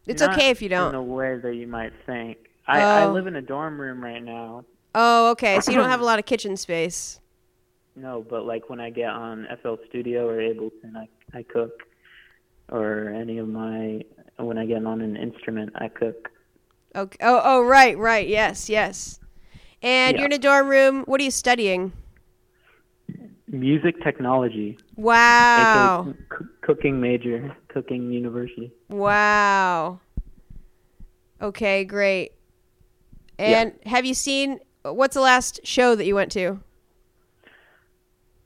It's
not
okay if you
In
don't.
the way that you might think. I, I
Oh.
live in a dorm room right now.
Oh, okay. So you don't have a lot of kitchen space.
No, but like when I get on FL Studio or Ableton, I I cook, or any of my when I get on an instrument, I cook.
Okay. Oh, oh, right, right. Yes, yes. And
Yeah.
you're in a dorm room. What are you studying?
Music technology.
Wow.
aka c- cooking major, cooking university.
Wow. Okay, great. And have you seen what's the last show that you went to?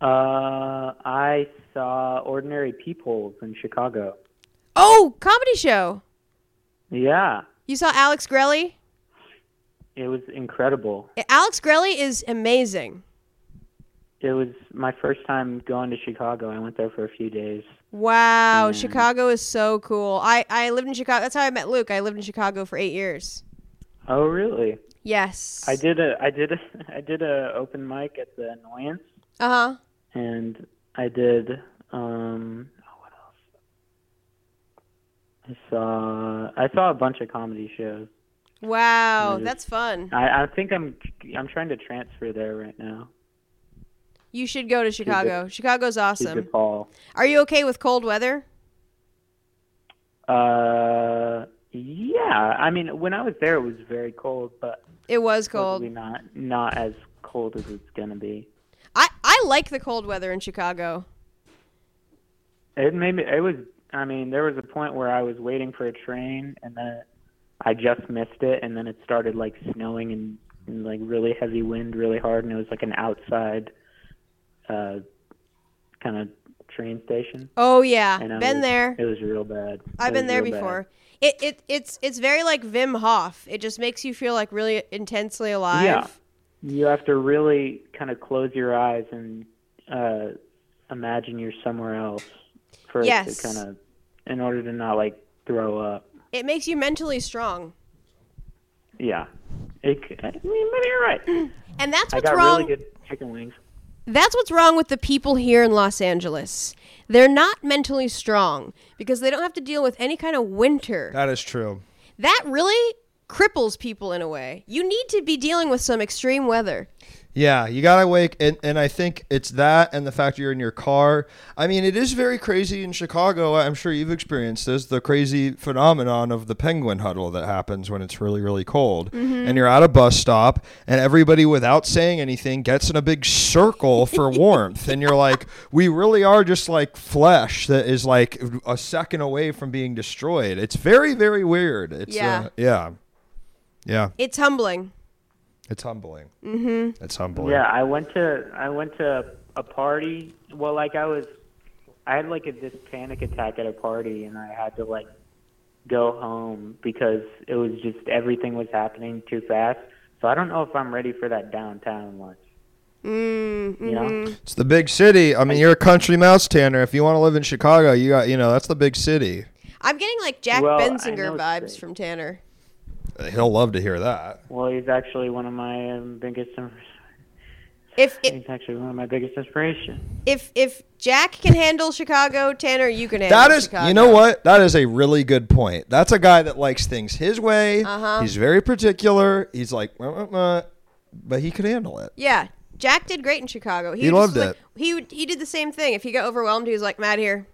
Uh, I saw Ordinary Peoples in Chicago.
Oh, comedy show.
Yeah,
You saw Alex Grelly?
it was incredible.
Alex Grelly is amazing.
It was my first time going to Chicago. I went there for a few days.
Wow,
Mm.
Chicago is so cool. I, I lived in Chicago. That's how I met Luke. I lived in Chicago for eight years.
Oh, really?
Yes.
I did a I did a <laughs> I did a open mic at the Annoyance,
Uh huh.
and I did um. oh, what else? I saw I saw a bunch of comedy shows.
Wow,
Mhm.
that's fun.
I, I think I'm I'm trying to transfer there right now
You should go to Chicago. Chicago's
to
awesome.
DePaul.
Are you okay with cold weather?
Uh, yeah. I mean, when I was there, it was very cold, but
It was cold.
probably not not as cold as it's gonna be.
I, I like the cold weather in Chicago.
It made me. It was. I mean, there was a point where I was waiting for a train, and then I just missed it, and then it started like snowing and, and like really heavy wind, really hard, and it was like an outside uh, kind of train station.
Oh yeah,
And I
been
was-
there.
It was real bad.
I've
It
been
was
there
real bad.
before. It, it it's it's very like Vim Hof. It just makes you feel like really intensely alive.
Yeah. You have to really kind of close your eyes and uh, imagine you're somewhere else for
Yes.
it to kind of, in order to not like throw up.
It makes you mentally strong.
Yeah. It, c- I mean, maybe you're right.
And that's Mm,
I
what's
got
wrong.
really good chicken wings.
That's what's wrong with the people here in Los Angeles. They're not mentally strong because they don't have to deal with any kind of winter.
That is true.
That really cripples people in a way. You need to be dealing with some extreme weather.
Yeah, you gotta wake, and, and I think it's that, and the fact you're in your car. I mean, it is very crazy in Chicago. I'm sure you've experienced this the crazy phenomenon of the penguin huddle that happens when it's really, really cold, and you're at a bus stop, and everybody, without saying anything, gets in a big circle for warmth, and you're like, we really are just like flesh that is like a second away from being destroyed. It's very, very weird. It's
Yeah.
uh, yeah, yeah.
It's humbling.
It's humbling. Mm-hmm. It's humbling.
Yeah, I went to I went to a party. Well, like I was, I had like a, this panic attack at a party, and I had to like go home because it was just everything was happening too fast. So I don't know if I'm ready for that downtown lunch.
Mm,
You know,
It's the big city. I mean, you're a country mouse, Tanner. If you want to live in Chicago, you got you know that's the big city.
I'm getting like Jack
Well, I
Bensinger
know it's
vibes
great.
from Tanner.
He'll love to hear that.
well, he's actually one of my um, biggest.
If, if
He's actually one of my biggest inspirations.
if if Jack can handle Chicago, Tanner, you can handle
That is,
Chicago.
you know what? That is a really good point. That's a guy that likes things his way.
Uh-huh.
He's very particular. He's like, "Wah, wah, wah," but he could handle it.
Yeah, Jack did great in Chicago. He,
He
just
loved
was
it.
Like, he would- he did the same thing. If he got overwhelmed, he was like, "Mad here."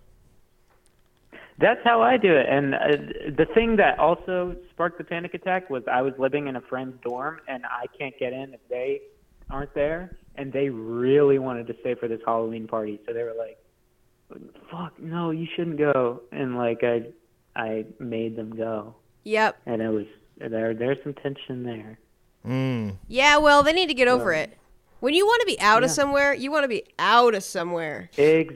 That's how I do it. And uh, the thing that also sparked the panic attack was I was living in a friend's dorm, and I can't get in if they aren't there. And they really wanted to stay for this Halloween party, so they were like, "Fuck, no, you shouldn't go." And like I, I made them go,
Yep.
and it was there. There's some tension there.
Mm.
Yeah. Well, they need to get over it. When you want to be out of somewhere, you want to be out of somewhere.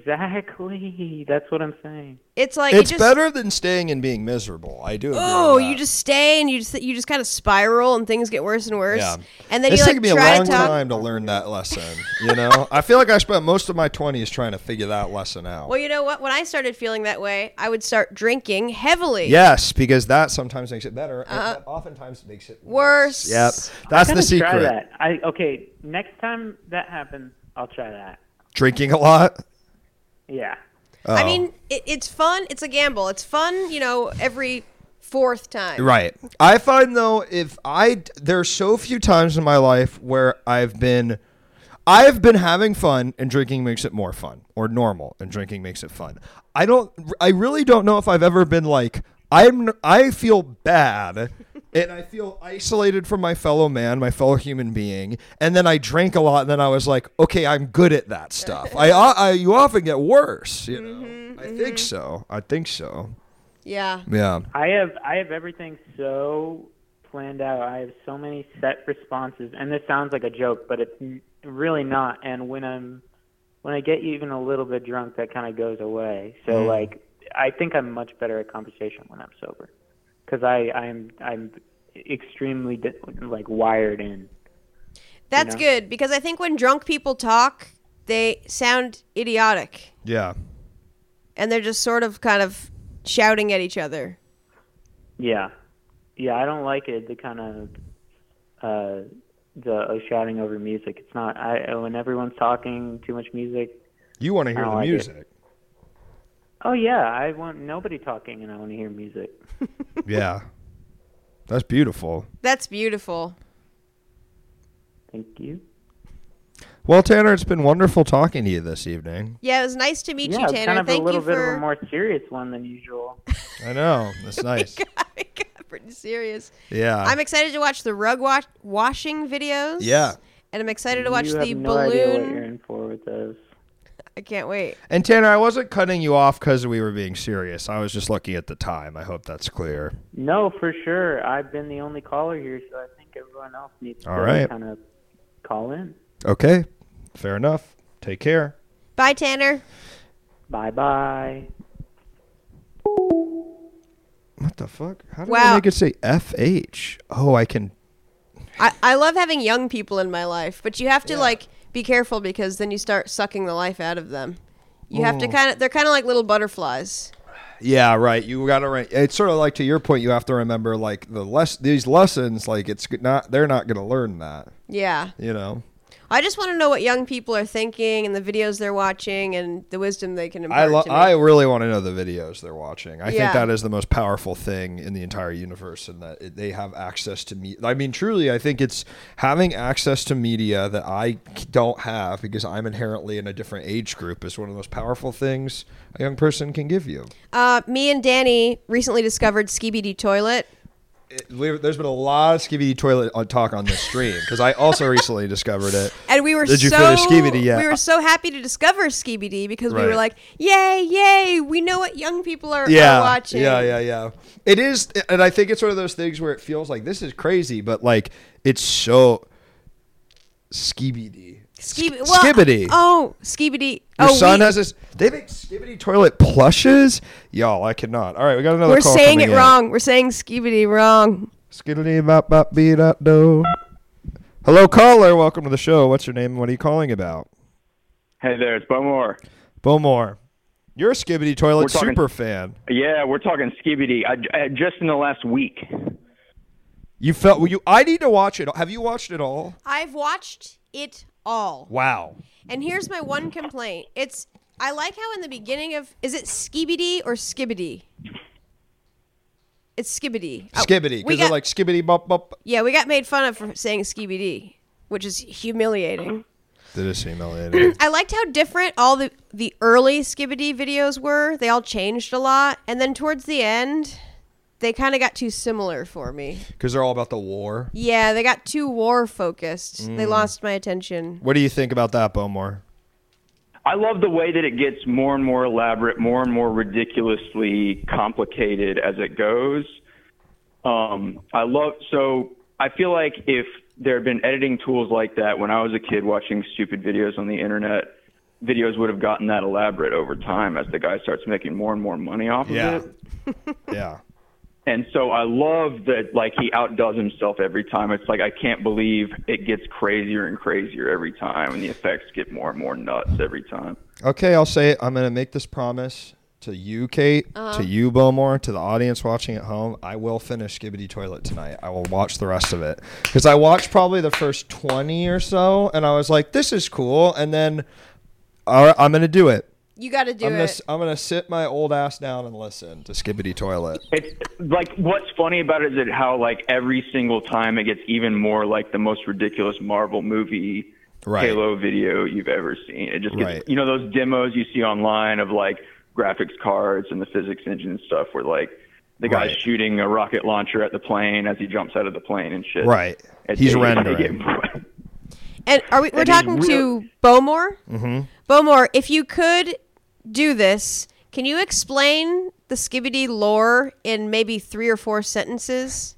Exactly. <laughs> That's what I'm saying.
It's like
It's
it just,
better than staying and being miserable. I do. agree with
Oh,
that.
you just stay and you just you just kind of spiral and things get worse and worse.
Yeah.
And then
It's
you like
taken me a
try
long
to talk.
time to learn that lesson. You know, I feel like I spent most of my twenties trying to figure that lesson out.
Well, you know what? When I started feeling that way, I would start drinking heavily.
Yes, because that sometimes makes it better. and that oftentimes makes it
Worse.
Yep,
I
that's the
gotta
secret.
Try that. I okay. Next time that happens, I'll try that.
Drinking a lot.
Yeah.
I
Oh.
mean, it, it's fun. It's a gamble. It's fun, you know, every fourth time.
Right. I find though, if I there are so few times in my life where I've been, I've been having fun and drinking makes it more fun, or normal and drinking makes it fun. I don't. I really don't know if I've ever been like I'm. I feel bad. And I feel isolated from my fellow man, my fellow human being. And then I drank a lot, and then I was like, "Okay, I'm good at that stuff." I, I you often get worse, you know. I think so. I think so.
Yeah.
Yeah.
I have I have everything so planned out. I have so many set responses, and this sounds like a joke, but it's n- really not. And when I'm when I get even a little bit drunk, that kind of goes away. So
Mm.
like, I think I'm much better at conversation when I'm sober, because I I'm I'm extremely di- like wired in.
That's
know?
good because I think when drunk people talk, they sound idiotic
Yeah.
and they're just sort of kind of shouting at each other.
Yeah, yeah, I don't like it. The kind of uh, the uh, shouting over music. It's not. I when everyone's talking too much music.
You want to hear
I
the
like it.
music.
Oh yeah, I want nobody talking, and I want to hear music.
Yeah. That's beautiful.
That's beautiful.
Thank you.
Well, Tanner, it's been wonderful talking to you this evening.
Yeah, it was nice to meet
yeah,
you,
it's
Tanner.
kind of
Thank
a little
you
bit
for <laughs>
of a more serious one than usual.
I know. That's nice.
it got pretty serious.
Yeah.
I'm excited to watch the rug wa- washing videos.
Yeah.
And I'm excited to watch
you
the
have no idea what you're
balloon.
in for with those.
I can't wait.
And Tanner, I wasn't cutting you off because we were being serious. I was just looking at the time. I hope that's clear.
No, for sure. I've been the only caller here, so I think everyone else needs
All
to
right.
kind of call in.
Okay, fair enough. Take care.
Bye, Tanner.
Bye bye.
What the fuck? How did I
Wow.
make it say FH? Oh, I can.
I, I love having young people in my life, but you have to
Yeah.
like be careful because then you start sucking the life out of them. You have to
Oh.
kind of they're kind of like little butterflies.
Yeah, right. You gotta. Re- it's sort of like to your point. You have to remember like the less these lessons. Like it's g- not. They're not gonna learn that.
Yeah.
You know.
I just want to know what young people are thinking and the videos they're watching and the wisdom they can impart
I lo-
to me.
I really want to know the videos they're watching. I think
Yeah.
that is the most powerful thing in the entire universe, and that it, they have access to me. I mean, truly, I think it's having access to media that I c- don't have because I'm inherently in a different age group is one of the most powerful things a young person can give you.
uh, me and Danny recently discovered Skibidi Toilet.
It, we- there's been a lot of skivvy toilet on talk on this stream because I also recently discovered it.
And we were
Did you
so
finish Skibidi yet?
we were so happy to discover Skibidi because we
Right.
were like, yay, yay! We know what young people are, are watching.
Yeah, yeah, yeah. It is, and I think it's one of those things where it feels like this is crazy, but like it's so skibidi.
Skib-
Sk-
well,
Skibbity.
Oh, skibidi.
Your
oh,
son
we,
has this. They make skibbity toilet plushes. Y'all, I cannot. All right, we got another.
we're
call
saying it
coming in.
wrong. We're saying skibidi wrong.
Skiddity bop bop bee dot do. Hello, caller. Welcome to the show. What's your name? and What are you calling about?
Hey there, it's Bo Moore.
Bowmore. You're a skibbity
We're
toilet
talking-
super fan.
Yeah, we're talking Skibidi. I, I, just in the last week.
You felt well, you. I need to watch it. Have you watched it all?
I've watched it all.
Wow.
And here's my one complaint. It's I like how in the beginning of is it skibidi or skibidi? It's skibidi. Oh,
Skibbity,
we
because they're
got-
like skibbity bop bop.
Yeah, we got made fun of for saying skibidi, which is humiliating.
That is humiliating.
I liked how different all the the early skibidi videos were. They all changed a lot, and then towards the end, they kind of got too similar for me.
Because they're all about the war.
Yeah, they got too war focused.
Mm.
They lost my attention.
What do you think about that, Bomar?
I love the way that it gets more and more elaborate, more and more ridiculously complicated as it goes. Um, I love so. I feel like if there had been editing tools like that when I was a kid watching stupid videos on the internet, videos would have gotten that elaborate over time as the guy starts making more and more money off of it.
<laughs> yeah.
And so I love that, like, he outdoes himself every time. It's like, I can't believe it gets crazier and crazier every time, and the effects get more and more nuts every time.
Okay, I'll say it. I'm going to make this promise to you, Kate, to you, Bomar, to the audience watching at home. I will finish Skibbity Toilet tonight. I will watch the rest of it. Because I watched probably the first 20 or so, and I was like, this is cool. And then all right, I'm going to do it.
You got to do
I'm
it.
gonna, s- I'm gonna sit my old ass down and listen to Skibbity Toilet.
It's like, what's funny about it is that how, like, every single time it gets even more like the most ridiculous Marvel movie
Right.
Halo video you've ever seen. It just gets,
Right.
you know, those demos you see online of, like, graphics cards and the physics engine and stuff where, like, the guy's
Right.
shooting a rocket launcher at the plane as he jumps out of the plane and shit.
Right.
It's-
He's
it- it- it
rendering.
get-
And are we? We're
And he's
talking to Bowmore. Mm-hmm. Bowmore, if you could do this, can you explain the Skibidi lore in maybe three or four sentences?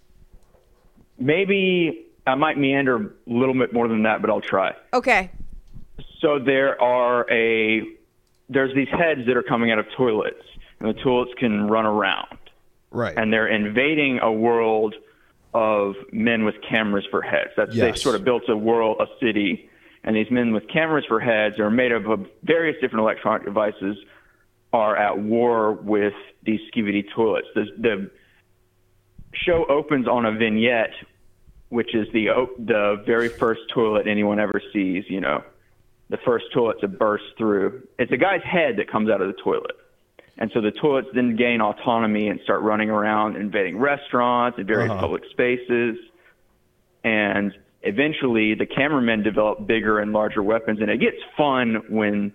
Maybe I might meander a little bit more than that, but I'll try.
Okay.
So there are a there's these heads that are coming out of toilets, and the toilets can run around,
Right.
and they're invading a world of men with cameras for heads. That's they've
Yes.
sort of built a world, a city, and these men with cameras for heads are made of uh, various different electronic devices. Are at war with these skivity toilets. The, the show opens on a vignette, which is the o- the very first toilet anyone ever sees. You know, the first toilet to burst through. It's a guy's head that comes out of the toilet, and so the toilets then gain autonomy and start running around, invading restaurants and various
Uh-huh.
public spaces, and eventually the cameramen develop bigger and larger weapons, and it gets fun when.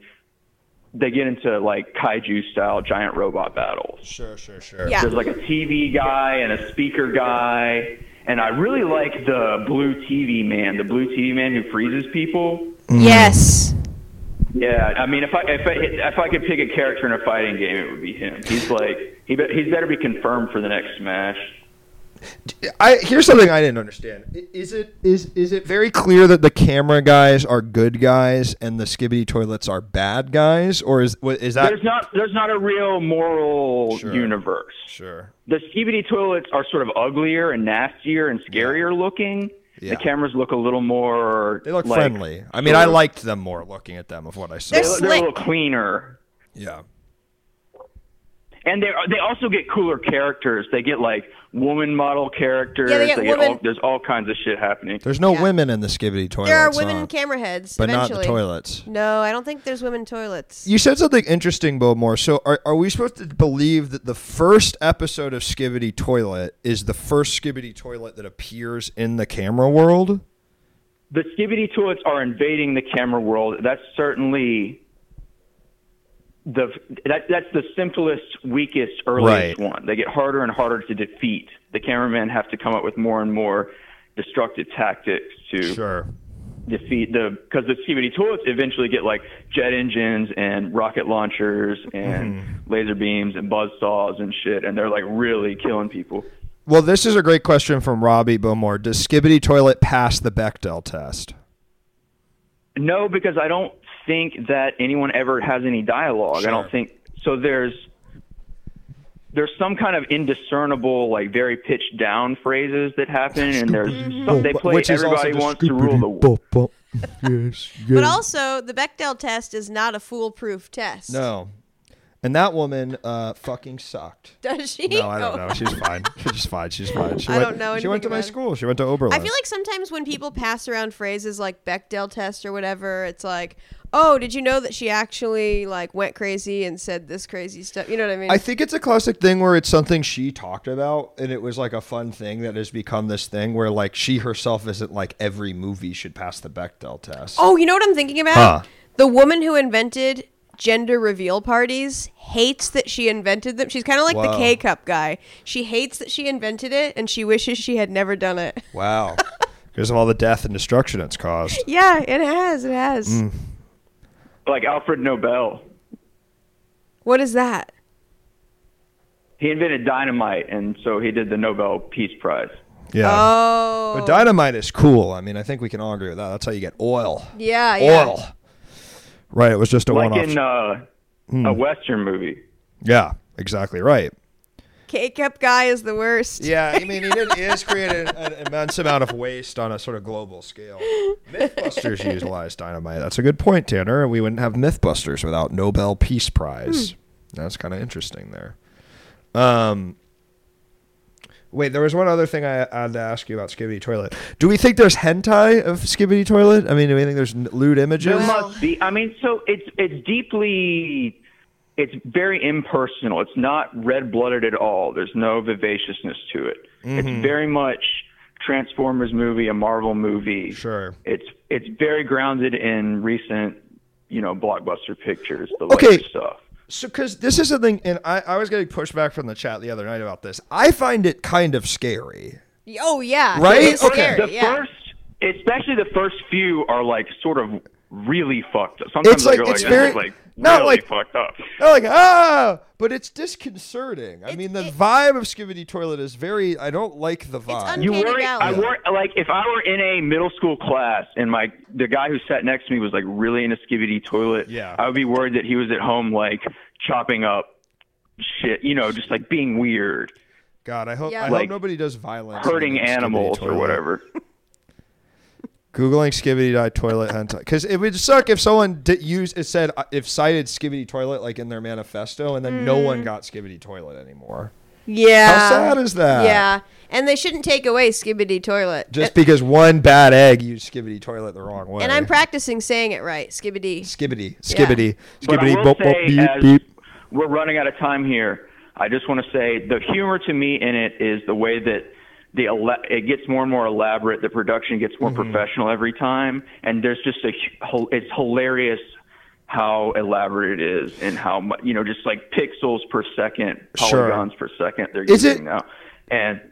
They get into like kaiju style giant robot battles
sure, sure, sure.
Yeah.
there's like a TV guy and a speaker guy, and I really like
Mm.
the blue TV man, the blue TV man who freezes people.
Yes.
Yeah, I mean, if I if I if I could pick a character in a fighting game, it would be him. He's like he be, he's better be confirmed for the next Smash.
I here's something I didn't understand. I- Is it is is it very clear that the camera guys are good guys and the skibbity toilets are bad guys, or is wa- is that
There's not there's not a real moral
Sure.
universe.
sure?
The skibidi toilets are sort of uglier and nastier and scarier looking.
Yeah.
The cameras look a little more.
They look
like,
friendly. I mean, I liked them more looking at them of what I saw.
They
They're
look, they're a
slick.
little cleaner,
yeah.
and they they also get cooler characters. They get like woman model characters.
Yeah, they get woman-
all, there's all kinds of shit happening.
There's no
Yeah.
women in the skibbity toilets.
There are women
huh?
camera heads,
but
eventually.
not the toilets.
No, I don't think there's women toilets.
You said something interesting, Bill Moore. So, are, are we supposed to believe that the first episode of Skibbity Toilet is the first Skibbity Toilet that appears in the camera world?
the skibbity toilets are invading the camera world. That's certainly the that that's the simplest, weakest,
Right.
earliest one. They get harder and harder to defeat. The cameramen have to come up with more and more destructive tactics to
Sure.
defeat the because the skibbity toilets eventually get like jet engines and rocket launchers and
Mm-hmm.
laser beams and buzz saws and shit, and they're like really killing people.
Well, this is a great question from Robbie Bowmore. Does Skibbity Toilet pass the Bechdel test?
No, because I don't think that anyone ever has any dialogue. I don't think so. There's there's some kind of indiscernible, like very pitched down phrases that happen, and there's some, they play
Which is also
everybody
just
wants to rule the world.
yes,
But also, the Bechdel test is not a foolproof test.
No. And that woman uh, fucking sucked.
<laughs> Does she?
No, I
Oh.
don't know. She's
<laughs>
fine. She's fine. She's fine. She
I
went,
don't know
She went
anything
to my
about it.
school. She went to Oberlin.
I feel like sometimes when people pass around phrases like Bechdel test or whatever, it's like, oh, did you know that she actually like went crazy and said this crazy stuff? You know what I mean?
I think it's a classic thing where it's something she talked about, and it was like a fun thing that has become this thing where like she herself isn't like every movie should pass the Bechdel test.
oh, you know what I'm thinking about?
Huh.
The woman who invented gender reveal parties hates that she invented them. She's kind of like the
Wow.
K cup guy. She hates that she invented it and she wishes she had never done it. <laughs>
Wow, because of all the death and destruction it's caused.
yeah, it has. It has.
Like Alfred Nobel,
What is that?
he invented dynamite, and so he did the Nobel Peace Prize.
Yeah,
Oh.
but dynamite is cool. I mean, I think we can all agree with that. That's how you get oil.
yeah, yeah.
Oil. Right. It was just a
Like
one-off.
in uh,
Hmm.
a Western movie.
yeah, exactly right.
K cup guy is the worst.
Yeah, I mean, he did, he has created an immense amount of waste on a sort of global scale. Mythbusters utilized dynamite. That's a good point, Tanner. We wouldn't have Mythbusters without Nobel Peace Prize. That's kind of interesting there. Um, wait, there was one other thing I had to ask you about Skibbity Toilet. Do we think there's hentai of Skibbity Toilet? I mean, do we think there's n- lewd images?
There
Well-
must be. I mean, so it's it's deeply, it's very impersonal. It's not red blooded at all. There's no vivaciousness to it.
Mm-hmm.
It's very much Transformers movie, a Marvel movie.
Sure.
It's it's very grounded in recent, you know, blockbuster pictures, the
Okay.
later stuff.
So, because this is something, and I, I was getting pushback from the chat the other night about this. I find it kind of scary.
Oh yeah.
Right?
It's
Okay.
scary,
The
yeah.
first, especially the first few, are like sort of really fucked up. Sometimes
It's like-
you're
it's
like, this is,
very-
like
not
really
like-
fucked up.
They're like, ah, but it's disconcerting. I mean, the vibe of Skibbity Toilet is very. I don't like the vibe.
un-
You
Uncanny
worry.
Valley.
I worry. Like if I were in a middle school class and my the guy who sat next to me was like really in a skivvy toilet,
Yeah.
I would be worried that he was at home like chopping up shit. You know, just like being weird,
God, I hope
Yeah.
I
Like,
hope nobody does violence.
hurting
in the Skibbity
animals or
Toilet.
whatever.
Googling Skibbity Di- Toilet hentai because it would suck if someone did use it said uh, if cited Skibbity Toilet like in their manifesto and then no one got Skibbity Toilet anymore.
Mm. Yeah.
How sad is that?
Yeah. And they shouldn't take away Skibbity Toilet.
Just because one bad egg used Skibbity Toilet the wrong way.
and I'm practicing saying it right. Skibbity.
Skibbity, Skibbity,
But
Skibbity,
I will
bop, bop,
say,
beep,
as
beep.
we're running out of time here, I just want to say the humor to me in it is the way that the ele- it gets more and more elaborate. The production gets more
Mm-hmm.
professional every time, and there's just a hu- it's hilarious how elaborate it is and how mu- you know just like pixels per second,
Sure.
polygons per second they're
Is
using
it-
now, and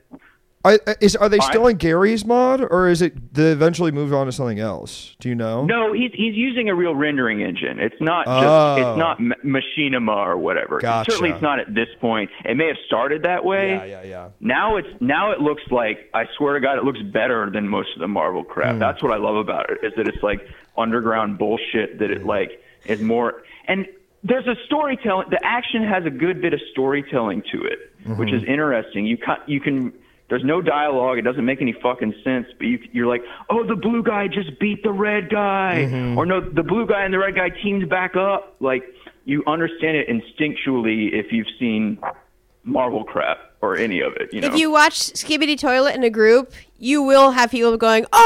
I, I- is are they
I-
still in Gary's mod, or is it they eventually moved on to something else? Do you know?
No, he's he's using a real rendering engine. It's not just
Oh.
it's not ma- machinima or whatever.
Gotcha.
Certainly, it's not at this point. It may have started that way.
Yeah, yeah, yeah.
Now it's now it looks like I swear to God, it looks better than most of the Marvel crap. That's what I love about it is that it's like underground bullshit that it like is more and there's a storytelling. The action has a good bit of storytelling to it, which is interesting. You can you can. There's no dialogue. It doesn't make any fucking sense. But you, you're like, oh, the blue guy just beat the red guy, or no, the blue guy and the red guy teamed back up. Like you understand it instinctually if you've seen Marvel crap or any of it. You know,
If you watch Skibbity Toilet in a group, you will have people going, "Oh,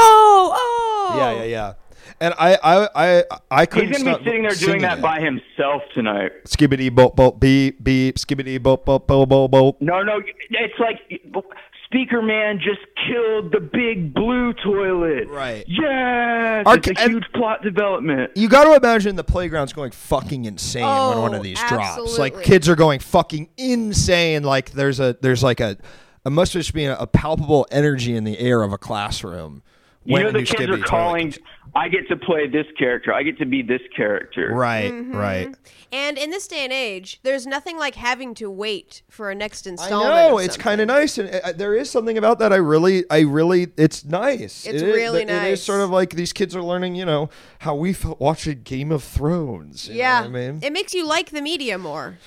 oh."
Yeah, yeah, yeah. And I, I, I, I couldn't.
he's gonna
stop
be sitting there doing
singing
that
it.
by himself tonight.
skibbity boop boop beep beep skibbity boop boop boop boop boop.
No, no, it's like Speaker Man just killed the big blue toilet.
Right.
Yes,
Our-
it's a
and-
huge plot development.
You got to imagine the playground's going fucking insane when one of
Oh,
these drops. Like
absolutely.
kids are going fucking insane. Like there's a there's like a, a must just be a, a palpable energy in the air of a classroom.
you know
a
the
new
kids
Skibbity
are
Toilet
calling.
comes-
I get to play this character. I get to be this character.
Right,
Mm-hmm.
right.
And in this day and age, there's nothing like having to wait for a next
I
installment.
know it's kind of nice, and uh, there is something about that. I really, I really, it's nice.
It's
It is-
really
It is
nice.
sort of like these kids are learning, you know, how we felt watching Game of Thrones. you know
Yeah,
what I mean,
it makes you like the media more.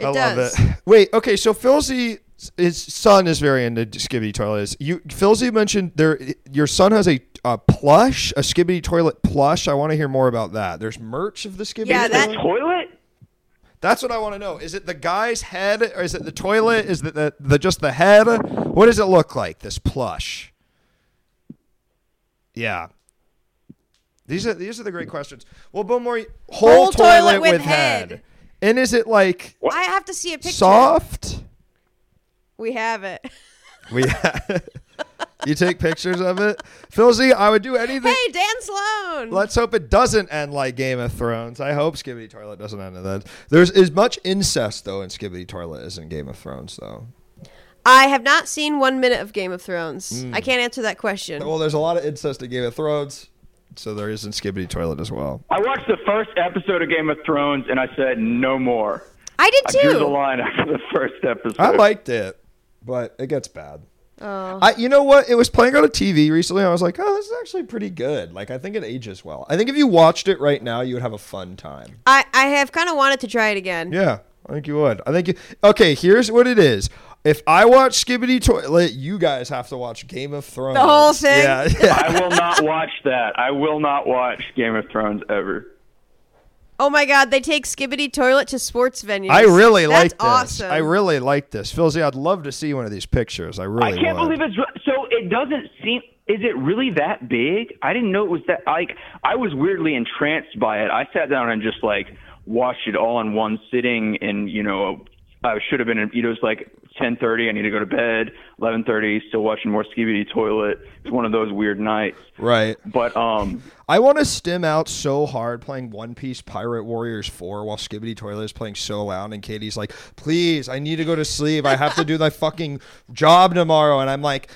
It
I
does.
love it. <laughs> Wait, okay, so Philzy, his son is very into Skibbity toilets. You, Philzy mentioned there, your son has a, a plush, a Skibbity toilet plush. I want to hear more about that. There's merch of the Skibbity
Yeah,
toilet.
that-
The toilet.
That's what I want to know. Is it the guy's head, or is it the toilet? Is it the, the just the head? What does it look like? This plush. Yeah. These are these are the great questions. Well, Bowmore, whole,
Whole toilet with head.
and is it like
I have to see a picture.
soft?
We have it.
We <laughs> you take pictures of it, Philzy. I would do anything.
Hey, Dan Sloan.
Let's hope it doesn't end like Game of Thrones. I hope Skibbity Toilet doesn't end in that. There's as much incest though in Skibbity Toilet as in Game of Thrones though.
I have not seen one minute of Game of Thrones.
Hmm.
I can't answer that question.
Well, there's a lot of incest in Game of Thrones, so there is in Skibbity Toilet as well.
I watched the first episode of Game of Thrones and I said no more.
I
I
did
drew the
too.
line after the first episode.
I liked it, but it gets bad.
Oh.
I, you know what? It was playing on a TV recently. And I was like, oh, this is actually pretty good. Like, I think it ages well. I think if you watched it right now, you would have a fun time.
I, I have kind of wanted to try it again.
Yeah, I think you would. I think you. Okay, here's what it is. If I watch Skibbity Toilet, you guys have to watch Game of Thrones.
The whole thing?
Yeah,
<laughs>
yeah.
I will not watch that. I will not watch Game of Thrones ever.
Oh my God, they take Skibbity Toilet to sports venues.
I really like
That's
this.
awesome.
I really like this. Philzy, I'd love to see one of these pictures. I
I
really
can't
would.
believe it's re- so. It doesn't seem. Is it really that big? I didn't know it was that. Like I was weirdly entranced by it. I sat down and just like watched it all in one sitting, and you know, I should have been. in- You know, it's like ten thirty. I need to go to bed. Eleven thirty. Still watching more Skibidi Toilet. It's one of those weird nights.
Right.
But um,
I want to stim out so hard playing One Piece Pirate Warriors 4 while Skibbity Toilet is playing so loud and Katie's like, please, I need to go to sleep. I have to do
<laughs>
my fucking job tomorrow. And I'm like,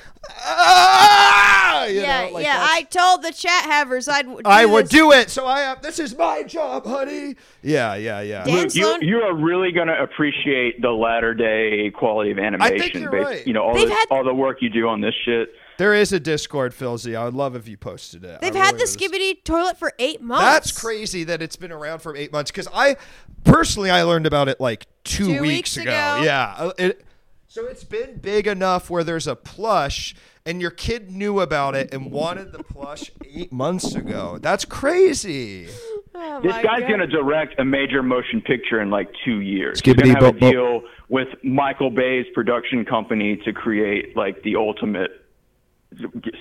ah! You
yeah,
know, like
yeah.
that's-
I told the chat havers I'd. w- Do
I would
this.
do it. So I have, this is my job, honey. Yeah, yeah, yeah.
Dan
Luke, you,
Sloan-
you are really going to appreciate the latter day quality of animation.
you're
based-
right.
You know, all,
They've
the,
had-
all the work you do on this shit.
There is a Discord, Philzy. I would love if you posted it. I
They've had
really
the
would.
Skibbity Toilet for eight months.
That's crazy that it's been around for eight months. Because I personally, I learned about it like two,
Two
weeks,
weeks
ago.
ago.
Yeah. Uh, It, so it's been big enough where there's a plush, and your kid knew about it and wanted the plush eight months ago. That's crazy.
Oh
This
my
guy's
God.
going to direct a major motion picture in like two years.
Skibbity
He's going to have
bop
a
bop.
deal with Michael Bay's production company to create like the ultimate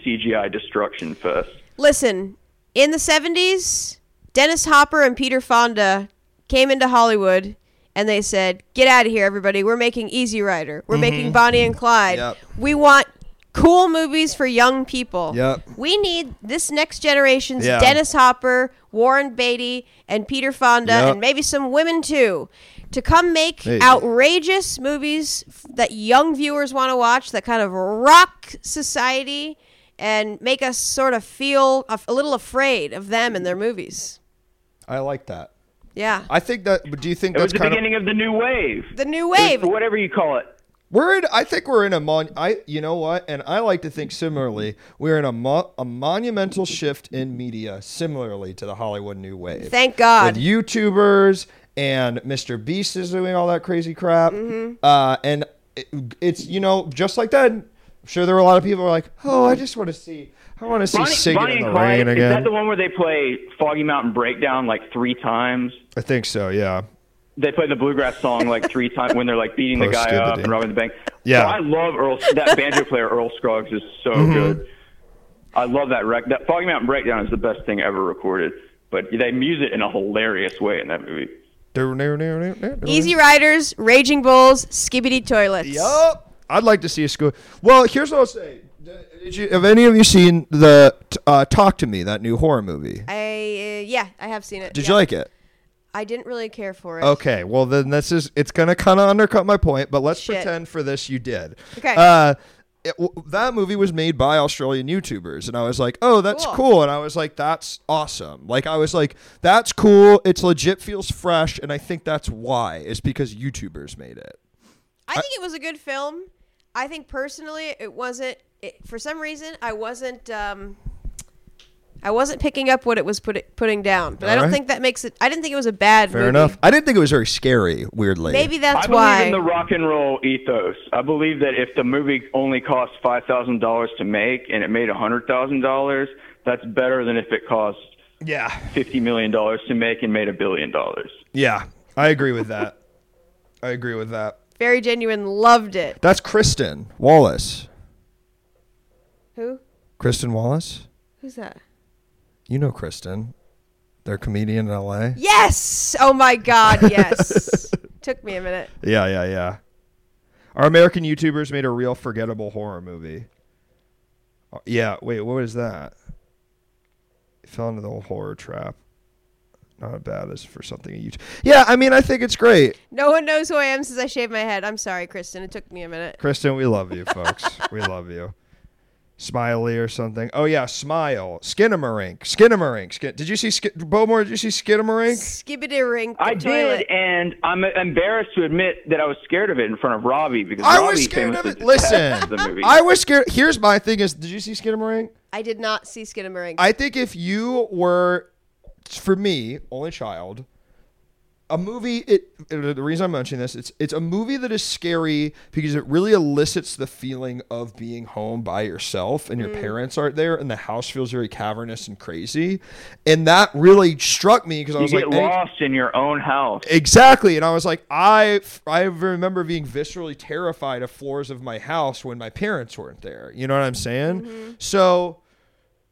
CGI destruction fest.
Listen, in the 70s, Dennis Hopper and Peter Fonda came into Hollywood and they said, Get out of here, everybody. We're making Easy Rider. We're making Bonnie and Clyde.
Mm-hmm. Yep.
We want cool movies for young people.
Yep.
We need this next generation's
Yeah.
Dennis Hopper, Warren Beatty, and Peter Fonda,
Yep.
and maybe some women too, to come make
Hey.
outrageous movies f- that young viewers want to watch that kind of rock society and make us sort of feel a, a little afraid of them and their movies.
I like that.
Yeah.
I think that. but Do you think
It was
that's
the
kind of
beginning of the new wave.
the new
It
wave.
was Whatever you call it.
We're in. I think we're in a mon. I. You know what? And I like to think similarly. We're in a mo- a monumental shift in media, similarly to the Hollywood New Wave.
Thank God.
With YouTubers and Mr. Beast is doing all that crazy crap.
Mm-hmm.
Uh, and it, it's you know just like that. I'm sure there were a lot of people who were like, oh, I just want to see. I want to see
Bonnie,
singing
Bonnie
in the
and Clyde,
rain
is that
again.
the one where they play Foggy Mountain Breakdown like three times?
I think so. Yeah.
They play the bluegrass song like
<laughs>
three times when they're like beating the guy up
Post-stupidity.
and robbing the bank.
Yeah.
So I love Earl. That banjo player Earl Scruggs is so good. I love that rec. That Foggy Mountain Breakdown is the best thing ever recorded. But they muse it in a hilarious way in that movie.
Easy Riders, Raging Bulls, Skibbity Toilets.
Yup. I'd like to see a school. Well, here's what I'll say. D- Did you, have any of you seen the t- uh, Talk to Me, that new horror movie?
I uh, yeah, I have seen it.
Did
yeah.
you like Oh, it?
I didn't really care for it.
Okay, well then this is it's gonna kind of undercut my point, but let's
Shit.
pretend for this you did.
Okay.
Uh, it, w- that movie was made by Australian YouTubers, and I was like, oh, that's
Cool.
cool. and I was like, that's awesome. Like I was like, that's cool. It's legit, feels fresh, and I think that's why it's because YouTubers made it.
I think it was a good film. I think personally, it wasn't. It, for some reason, I wasn't. Um, I wasn't picking up what it was put, putting down, but I don't
Alright.
think that makes it. I didn't think it was a bad
Fair
movie.
enough. I didn't think it was very scary. Weirdly,
Maybe that's
I believe
why.
in the rock and roll ethos. I believe that if the movie only cost five thousand dollars to make and it made a hundred thousand dollars, that's better than if it cost
Yeah,
fifty million dollars to make and made a billion dollars.
yeah, I agree with that. I agree with that.
Very genuine. Loved it.
That's Kristen Wallace.
Who?
Kristen Wallace.
Who's that?
You know Kristen. They're a comedian in LA.
Yes. Oh my God.
<laughs>
Yes. Took me a minute.
Yeah, yeah, yeah. Our American YouTubers made a real forgettable horror movie. Uh, Yeah, wait, what was that? It fell into the whole horror trap. Not as bad as for something a YouTube. Yeah, I mean, I think it's great.
No one knows who I am since I shaved my head. I'm sorry, Kristen. It took me a minute.
Kristen, we love
<laughs>
you, folks. we love you. Smiley or something. Oh yeah, smile. Skinamarink. Skinamarink. Skin- did you see Sk- Bowmore? Did you see Skinamarink?
Skibbity rink.
I
toilet.
did, and I'm embarrassed to admit that I was scared of it in front of Robbie because
I
Robbie
was scared of
famously
it.
detests
Listen,
<laughs> the movie.
I was scared. Here's my thing: is did you see Skinamarink?
I did not see Skinamarink.
I think if you were, for me, only child, a movie. It, it- the reason I'm mentioning this, it's it's a movie that is scary because it really elicits the feeling of being home by yourself and your
Mm.
parents aren't there and the house feels very cavernous and crazy, and that really struck me because I
you
was
get
like, any-
lost in your own house.
Exactly. And I was like, I, I remember being viscerally terrified of floors of my house when my parents weren't there. You know what I'm saying?
Mm-hmm.
So,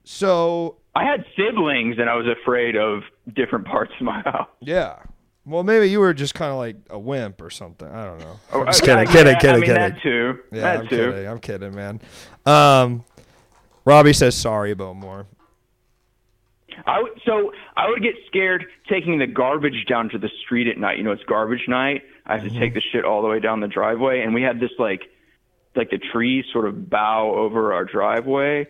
so
I had siblings, and I was afraid of different parts of my <laughs> house.
yeah. Well, maybe you were just kind of like a wimp or something. I don't know. I'm just
I- I-
kidding, kidding,
I
kidding,
mean,
kidding.
That too.
Yeah,
that
I'm
too.
kidding. I'm kidding, man. Um, Robbie says sorry, Bowmore.
I would, so I would get scared taking the garbage down to the street at night. You know, it's garbage night. I have to take the shit all the way down the driveway, and we had this like, like the trees sort of bow over our driveway,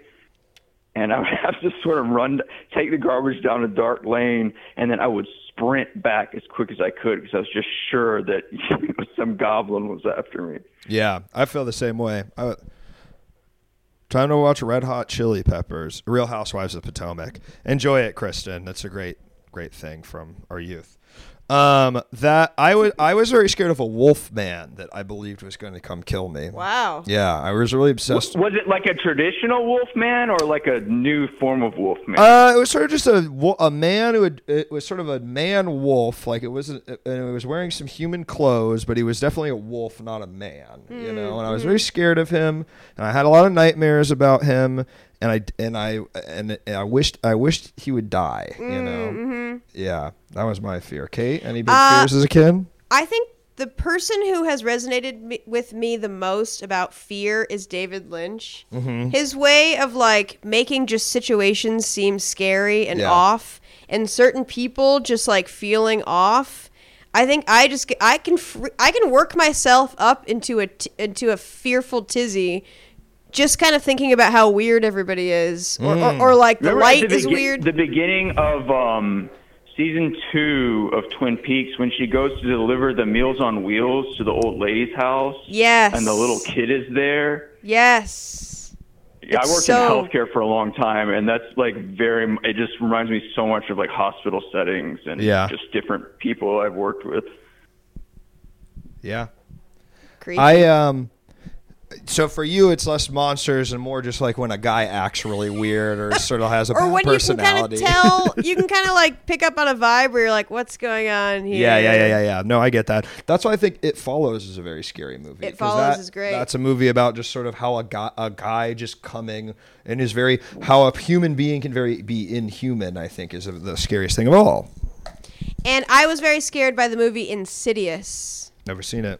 and I would <laughs> have to sort of run, take the garbage down a dark lane, and then I would sprint back as quick as I could because I was just sure that <laughs> you know, some goblin was after me.
Yeah, I feel the same way. I, time to watch Red Hot Chili Peppers, Real Housewives of Potomac. Enjoy it, Kristen. That's a great, great thing from our youth. Um, that I was I was very scared of a wolf man that I believed was going to come kill me.
wow.
Yeah, I was really obsessed.
Was it like a traditional wolf man or like a new form of wolf man?
Uh, it was sort of just a wo- a man who had it was sort of a man wolf, like it wasn't, and it was wearing some human clothes, but he was definitely a wolf, not a man,
Hmm,
you know. And I was very scared of him, and I had a lot of nightmares about him, and I and I and, and I wished I wished he would
Hmm,
die, you know. Yeah, that was my fear. Kate, any big
Uh,
fears as a kid?
I think the person who has resonated me, with me the most about fear is David Lynch. His way of like making just situations seem scary and
Yeah.
off, and certain people just like feeling off. I think I just get- I can fr- I can work myself up into a t- into a fearful tizzy. Just kind of thinking about how weird everybody is, or, or, or like the
Remember at
light is
begi-
weird.
The beginning of um, season two of Twin Peaks, when she goes to deliver the Meals on Wheels to the old lady's house,
yes,
and the little kid is there.
Yes.
Yeah, I
It's
worked
so-
in healthcare for a long time, and that's like very. m- It just reminds me so much of like hospital settings and
Yeah.
just different people I've worked with.
Yeah.
Creepy.
I um so for you it's less monsters and more just like when a guy acts really weird or sort of has a
or
bad
when you can kind of
personality. <laughs>
tell, you can kind of like pick up on a vibe where you're like, "What's going on here?"
Yeah, yeah, yeah, yeah, yeah. No, I get that. That's why I think It Follows is a very scary movie.
It
'cause
Follows
that-
is great.
That's a movie about just sort of how a guy, a guy just coming and is very how a human being can very be inhuman. I think is the scariest thing of all.
And I was very scared by the movie Insidious.
Never seen it.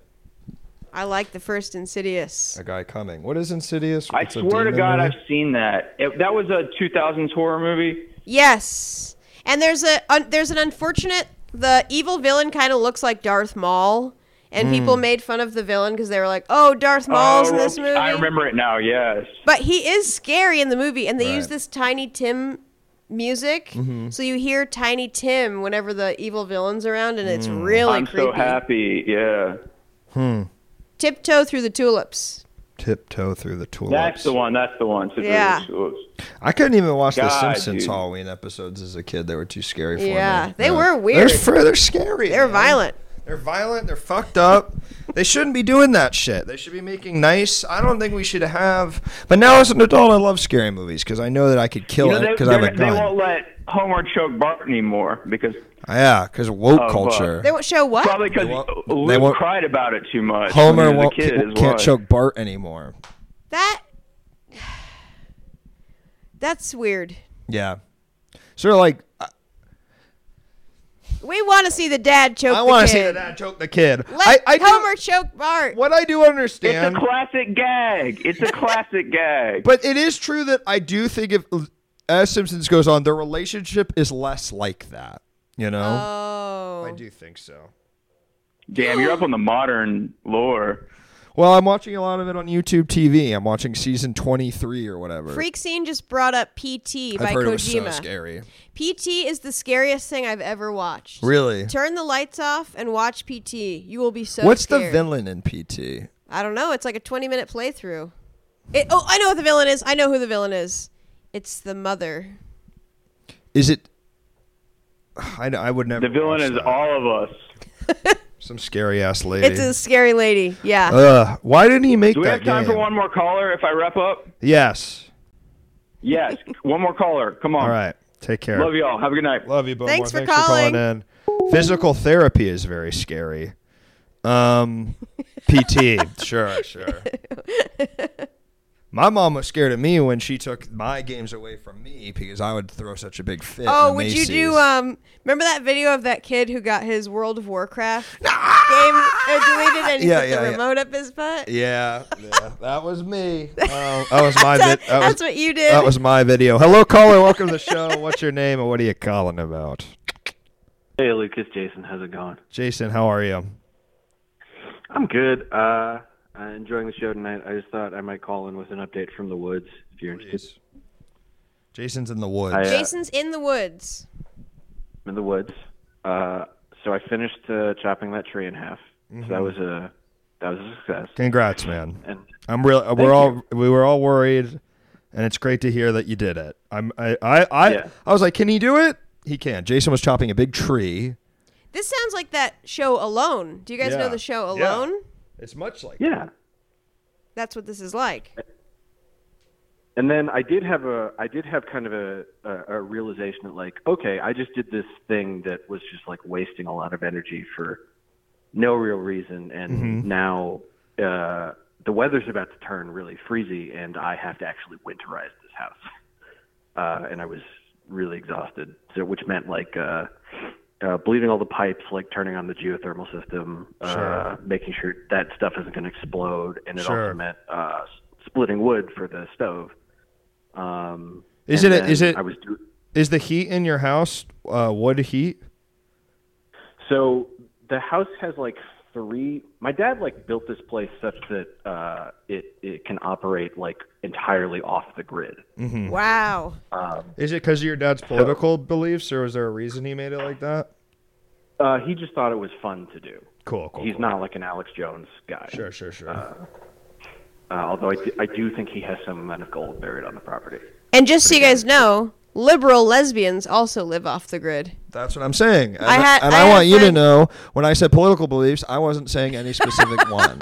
I like the first Insidious.
A guy coming. What is Insidious?
I
It's a
swear to
demon
God,
movie?
I've seen that. It, that was a 2000s horror movie.
Yes. And there's a un, there's an unfortunate the evil villain kind of looks like Darth Maul, and people
Hmm.
made fun of the villain because they were like, "Oh, Darth Maul's in this
okay.
movie."
I remember it now. Yes.
But he is scary in the movie, and they
Right.
use
Mm-hmm.
this Tiny Tim music, so you hear Tiny Tim whenever the evil villain's around, and it's
Mm.
really
I'm
creepy.
so happy. Yeah.
Tiptoe through the tulips.
tiptoe through the tulips.
That's the one. That's the one. Citrus
Yeah.
Tulips.
I couldn't even watch the
God,
Simpsons
dude.
Halloween episodes as a kid. They were too scary for me.
Yeah, they were weird.
They're, fr- they're scary.
They're
man.
violent.
They're violent. They're fucked up. They shouldn't be doing that shit. They should be making nice. I don't think we should have. But now as an adult, I love scary movies because I know that I could kill
You know,
it
they,
because I have a
they're- they won't
gun. Ah,
let Homer choke Bart anymore because
Yeah, because woke
uh,
culture.
They won't show what?
probably because
They won't-
Luke
they won't-
cried about it too much.
Homer
when he was
won't,
a kid
can't,
is
can't
why.
choke Bart anymore.
That. That's weird.
Yeah. Sort of like I-
We want to see the dad choke
I
the
want to see
kid.
the dad choke the kid.
Let
I, I do-
Homer choke Bart.
what I do
It's
understand.
a classic gag. It's a classic gag.
But it is true that I do think if as Simpsons goes on, their relationship is less like that. You know,
Oh.
I do think so.
Damn, you're up on the modern lore.
Well, I'm watching a lot of it on YouTube TV. I'm watching season 23 or whatever.
Freak Scene just brought up PT
I've
by
heard it was so
Kojima.
scary.
PT is the scariest thing I've ever watched.
Really?
Turn the lights off and watch PT. You will be so
What's the
scared.
villain in PT?
I don't know. It's like a 20 minute playthrough. It, oh, I know what the villain is. I know who the villain is. It's the mother.
Is it? <sighs> I, I would never.
The villain
watch
is
that.
all of us.
some scary ass lady.
It's a scary lady. Yeah.
Ugh, why didn't he make
Do we
that
have time
game?
for one more caller if I wrap up?
Yes.
Yes, one more caller. Come on.
All right. Take care.
Love y'all. Have a good night.
Love you, Bomar.
Thanks for
calling in. Physical therapy is very scary.
<laughs>
Um, PT, sure, sure. My mom was scared of me when she took my games away from me because I would throw such a big fit.
Oh,
in
would you do?
Macy's.
Um, remember that video of that kid who got his World of Warcraft game uh, deleted and he
Yeah,
put
yeah,
the
yeah.
remote up his butt?
yeah, yeah, that was
<laughs>
me. Oh, that was my.
That's,
vid- that was,
that's what you did.
That was my video. Hello, caller. Welcome to the show. What's your name and what are you calling about?
Hey, Lucas, Jason, how's it going?
Jason, how are you?
I'm good. Uh, I'm enjoying the show tonight. I just thought I might call in with an update from the woods if you're interested.
Jason's in the woods.
I, uh,
Jason's in the woods.
I'm in the woods. Uh, so I finished uh, chopping that tree in half. So that was a that was a success.
Congrats, man.
And
I'm real. uh, We're all we were all worried, and it's great to hear that you did it. I'm. I. I. I,
Yeah.
I was like, can he do it? He can. Jason was chopping a big tree.
This sounds like that show Alone. Do you guys
Yeah.
know the show
Yeah.
Alone?
It's much like.
yeah,
That's what this is like.
and then I did have a I did have kind of a, a a realization that like okay, I just did this thing that was just like wasting a lot of energy for no real reason, and now uh, the weather's about to turn really freezy, and I have to actually winterize this house. Uh, and I was really exhausted, so which meant like uh, uh, bleeding all the pipes, like turning on the geothermal system, uh, making sure that stuff isn't going to explode, and it
Sure.
also meant uh, s- splitting wood for the stove. Um,
Is
and
it a-
then
is it-
I was do-
Is the heat in your house uh, wood heat?
So the house has like three. My dad like built this place such that uh, it it can operate like entirely off the grid.
Hmm.
Wow.
Is it because of your dad's political beliefs, or was there a reason he made it like that?
Uh, he just thought it was fun to do.
Cool, cool.
He's
cool.
not like an Alex Jones guy.
Oh, Sure, sure, sure.
Uh, although I do, I do think he has some amount of gold buried on the property.
And just so you guys know, liberal lesbians also live off the grid.
That's what I'm saying. And
I had-
and
I
I,
had a
want you to
friend-
know when I said political beliefs, I wasn't saying any
<laughs>
specific one.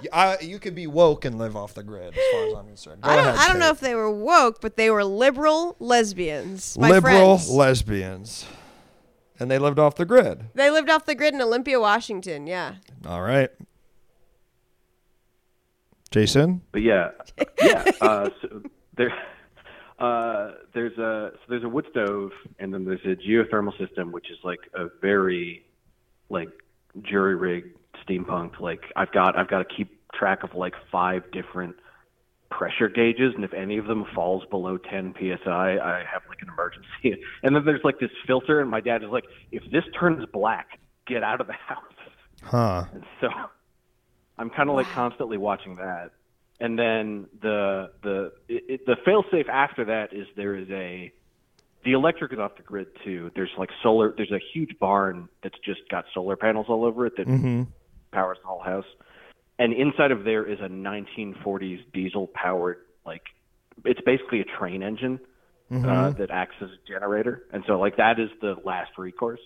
Y- I- you could be woke and live off the grid, as far as I'm concerned. Go
I don't,
ahead,
I don't know
Kate.
if they were woke, but they were liberal lesbians. My
liberal
friends.
lesbians, and they lived off the grid.
they lived off the grid in Olympia, Washington. Yeah.
All right, Jason.
But yeah, yeah. Uh, so there, uh, there's a so there's a wood stove, and then there's a geothermal system, which is like a very like jury rigged steampunk. Like I've got I've got to keep track of like five different pressure gauges, and if any of them falls below 10 psi, I have like an emergency. <laughs> And then there's like this filter, and my dad is like, if this turns black, get out of the house.
Huh.
And so I'm kind of like constantly watching that. And then the the it, it, the failsafe after that is there is a the electric is off the grid too. There's like solar. There's a huge barn that's just got solar panels all over it that
Mm. Mm-hmm.
powers the whole house. And inside of there is a 1940s diesel powered like it's basically a train engine
Mm-hmm.
uh, that acts as a generator. And so like that is the last recourse.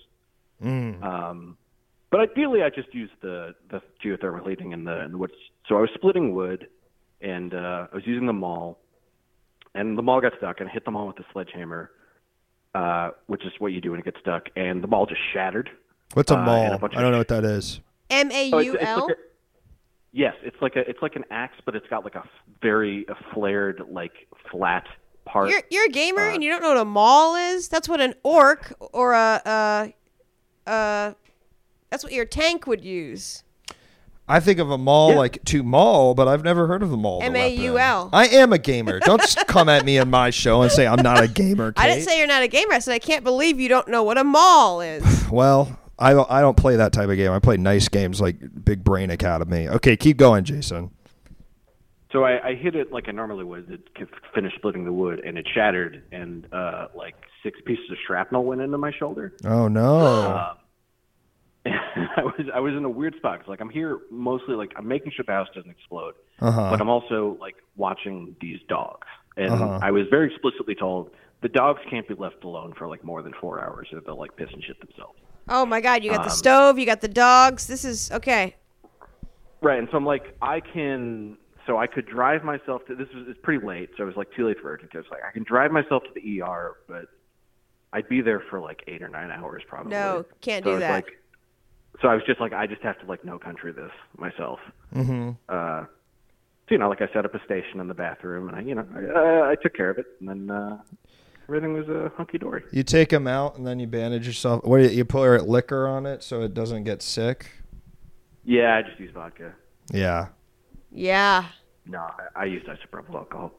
Mm.
Um, but ideally, I just used the the geothermal heating and the, and the wood. So I was splitting wood, and uh, I was using the maul, and the maul got stuck, and I hit the maul with a sledgehammer, uh, which is what you do when it gets stuck, and the maul just shattered.
What's a
Uh, and a
mall?
bunch
I
of-
don't know what that is.
M A
So it's-
U
it's
L.
like a- Yes, it's like a it's like an axe, but it's got like a f- very a flared like flat part.
You're you're a
Uh,
gamer and you don't know what a maul is. That's what an orc or a uh uh that's what your tank would use.
I think of a mall
Yeah.
like to maul, but I've never heard of the mall. the weapon.
M.A.U.L..
I am a gamer. Don't
<laughs>
s- come at me in my show and say I'm not a gamer.
I didn't
Kate.
say you're not a gamer. I said I can't believe you don't know what a
<laughs>
maul is.
Well, I don't, I don't play that type of game. I play nice games like Big Brain Academy. Okay, keep going, Jason.
So I, I hit it like I normally would. It c- finished splitting the wood, and it shattered, and uh, like six pieces of shrapnel went into my shoulder.
Oh no.
<laughs> I was I was in a weird spot. 'cause, like I'm here mostly like I'm making sure the house doesn't explode,
Uh-huh.
but I'm also like watching these dogs, and I was very explicitly told the dogs can't be left alone for like more than four hours, or they'll like piss and shit themselves.
Oh my god, you got
Um,
the stove, you got the dogs. This is okay.
Right, and so I'm like, I can. So I could drive myself to. This was it's pretty late, so it was like too late for urgent care. It's like I can drive myself to the ER, but I'd be there for like eight or nine hours probably.
No, can't
so
do
it's
that.
Like, so I was just like, I just have to like no country this myself. Mm-hmm. Uh, so you know, like I set up a station in the bathroom, and I, you know, I, uh, I took care of it, and then uh, everything was uh, hunky dory.
You take him out and then you bandage yourself. What do you, you pour liquor on it so it doesn't get sick?
Yeah, I just used vodka.
Yeah.
Yeah.
No, I, I used isopropyl alcohol.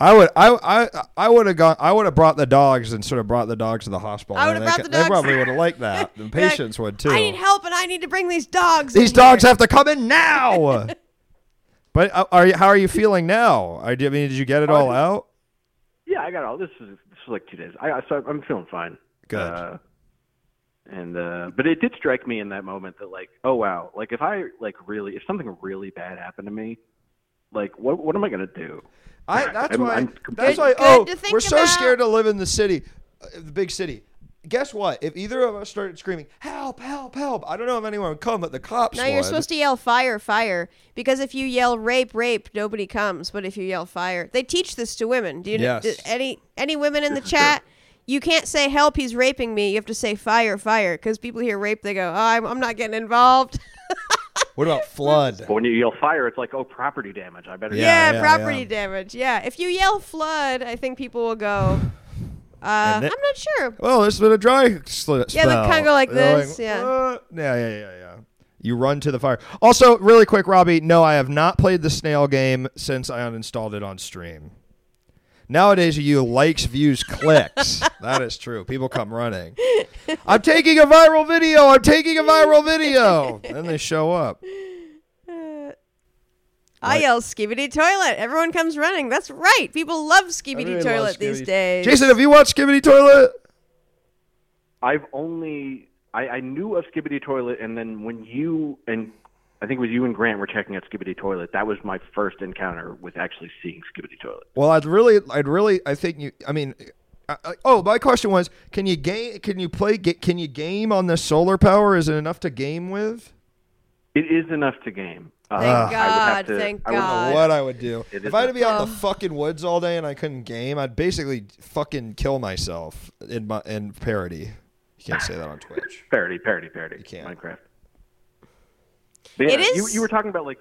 I would I I I would have gone I would have brought the dogs and sort of brought the dogs to the hospital.
I would've
They
brought
ca-
the
They
dogs.
probably would have liked that.
<laughs>
The
You're like,
patients would too.
I need help and I need to bring these dogs.
These
in here."
dogs have to come in
<laughs>
now. but uh, are you, how are you feeling now? Are, do you- I mean, did you get it all out?
Yeah, I got all this. Is, this was like two days. I I- so I'm feeling fine.
Good.
Uh, and uh, but it did strike me in that moment that like, oh wow, like if I like really, if something really bad happened to me, like what what am I gonna do?
I that's
I'm-
why
I'm
that's
completely-
why
Good
oh
to think
we're so
about.
scared to live in the city, uh, the big city. Guess what? If either of us started screaming help, help, help, I don't know if anyone would come, but the cops.
No,
would.
you're supposed to yell fire, fire, because if you yell rape, rape, nobody comes. But if you yell fire, they teach this to women. Do you
Yes.
do any any women in
<laughs>
the chat? You can't say help, he's raping me. You have to say fire, fire, because people hear rape, they go, oh, I'm, I'm not getting involved. <laughs>
What about flood?
But when you yell fire, it's like oh property damage. I better
Yeah,
Yeah,
yeah,
property
yeah. <laughs>
damage. Yeah, if you yell flood, I think people will go, Uh, I'm
And it-
not sure.
Well, there's been a dry sl-
Yeah, they
spell.
kinda go like
They're
this, yeah.
"Uh," yeah, yeah, yeah, yeah. You run to the fire. Also, really quick, Robbie. No, I have not played the snail game since I uninstalled it on stream. Nowadays, you likes, views,
<laughs>
clicks. that is true. People come running. I'm taking a viral video. I'm taking a viral video. Then they show
<laughs>
up.
I
Right.
yell "Skibidi Toilet!" Everyone comes running. That's right. People love Skibidi
Everybody
Toilet
loves
these
Skibidi-
days.
Jason, have you watched Skibbity Toilet?
I've only I, I knew of Skibbity Toilet, and then when you and I think it was you and Grant were checking out Skibbity Toilet. That was my first encounter with actually seeing Skibbity Toilet.
Well, I'd really, I'd really, I think you. I mean, I, I- oh, my question was, can you game? Can you play? ga- Can you game on the solar power? Is it enough to game with?
It is enough to game. Uh,
Thank
I would have
God, thank
I would-
God.
What I would do
It
if
is
I had to be out in
Oh.
the fucking woods all day and I couldn't game, I'd basically fucking kill myself in my in parody. You can't say that on Twitch.
Parody, parody, parody.
can't.
Minecraft. But
It
yeah, You,
is-
you were talking about like.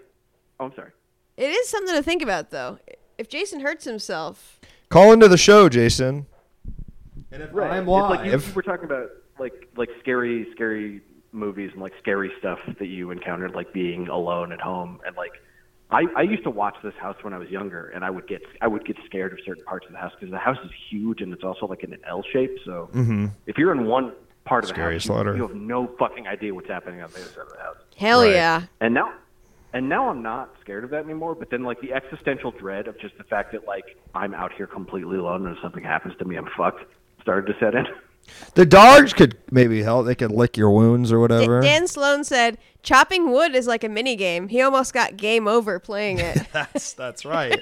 Oh, I'm sorry.
It is something to think about, though. If Jason hurts himself,
Call into the show, Jason. And if I'm
It's like you, you
live,
were talking about like like scary scary movies and like scary stuff that you encountered like being alone at home and like I, I used to watch this house when I was younger and I would get I would get scared of certain parts of the house because the house is huge and it's also like in an L shape so if you're in one part of
Mm-hmm. Scary
the house
slaughter.
you, you have no fucking idea what's happening on the other side of the house
hell
Right.
yeah.
and now and now I'm not scared of that anymore but then like the existential dread of just the fact that like I'm out here completely alone and if something happens to me I'm fucked started to set in. <laughs>
the dogs could maybe help. They could lick your wounds or
D-
whatever.
Dan Sloan said, "Chopping wood is like a mini game. He almost got game over playing it."
<laughs> that's that's
<laughs>
right.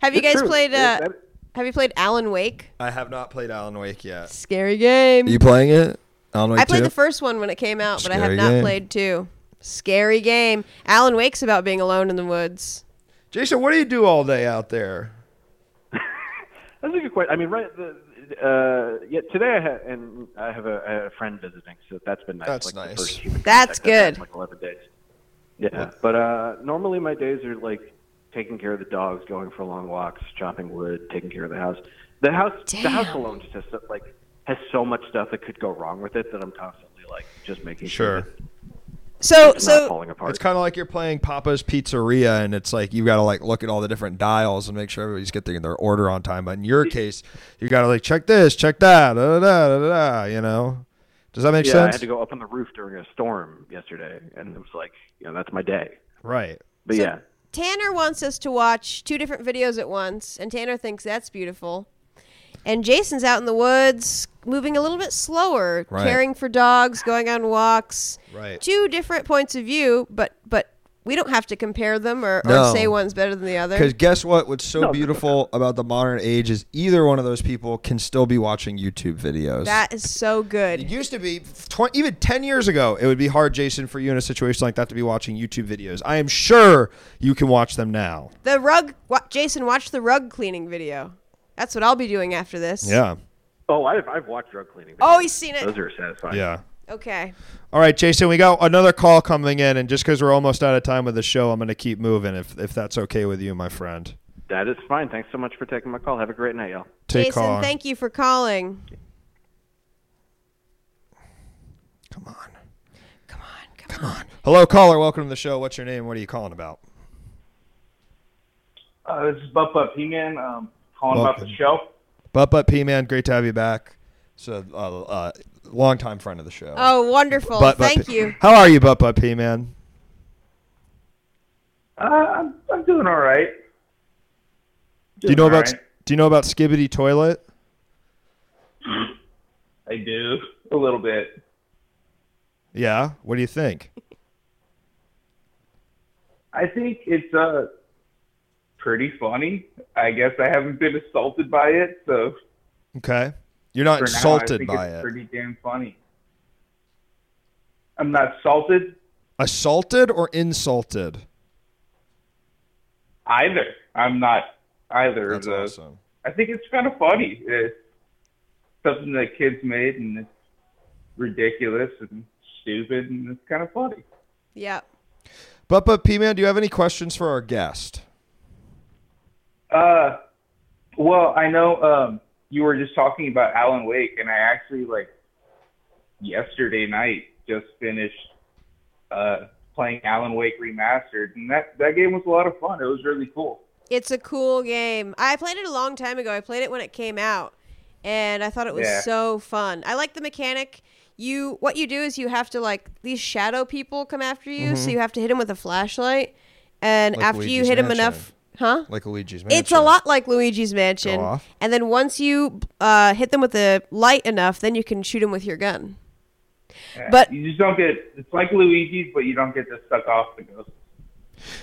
have you guys
True.
played?
Yeah,
Uh,
that-
have you played Alan Wake?
I have not played Alan Wake yet.
Scary game.
Are you playing it? Alan Wake
I played
two?
the first one when it came out, but I have
Scary
not
game.
played two. Scary game. Alan Wake's about being alone in the woods.
Jason, what do you do all day out there?
That's a good question. I mean, right? The, uh, yeah, today I ha- and I have a, I have a friend visiting, so that's been nice.
That's
like, the
nice.
first human
That's
contact I've had in,
good.
Like eleven days. Yeah, but uh, normally my days are like taking care of the dogs, going for long walks, chopping wood, taking care of the house. The house, the house
Damn.
alone just has so, like has so much stuff that could go wrong with it that I'm constantly like just making
Sure.
sure, that
So,
it's not
so
falling apart.
It's kind of like you're playing Papa's Pizzeria, and it's like you got to like look at all the different dials and make sure everybody's getting their order on time. But in your case, you got to like check this, check that, da, da, da, da, da, you know. Does that make
yeah, I
sense?
had to go up on the roof during a storm yesterday, and it was like, you know, that's my day.
Right.
But
So-
yeah,
Tanner wants us to watch two different videos at once, and Tanner thinks that's beautiful. And Jason's out in the woods, moving a little bit slower,
Right.
caring for dogs, going on walks.
Right.
Two different points of view, but but we don't have to compare them or,
No.
or say one's better than the
Because
other.
guess what? What's so
No, it's
beautiful about the modern age is either one of those people can still be watching YouTube videos.
That is so good.
It used to be, 20, even 10 years ago, it would be hard, Jason, for you in a situation like that to be watching YouTube videos. I am sure you can watch them now.
The rug, wa- Jason, watch the rug cleaning video. That's what I'll be doing after this.
Yeah.
oh, I've I've watched drug cleaning.
Oh,
videos.
he's seen it.
Those are satisfying.
Yeah.
Okay.
All right, Jason, we got another call coming in, and just because we're almost out of time with the show, I'm going to keep moving if, if that's okay with you, my friend.
That is fine. Thanks so much for taking my call. Have a great night, y'all.
Take
Jason,
call.
thank you for calling.
Come on.
Come on, come, on.
Hello, caller. Welcome to the show. What's your name? What are you calling about?
Uh, this is Butt Butt P-Man um, calling about
Welcome.
the show.
Butt Butt P Man, great to have you back. So, uh, uh, longtime friend of the show.
Oh, wonderful.
Butt Butt
Thank
P-
you.
How are you, Butt Butt P Man?
Uh, I'm, I'm doing all right.
Do you know
Doing all
about
right.
Do you know about Skibbity Toilet?
I do a little bit.
Yeah. What do you think?
I think it's uh pretty funny. I guess I haven't been assaulted by it, so
Okay. You're not
for now, I
insulted
think
by
it's
it.
Pretty damn funny. I'm not salted
Assaulted or insulted?
either. I'm not either
That's
of those.
awesome.
I think it's kind of funny. It's something that kids made, and it's ridiculous and stupid, and it's kind of funny.
Yeah.
Butt Butt P Man, do you have any questions for our guest?
Uh, well, I know um, you were just talking about Alan Wake, and I actually like yesterday night just finished uh, playing Alan Wake Remastered, and that that game was a lot of fun. It was really cool.
It's a cool game. I played it a long time ago. I played it when it came out, and I thought it was
Yeah.
so fun. I like the mechanic. You what you do is you have to like these shadow people come after you, so you have to hit them with a flashlight, and
Like
after you
Luigi's
hit them
Mansion.
enough, huh?
like Luigi's Mansion.
It's a lot like Luigi's Mansion.
Go off.
And then once you uh, hit them with the light enough, then you can shoot them with your gun. But
You just don't get it's like Luigi's, but you don't get to suck off the ghost.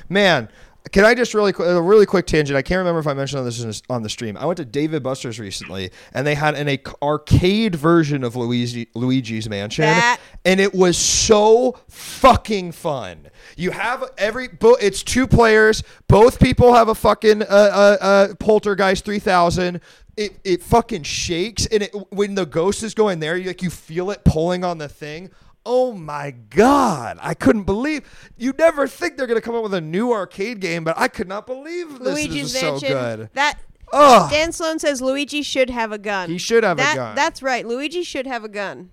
Man, can I just really quick, a really quick tangent? I can't remember if I mentioned this in- on the stream. I went to David Buster's recently, and they had an a- arcade version of Luigi, Luigi's Mansion,
That-
and it was so fucking fun. You have every, bo- it's two players. Both people have a fucking uh, uh, uh, Poltergeist three thousand. It, it fucking shakes, and it, when the ghost is going there, you like you feel it pulling on the thing. Oh my God. I couldn't believe you never think they're gonna come up with a new arcade game, but I could not believe this
Luigi's
is so
Mansion.
good.
That
Ugh.
Dan Sloan says Luigi should have a gun.
He should have a
That-
gun.
That's right. Luigi should have a gun.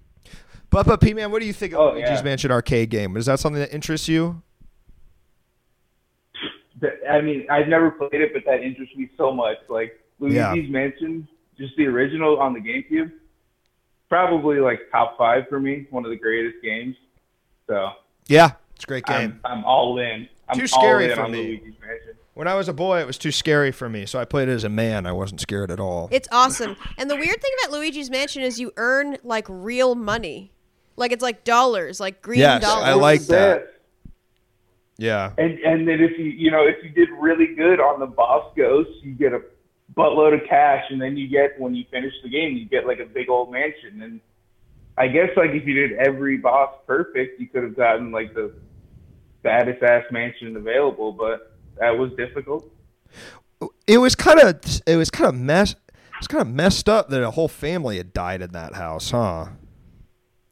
Bubba P Man, what do you think of
Oh,
Luigi's
yeah.
Mansion arcade game? Is that something that interests you?
That- I mean, I've never played it, but that interests me so much. Like Luigi's
Yeah.
Mansion, just the original on the GameCube, probably like top five for me. One of the greatest games. So
Yeah. It's a great game.
I'm, I'm all in. I'm
Too
all
scary
in
for
on
me.
Luigi's Mansion.
when I was a boy, it was too scary for me, so I played it as a man. I wasn't scared at all.
It's awesome. and the weird thing about Luigi's Mansion is you earn like real money. Like it's like dollars, like green
Yes,
dollars.
I like that.
Yes.
Yeah.
And and then if you you know if you did really good on the boss ghost, you get a buttload of cash, and then you get when you finish the game, you get like a big old mansion. And I guess like if you did every boss perfect, you could have gotten like the baddest ass mansion available, but that was difficult.
It was kinda it was kinda mess it's kinda messed up that a whole family had died in that house, huh?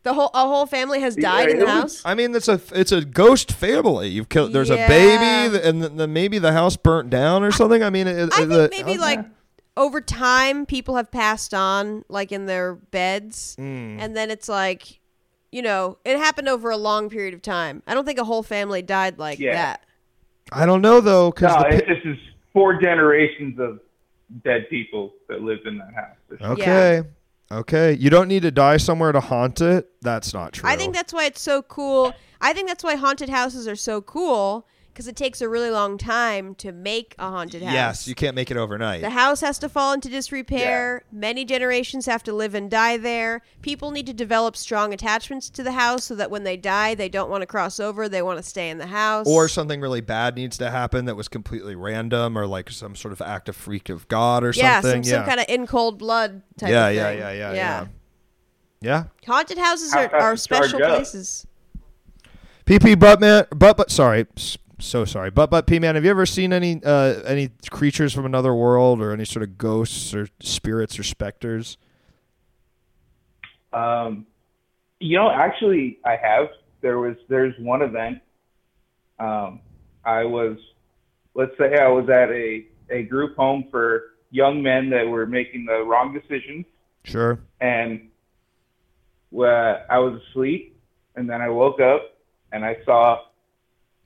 The whole a whole family has died in
it
the
was-
house.
I mean, it's a it's a ghost family. You've killed. There's
Yeah.
a baby, th- and th- the, maybe the house burnt down or something. I mean, it,
I
it-
think
the-
maybe like over time people have passed on like in their beds
Hmm.
and then it's like you know, it happened over a long period of time. I don't think a whole family died like
Yeah.
that.
I don't know though, because
No, it, this is four generations of dead people that lived in that house. It's
okay, okay, you don't need to die somewhere to haunt it. That's not true.
I think that's why it's so cool. I think that's why haunted houses are so cool because it takes a really long time to make a haunted house.
yes, you can't make it overnight.
The house has to fall into disrepair. Many generations have to live and die there. People need to develop strong attachments to the house so that when they die, they don't want to cross over. They want to stay in the house.
or something really bad needs to happen that was completely random, or like some sort of act of freak of God or
yeah, some,
something.
some kind of in cold blood type
yeah,
of
yeah,
thing.
yeah, yeah, yeah, yeah.
Haunted houses
How
are,
fast
are
to charge
special
up.
places.
PP Buttman, butt but sorry, s- so sorry, butt butt P man. Have you ever seen any uh, any creatures from another world or any sort of ghosts or spirits or specters?
Um, you know, actually, I have. There was there's one event. Um, I was, let's say, I was at a a group home for young men that were making the wrong decisions,
Sure.
and uh, I was asleep, and then I woke up and I saw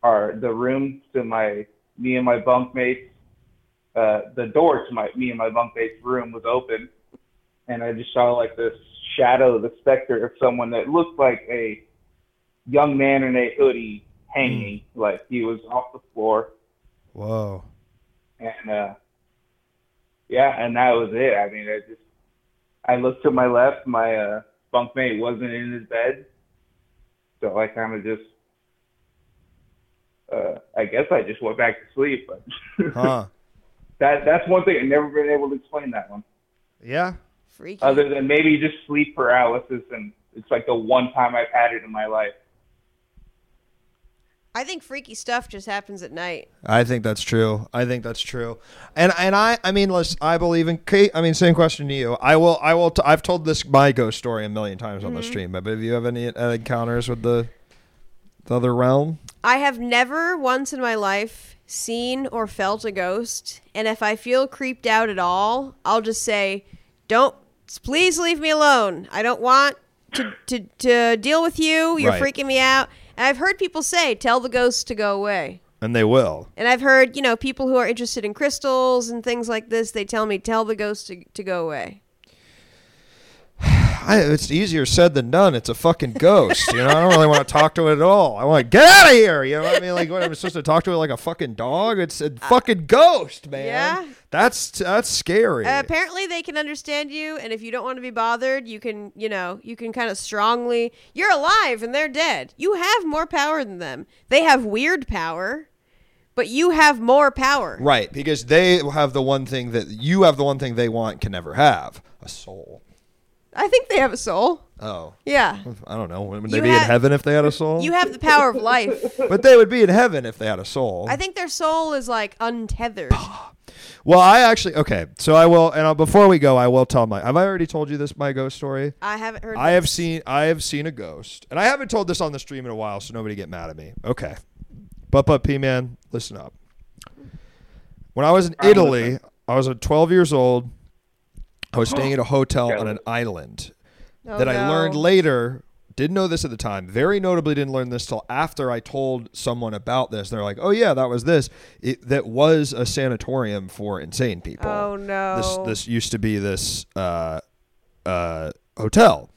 our the room to my me and my bunkmates. Uh, the door to my me and my bunkmate's room was open, and I just saw like this shadow, the specter of someone that looked like a young man in a hoodie hanging, like he was off the floor,
Whoa.
and uh, yeah, and that was it. I mean, I just I looked to my left, my uh, bunkmate wasn't in his bed, so I kind of just. Uh, I guess I just went back to sleep, but <laughs>
Huh.
that that's one thing I've never been able to explain that one.
yeah.
Freaky.
other than maybe just sleep paralysis and it's like the one time I've had it in my life.
I think freaky stuff just happens at night.
I think that's true. I think that's true. And and I I mean, listen, I believe in Kate. I mean, same question to you. I will I will t- I've told this my ghost story a million times on the
Mm-hmm.
stream, but if you have any uh, encounters with the the other realm?
I have never once in my life seen or felt a ghost, and if I feel creeped out at all, I'll just say, don't please leave me alone. I don't want to to, to deal with you. You're
Right.
freaking me out. And I've heard people say, tell the ghosts to go away.
and they will.
And I've heard, you know, people who are interested in crystals and things like this, they tell me, tell the ghosts to, to go away.
I, it's easier said than done. It's a fucking ghost. You know, I don't really want to talk to it at all. I want to get out of here. You know what I mean? Like, what I'm supposed to talk to it like a fucking dog? It's a fucking ghost, man.
Uh, yeah.
That's that's scary.
Uh, apparently, they can understand you, and if you don't want to be bothered, you can, you know, you can kind of strongly. You're alive, and they're dead. You have more power than them. They have weird power, but you have more power.
right, because they have the one thing that you have the one thing they want can never have a soul.
I think they have a soul.
Oh,
Yeah,
I don't know. Would they
You
be in
have-
heaven if they had a soul?
you have the power of life.
but they would be in heaven if they had a soul.
I think their soul is like untethered.
well, I actually okay. So I will, and i before we go, I will tell my. Have I already told you this my ghost story?
I haven't heard.
I have seen I have seen a ghost, and I haven't told this on the stream in a while, so nobody get mad at me. Okay, but but P man, listen up. When I was in Italy, I was uh, 12 years old. I was staying at a hotel on an island
Oh,
that I
no.
learned later. Didn't know this at the time. Very notably, didn't learn this till after I told someone about this. They're like, "Oh yeah, that was this. It, that was a sanatorium for insane people."
Oh no.
This this used to be this uh, uh, hotel.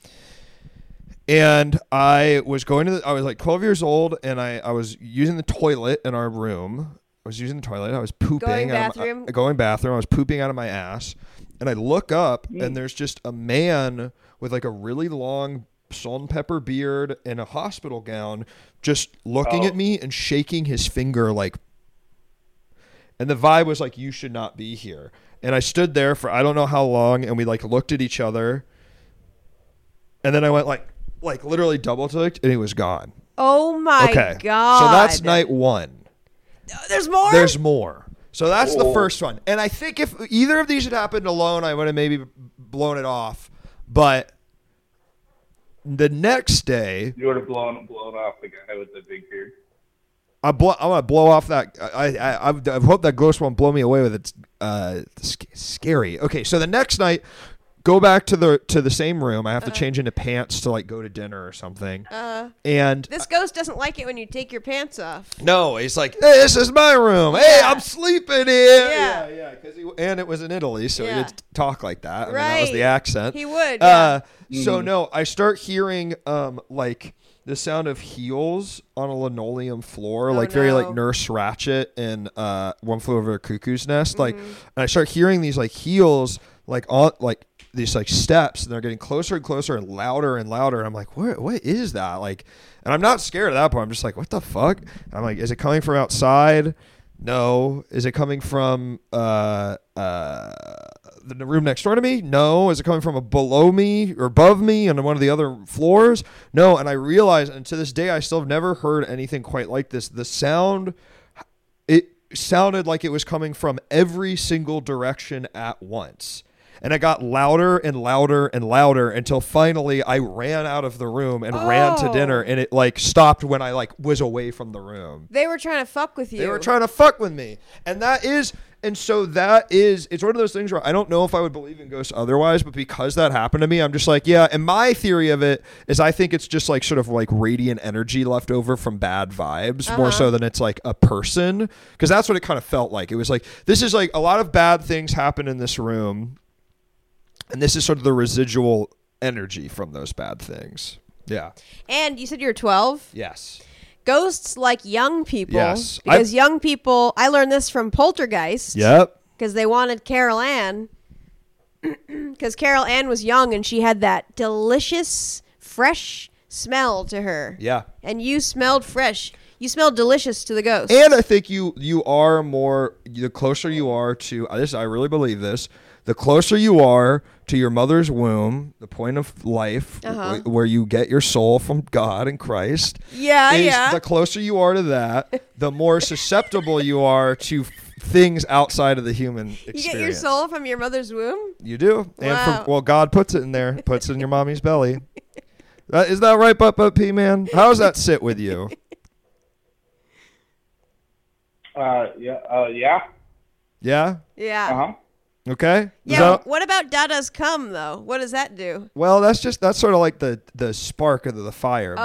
And I was going to the, I was like 12 years old and I, I was using the toilet in our room. I was using the toilet. I was pooping
Going
out of my- uh,
bathroom?
going bathroom. I was pooping out of my ass. And I look up and there's just a man with like a really long salt and pepper beard and a hospital gown just looking at me and shaking his finger like and the vibe was like, you should not be here. And I stood there for I don't know how long, and we like looked at each other. And then I went like, like literally double clicked, and he was gone.
oh my
okay,
god. Oh,
so that's night one.
There's more.
There's more. So that's the first one. And I think if either of these had happened alone, I would have maybe blown it off. But the next day,
You would have blown blown off the guy with the big beard.
I blow. I want to blow off that. I I, I I hope that ghost won't blow me away with its uh sc- scary. Okay, so the next night, go back to the to the same room. I have
Uh-huh.
to change into pants to like go to dinner or something.
Uh,
and
this ghost doesn't like it when you take your pants off.
no, he's like, hey, this is my room. Hey, I'm sleeping here.
Yeah.
yeah. Because he and it was in Italy, so
Yeah.
he did talk like that. I mean, that was
Right.
the accent.
He would,
Uh, So no, I start hearing um like the sound of heels on a linoleum floor, like very
no.
like Nurse Ratchet in uh, One Flew Over the Cuckoo's Nest. Like, and I start hearing these like heels like on like these like steps and they're getting closer and closer and louder and louder and I'm like what what is that like and I'm not scared at that point I'm just like what the fuck and I'm like is it coming from outside no is it coming from uh uh the n- room next door to me no is it coming from a below me or above me on one of the other floors no and I realize and to this day I still have never heard anything quite like this the sound it sounded like it was coming from every single direction at once. And it got louder and louder and louder until finally I ran out of the room and ran to
Oh.
dinner and it like stopped when I like was away from the room.
They were trying to fuck with you.
They were trying to fuck with me. And that is and so that is it's one of those things where I don't know if I would believe in ghosts otherwise, but because that happened to me, I'm just like, yeah, and my theory of it is I think it's just like sort of like radiant energy left over from bad vibes more so than it's like a person because that's what it kind of felt like. It was like this is like a lot of bad things happen in this room and this is sort of the residual energy from those bad things. Yeah.
and you said you were 12.
Yes.
Ghosts like young people.
Yes.
Because
I-
young people, I learned this from Poltergeist.
Yep.
Because they wanted Carol Ann. <clears throat> Because Carol Ann was young and she had that delicious, fresh smell to her.
Yeah.
And you smelled fresh. You smelled delicious to the ghost.
and I think you you are more the closer you are to this. I really believe this. The closer you are to your mother's womb, the point of life
Uh-huh.
wh- where you get your soul from God and Christ.
Yeah,
is
Oh, yeah.
The closer you are to that, the more <laughs> susceptible you are to f- things outside of the human
you
experience.
get your soul from your mother's womb?
You do, and
Wow.
from, well, God puts it in there, puts it in your mommy's belly. <laughs> That, is that right, Butt Butt P Man? How does that sit with you?
<laughs> Uh, yeah, uh, yeah,
Yeah.
Yeah.
uh huh.
Okay. Is
Yeah.
that-
what about Dada's come though? What does that do?
well, that's just that's sort of like the the spark of the, the fire, but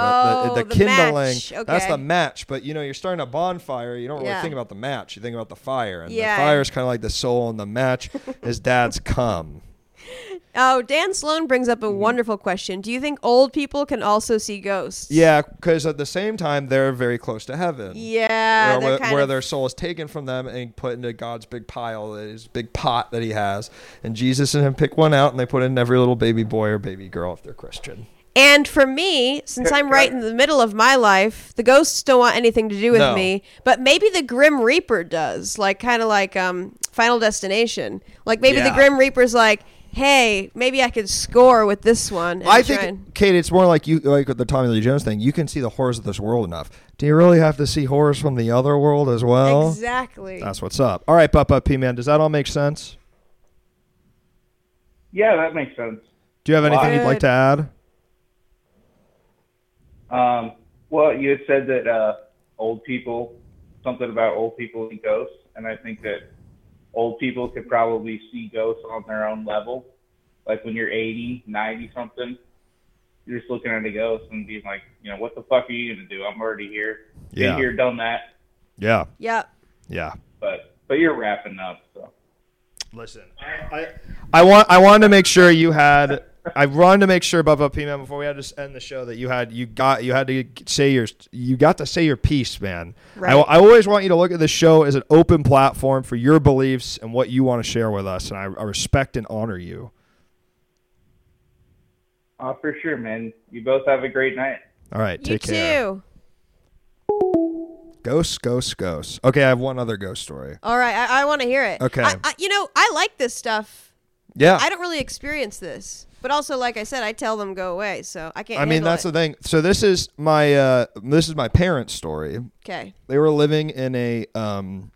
Oh,
the,
the
kindling.
match.
That's
Okay.
the match. But you know, you're starting a bonfire. You don't really
Yeah.
think about the match. You think about the fire, and
Yeah.
the fire is kind of like the soul, and the
<laughs>
match is dad's come.
Oh, Dan Sloan brings up a
Mm-hmm.
wonderful question. Do you think old people can also see ghosts?
Yeah, because at the same time, they're very close to heaven.
Yeah.
where, where,
they're kind
where
of-
their soul is taken from them and put into God's big pile, his big pot that he has. And Jesus and him pick one out and they put in every little baby boy or baby girl if they're Christian.
And for me, since I'm right in the middle of my life, the ghosts don't want anything to do with
No.
me. But maybe the Grim Reaper does, like kind of like um, Final Destination. Like maybe the
Yeah.
Grim Reaper's like, "Hey, maybe I could score with this one." and
I
try
think,
and-"
Kate, it's more like you, like with the Tommy Lee Jones thing. You can see the horrors of this world enough. Do you really have to see horrors from the other world as well?
exactly.
That's what's up. All right, Papa P Man, does that all make sense?
Yeah, that makes sense.
Do you have anything you'd
Good.
like to add?
Um, well, you had said that uh, old people, something about old people and ghosts, and I think that old people could probably see ghosts on their own level. Like when you're 80, 90 something, you're just looking at a ghost and being like, you know, what the fuck are you gonna do? I'm already here.
Yeah.
Been here, done that.
Yeah,
yeah.
yeah.
But but you're wrapping up, so
Listen, I, I want I wanted to make sure you had I wanted to make sure Bubba P man before we had to s- end the show that you had you got you had to say your you got to say your piece, man. I,
Right.
I always want you to look at this show as an open platform for your beliefs and what you want to share with us, and I, I respect and honor you.
uh, for sure, man. You both have a great night.
All right,
You
take
too.
care. Ghosts, ghosts, ghosts. Okay, I have one other ghost story.
All right, I, I want to hear it.
Okay. Uh,
I, I, you know, I like this stuff.
Yeah,
I don't really experience this, but also, like I said, I tell them go away, so I can't.
I mean
handle
that's
it.
the thing. So this is my uh, this is my parents' story.
okay. <laughs>
they were living in a um,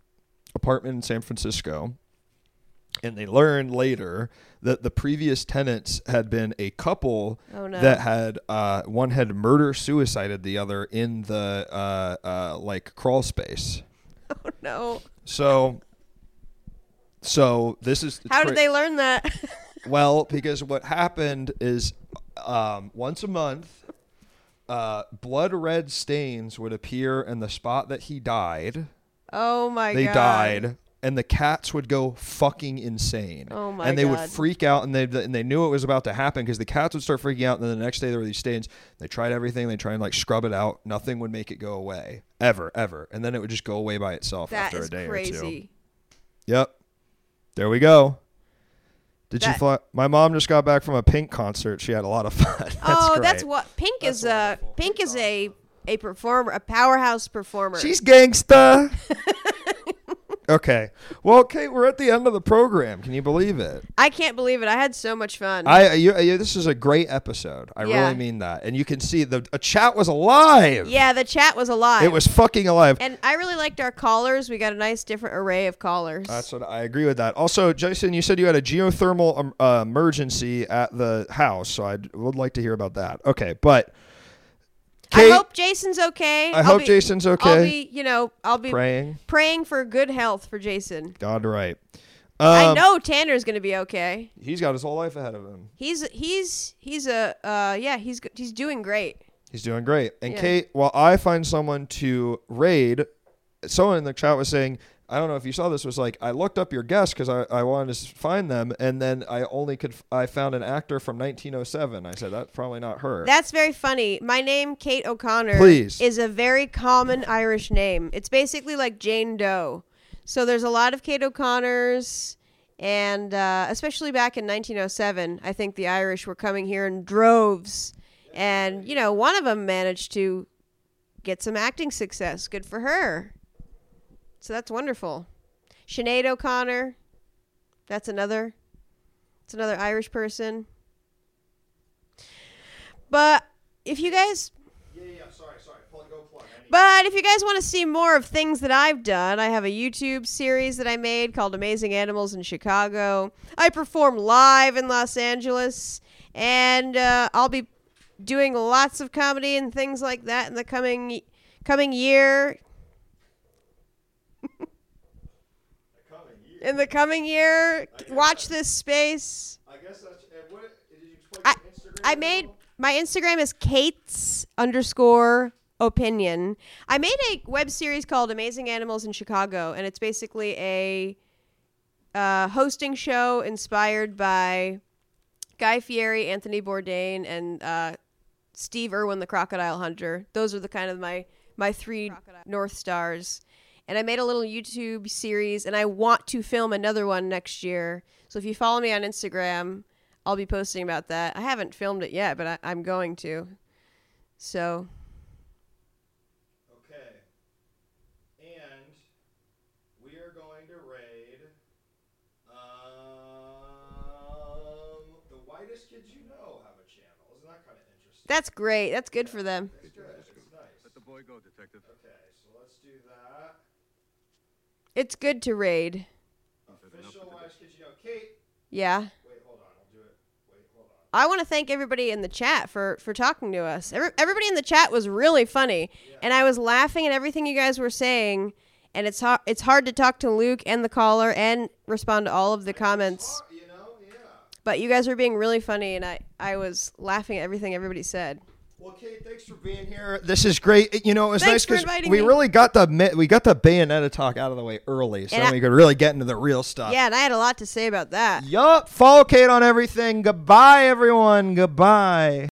apartment in San Francisco, and they learned later that the previous tenants had been a couple
Oh, no.
that had uh, one had murder suicided the other in the uh, uh, like crawl space.
No.
So, so this is
How
cra-
did they learn that? <laughs>
well, because what happened is um, once a month, uh, blood red stains would appear in the spot that he died.
oh my
they
god.
died and the cats would go fucking insane
Oh my
and they would
God.
freak out and they and they knew it was about to happen because the cats would start freaking out and then the next day there were these stains they tried everything they tried and like scrub it out nothing would make it go away ever ever and then it would just go away by itself
That
after
is
a day or two
crazy.
yep there we go did you
That-
fly my mom just got back from a pink concert she had a lot of <laughs> fun that's
oh,
great.
that's what Pink is a Pink is a a performer, a powerhouse performer.
She's
<laughs>
gangsta. okay. Well, Kate, we're at the end of the program. Can you believe it?
I can't believe it. I had so much fun.
I uh, you, you, this is a great episode. I
Yeah.
really mean that. And you can see the a chat was alive.
yeah, the chat was alive.
It was fucking alive.
and I really liked our callers. We got a nice different array of callers.
That's what I agree with that. Also, Jason, you said you had a geothermal um, uh, emergency at the house, so I would like to hear about that. Okay, but Kate,
I hope Jason's okay.
I
I'll
hope
be-
Jason's
I'll
okay.
be, you know, I'll be
praying.
praying for good health for Jason.
God right. Um,
I know Tanner's going to be okay.
he's got his whole life ahead of him.
He's he's he's a uh yeah, he's g- he's doing great.
He's doing great. And
Yeah.
Kate, while I find someone to raid, someone in the chat was saying, I don't know if you saw this, was like, I looked up your guests because I, I wanted to s- find them. And then I only could, f- I found an actor from 1907. I said, that's probably not her.
That's very funny. My name, Kate O'Connor,
Please.
is a very common Irish name. It's basically like Jane Doe. So there's a lot of Kate O'Connors, and uh, especially back in 1907, I think the Irish were coming here in droves. And, you know, one of them managed to get some acting success. Good for her. So that's wonderful. Sinead O'Connor, that's another. It's another Irish person. But if you guys but if you guys want to see more of things that I've done, I have a YouTube series that I made called Amazing Animals in Chicago. I perform live in Los Angeles, and uh, I'll be doing lots of comedy and things like that in the coming
<laughs>
coming year. in the coming year. Watch this space.
I guess that's. What, did you explain
I, I made my Instagram is Kate's underscore opinion. I made a web series called Amazing Animals in Chicago, and it's basically a uh, hosting show inspired by Guy Fieri, Anthony Bourdain, and uh, Steve Irwin, the crocodile hunter. Those are the kind of my my three north stars. And I made a little YouTube series, and I want to film another one next year. So if you follow me on Instagram, I'll be posting about that. I haven't filmed it yet, but I, I'm going to. So
Okay. And we are going to raid um, the whitest kids you know have a channel. Isn't that kind of interesting?
that's great. That's good for them.
It's good. It's nice.
Let the boy go, detective.
Okay, so let's do that.
It's good to raid.
Official whitest kids you know. Kate.
Yeah.
Wait, hold on. I'll do it. Wait, hold on.
I want to thank everybody in the chat for for talking to us. Every, everybody in the chat was really funny, and I was laughing at everything you guys were saying. And it's hard it's hard to talk to Luke and the caller and respond to all of the comments.
Oh, you know, yeah.
But you guys were being really funny, and I I was laughing at everything everybody said.
Well, Kate, thanks for being here. This is great. You know, it was
Thanks for
nice because
inviting
we
me.
really got the mi- we got the Bayonetta talk out of the way early, so
And I-
we could really get into the real stuff.
Yeah, and I had a lot to say about that.
Yup. Follow Kate on everything. Goodbye, everyone. Goodbye.